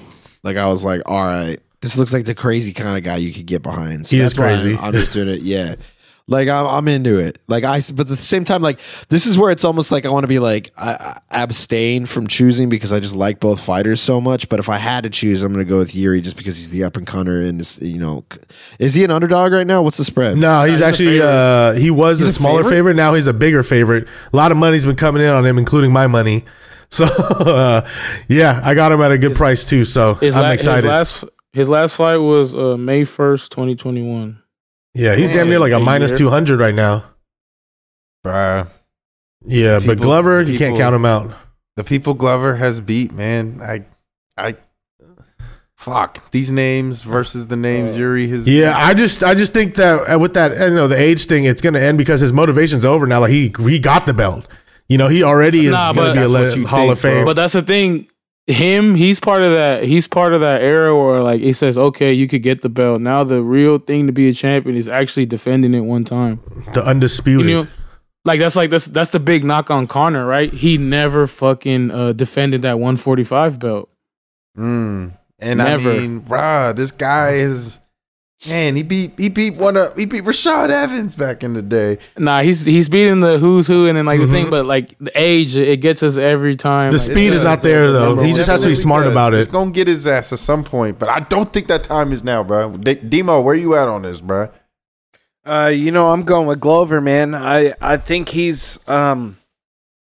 Speaker 3: Like I was like, all right, this looks like the crazy kind of guy you could get behind. So
Speaker 7: He is
Speaker 3: that's why
Speaker 7: crazy.
Speaker 3: I'm, I'm just doing it. Yeah, like I'm, I'm into it. Like I, but at the same time, like this is where it's almost like I want to be like I, I abstain from choosing because I just like both fighters so much. But if I had to choose, I'm going to go with Yuri just because he's the up and comer and this, you know, c- is he an underdog right now? What's the spread?
Speaker 7: No, he's,
Speaker 5: he's a
Speaker 7: actually
Speaker 5: favorite.
Speaker 7: uh, he was
Speaker 3: He's
Speaker 7: a
Speaker 3: a
Speaker 7: smaller favorite?
Speaker 3: favorite?
Speaker 7: Now he's a bigger favorite. A lot of money's been coming in on him, including my money. So uh, yeah, I got him at a good price too. So I'm
Speaker 5: His, la- his
Speaker 7: excited.
Speaker 5: last his last fight was uh, May first, twenty twenty one.
Speaker 7: yeah, he's damn near like a
Speaker 5: Big
Speaker 7: minus
Speaker 5: year.
Speaker 7: two hundred right now.
Speaker 2: Bruh.
Speaker 7: Yeah, but
Speaker 2: People-
Speaker 7: Glover, you can't
Speaker 2: people-
Speaker 7: count him out.
Speaker 2: The people Glover has beat, man. I, I, fuck. These names versus the names Yuri has
Speaker 7: Yeah, I just I just think that uh, with that you know the age thing, it's gonna end because his motivation's over now. Like he he got the belt. You know, he already is
Speaker 5: Nah,
Speaker 7: gonna
Speaker 5: but-
Speaker 7: be a
Speaker 2: That's
Speaker 7: le-
Speaker 2: what you
Speaker 7: Hall of
Speaker 2: think,
Speaker 7: Fame.
Speaker 2: bro.
Speaker 5: But that's the thing. Him, he's part of that. He's part of that era where, like, he says, "Okay, you could get the belt." Now, the real thing to be a champion is actually defending it one time.
Speaker 7: the
Speaker 5: You
Speaker 7: undisputed.
Speaker 5: know, like that's like that's that's the big knock on Connor, right? He never fucking uh, defended that 145 belt.
Speaker 2: Mm. And
Speaker 5: Never.
Speaker 2: I mean, bruh, this guy is man. He beat he beat one of he beat Rashad Evans back in the day.
Speaker 5: Nah, he's he's beating the who's who, and then like the thing, but like the age, it gets us every time.
Speaker 7: Mm-hmm. The
Speaker 5: like,
Speaker 7: speed is
Speaker 2: does,
Speaker 7: not there
Speaker 2: though.
Speaker 7: though. He just has to be
Speaker 2: Definitely
Speaker 7: smart
Speaker 2: does.
Speaker 7: about
Speaker 2: It's
Speaker 7: it.
Speaker 2: gonna get his ass at some point, but I don't think that time is now, bro. D- Demo, where you at on this, bruh?
Speaker 4: Uh, you know, I'm going with Glover, man. I I think he's um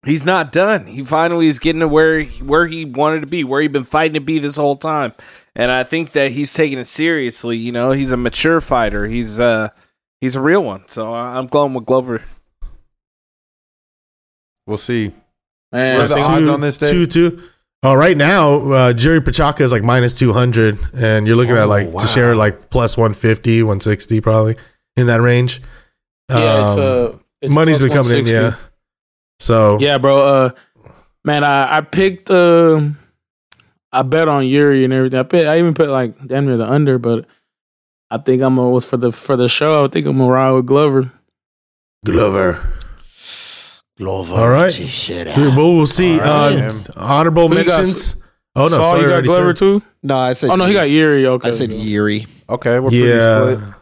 Speaker 4: he's not done. He finally is getting to where where he wanted to be, where he'd been fighting to be this whole time. And I think that he's taking it seriously. You know, he's a mature fighter. He's uh he's a real one. So I- I'm going with Glover.
Speaker 2: We'll see.
Speaker 5: man,
Speaker 2: Where's the
Speaker 7: Two-
Speaker 2: odds on this day?
Speaker 7: Two two. Oh, right now, uh, Jerry Pachaka is like minus 200, and you're looking
Speaker 2: Oh,
Speaker 7: at like to share like plus 150, 160, probably in that range.
Speaker 5: Yeah, it's
Speaker 7: Um,
Speaker 5: uh, it's
Speaker 7: money's
Speaker 5: plus
Speaker 7: been coming in,
Speaker 5: 160.
Speaker 7: yeah. So,
Speaker 5: Yeah, bro. Uh, man, I I picked. um I bet on Yuri and everything. I put, I even put like damn near the under, but I think I'm a, was for the for the show. I think I'm gonna ride with Glover.
Speaker 7: Glover. Glover. All right. Dude, well, we'll see.
Speaker 2: All right,
Speaker 7: uh,
Speaker 2: man.
Speaker 7: honorable
Speaker 5: Who you got?
Speaker 7: mentions. Oh, no.
Speaker 5: Saul,
Speaker 7: sorry,
Speaker 5: you
Speaker 7: I
Speaker 5: got
Speaker 7: already
Speaker 5: Glover
Speaker 7: said-
Speaker 5: too.
Speaker 3: No, I said.
Speaker 5: Oh no, he got Yuri. Okay,
Speaker 3: I said Yuri.
Speaker 2: Okay, we're pretty split.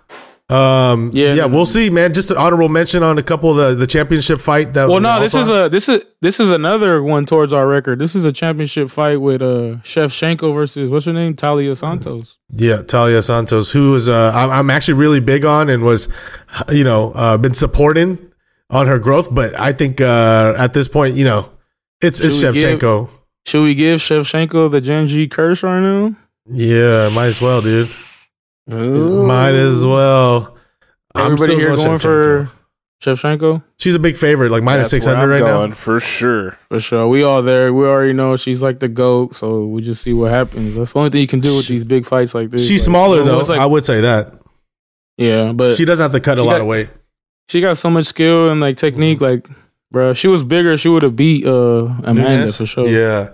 Speaker 7: Yeah. Um, yeah.
Speaker 5: Yeah.
Speaker 7: we'll see, man. Just an honorable mention on a couple of the, the championship fight that
Speaker 5: Well,
Speaker 7: we
Speaker 5: no, this is
Speaker 7: also-
Speaker 5: a this is this is another one towards our record. This is a championship fight with uh Chef Shanko versus what's her name Talia Santos.
Speaker 7: Yeah, Talia Santos, who is uh, I'm, I'm actually really big on and was, you know, uh, been supporting on her growth. But I think uh, at this point, you know, it's it's
Speaker 5: Should we give-
Speaker 7: Shevchenko.
Speaker 5: Should we give Chef Shenko the Genji curse right now?
Speaker 7: Yeah, might as well, dude. Might as well. I'm
Speaker 5: Everybody
Speaker 7: still
Speaker 5: here going for
Speaker 7: Shevchenko.
Speaker 5: Chef Shenko
Speaker 7: She's a big favorite, like minus
Speaker 2: That's
Speaker 7: six
Speaker 2: where
Speaker 7: hundred
Speaker 2: I'm
Speaker 7: right
Speaker 2: going For sure.
Speaker 5: for sure. We all there. We already know she's like the goat, so we just see what happens. That's the only thing you can do with these big fights like
Speaker 7: now.
Speaker 5: this.
Speaker 7: She's
Speaker 5: Like,
Speaker 7: smaller
Speaker 5: you know,
Speaker 7: though.
Speaker 5: it's like-
Speaker 7: I would say that
Speaker 5: yeah, but
Speaker 7: she doesn't have to cut a
Speaker 5: She
Speaker 7: lot
Speaker 5: got-
Speaker 7: of weight.
Speaker 5: she got so much skill and like technique. Like, bro, if she was bigger, she would have beat uh Amanda
Speaker 7: Nunes?
Speaker 5: for sure.
Speaker 7: Yeah,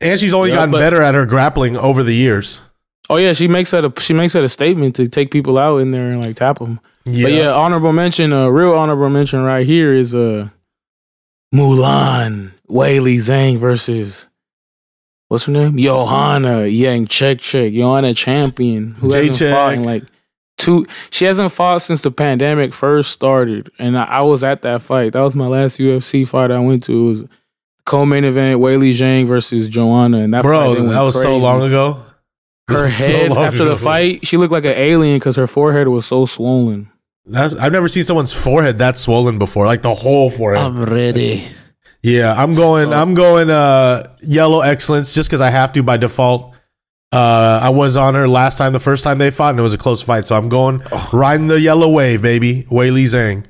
Speaker 7: and she's only
Speaker 5: Yeah,
Speaker 7: gotten
Speaker 5: but-
Speaker 7: better at her grappling over the years.
Speaker 5: Oh yeah, she makes that a she makes that a statement to take people out in there and like tap them. But yeah, honorable mention, a uh, real honorable mention right here is uh Mulan Whaley Zhang versus what's her name? Johanna Yang Check Check Johanna Champion who hasn't fought in
Speaker 7: J-Check.
Speaker 5: like two. She hasn't fought since the pandemic first started, and I, I was at that fight. That was my last UFC fight I went to. It was co-main event Whaley Zhang versus Joanna, and that fight, they
Speaker 7: bro,
Speaker 5: went
Speaker 7: that was so
Speaker 5: crazy.
Speaker 7: long ago.
Speaker 5: Her
Speaker 7: So
Speaker 5: head
Speaker 7: long
Speaker 5: after
Speaker 7: ago.
Speaker 5: the fight, she looked like an alien because her forehead was so swollen.
Speaker 7: That's, I've never seen someone's forehead that swollen before, like the whole forehead.
Speaker 2: Um,
Speaker 3: I'm ready.
Speaker 7: yeah, I'm going. I'm going. Uh, yellow excellence, just because I have to by default. Uh, I was on her last time, the first time they fought, and it was a close fight. So I'm going riding the yellow wave, baby. Whaley Zhang.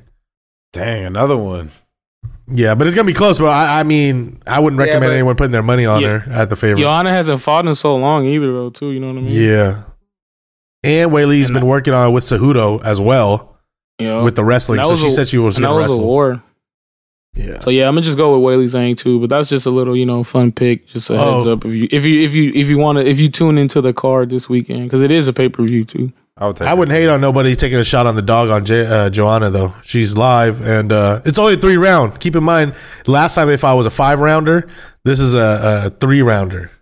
Speaker 2: Dang, another one.
Speaker 7: Yeah, but it's gonna be close. But I, I mean, I wouldn't recommend
Speaker 5: but-
Speaker 7: anyone putting their money on
Speaker 5: Yeah.
Speaker 7: her at the favorite.
Speaker 5: Joanna hasn't fought in so long either, though. Too, you know what I mean?
Speaker 7: Yeah. And Whaley's been working on it with Cejudo as well
Speaker 5: You know?
Speaker 7: with the wrestling.
Speaker 5: Oh. And that was
Speaker 7: So she
Speaker 5: a-
Speaker 7: said she was
Speaker 5: and that
Speaker 7: going to
Speaker 5: was a
Speaker 7: wrestle.
Speaker 5: war.
Speaker 7: Yeah.
Speaker 5: So yeah, I'm gonna just go with Whaley Zhang too. But that's just a little, you know, fun pick. Just a
Speaker 7: Oh.
Speaker 5: heads up if you if you if you if you want to if you tune into the card this weekend because it is a pay per view too.
Speaker 2: I would take
Speaker 7: I wouldn't hate on nobody taking a shot on the dog on J- uh, Joanna though. She's live and uh, it's only a three round. Keep in mind, last time they fought was a five rounder. This is a, a three rounder.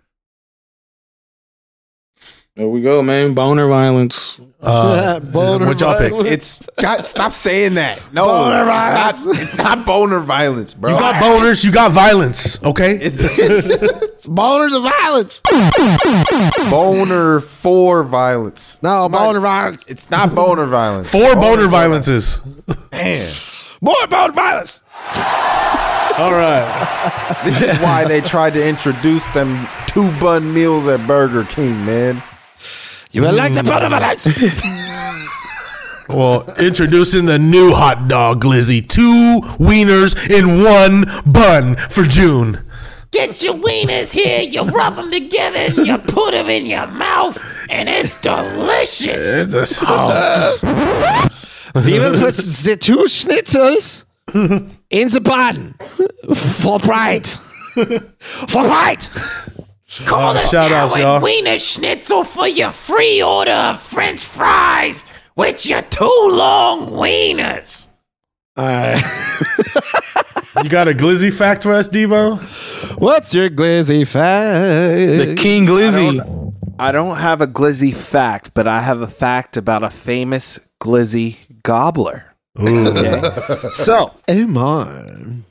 Speaker 5: There we go, man. Boner violence.
Speaker 7: Uh, what y'all pick?
Speaker 2: It's God, stop saying that. No,
Speaker 3: Boner
Speaker 2: it's not, it's not boner violence, bro.
Speaker 7: You got boners, you got violence. Okay,
Speaker 2: It's, it's boners of violence. Boner for violence.
Speaker 3: No, boner
Speaker 2: violence. It's not boner violence.
Speaker 7: four boner violences.
Speaker 2: Man,
Speaker 3: More about violence.
Speaker 7: All right,
Speaker 2: this is why they tried to introduce them two bun meals at Burger King, man.
Speaker 3: You would like the boner violence.
Speaker 7: well, introducing the new hot dog, Glizzy. Two wieners in one bun for June.
Speaker 8: Get your wieners here, you rub them together, and you put them in your mouth, and it's delicious.
Speaker 3: Even puts the two schnitzels in the bun for pride. For pride.
Speaker 8: Call
Speaker 3: Uh,
Speaker 8: it
Speaker 7: shout outs,
Speaker 8: now
Speaker 7: y'all.
Speaker 8: and Wiener Schnitzel for your free order of French fries with your two long wieners.
Speaker 3: Uh,
Speaker 7: You got a Glizzy fact for us, Debo?
Speaker 3: What's your glizzy
Speaker 5: The
Speaker 3: fact?
Speaker 5: King Glizzy.
Speaker 4: I don't have a glizzy fact, but I have a fact about a famous glizzy gobbler. Okay? so,
Speaker 3: Am I?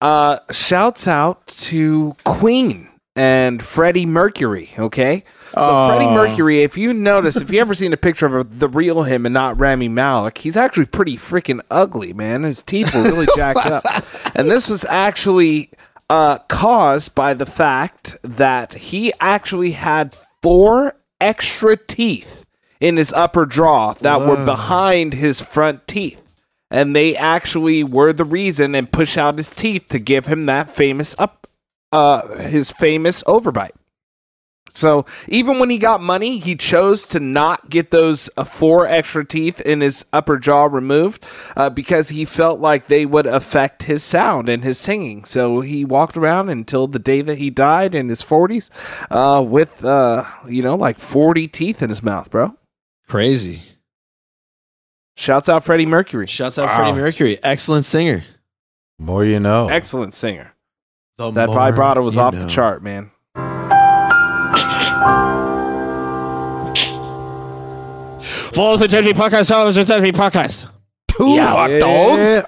Speaker 4: uh, shouts out to Queen and Freddie Mercury. Okay, so
Speaker 5: Aw.
Speaker 4: Freddie Mercury, if you notice, if you ever seen a picture of the real him and not Rami Malek, he's actually pretty freaking ugly, man. His teeth were really jacked up, and this was actually uh, caused by the fact that he actually had four extra teeth in his upper jaw that were behind his front teeth and they actually were the reason and push out his teeth to give him that famous up uh, his famous overbite. So even when he got money, he chose to not get those uh, four extra teeth in his upper jaw removed uh, because he felt like they would affect his sound and his singing. So he walked around until the day that he died in his 40s uh, with, uh, you know, like 40 teeth in his mouth, bro.
Speaker 3: Crazy.
Speaker 4: Shouts out Freddie Mercury.
Speaker 3: Shouts out Freddie Mercury. Excellent singer.
Speaker 2: More you know.
Speaker 4: Excellent singer.
Speaker 3: The
Speaker 4: That
Speaker 3: more
Speaker 4: vibrato was
Speaker 3: you
Speaker 4: off
Speaker 3: know.
Speaker 4: the chart, man.
Speaker 3: Follow the Jimmy Podcast. Follow the Jimmy Podcast.
Speaker 4: Yeah.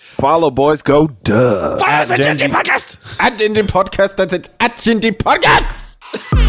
Speaker 4: Follow boys, go duh.
Speaker 2: At Podcast. At Podcast. That's it. At Podcast.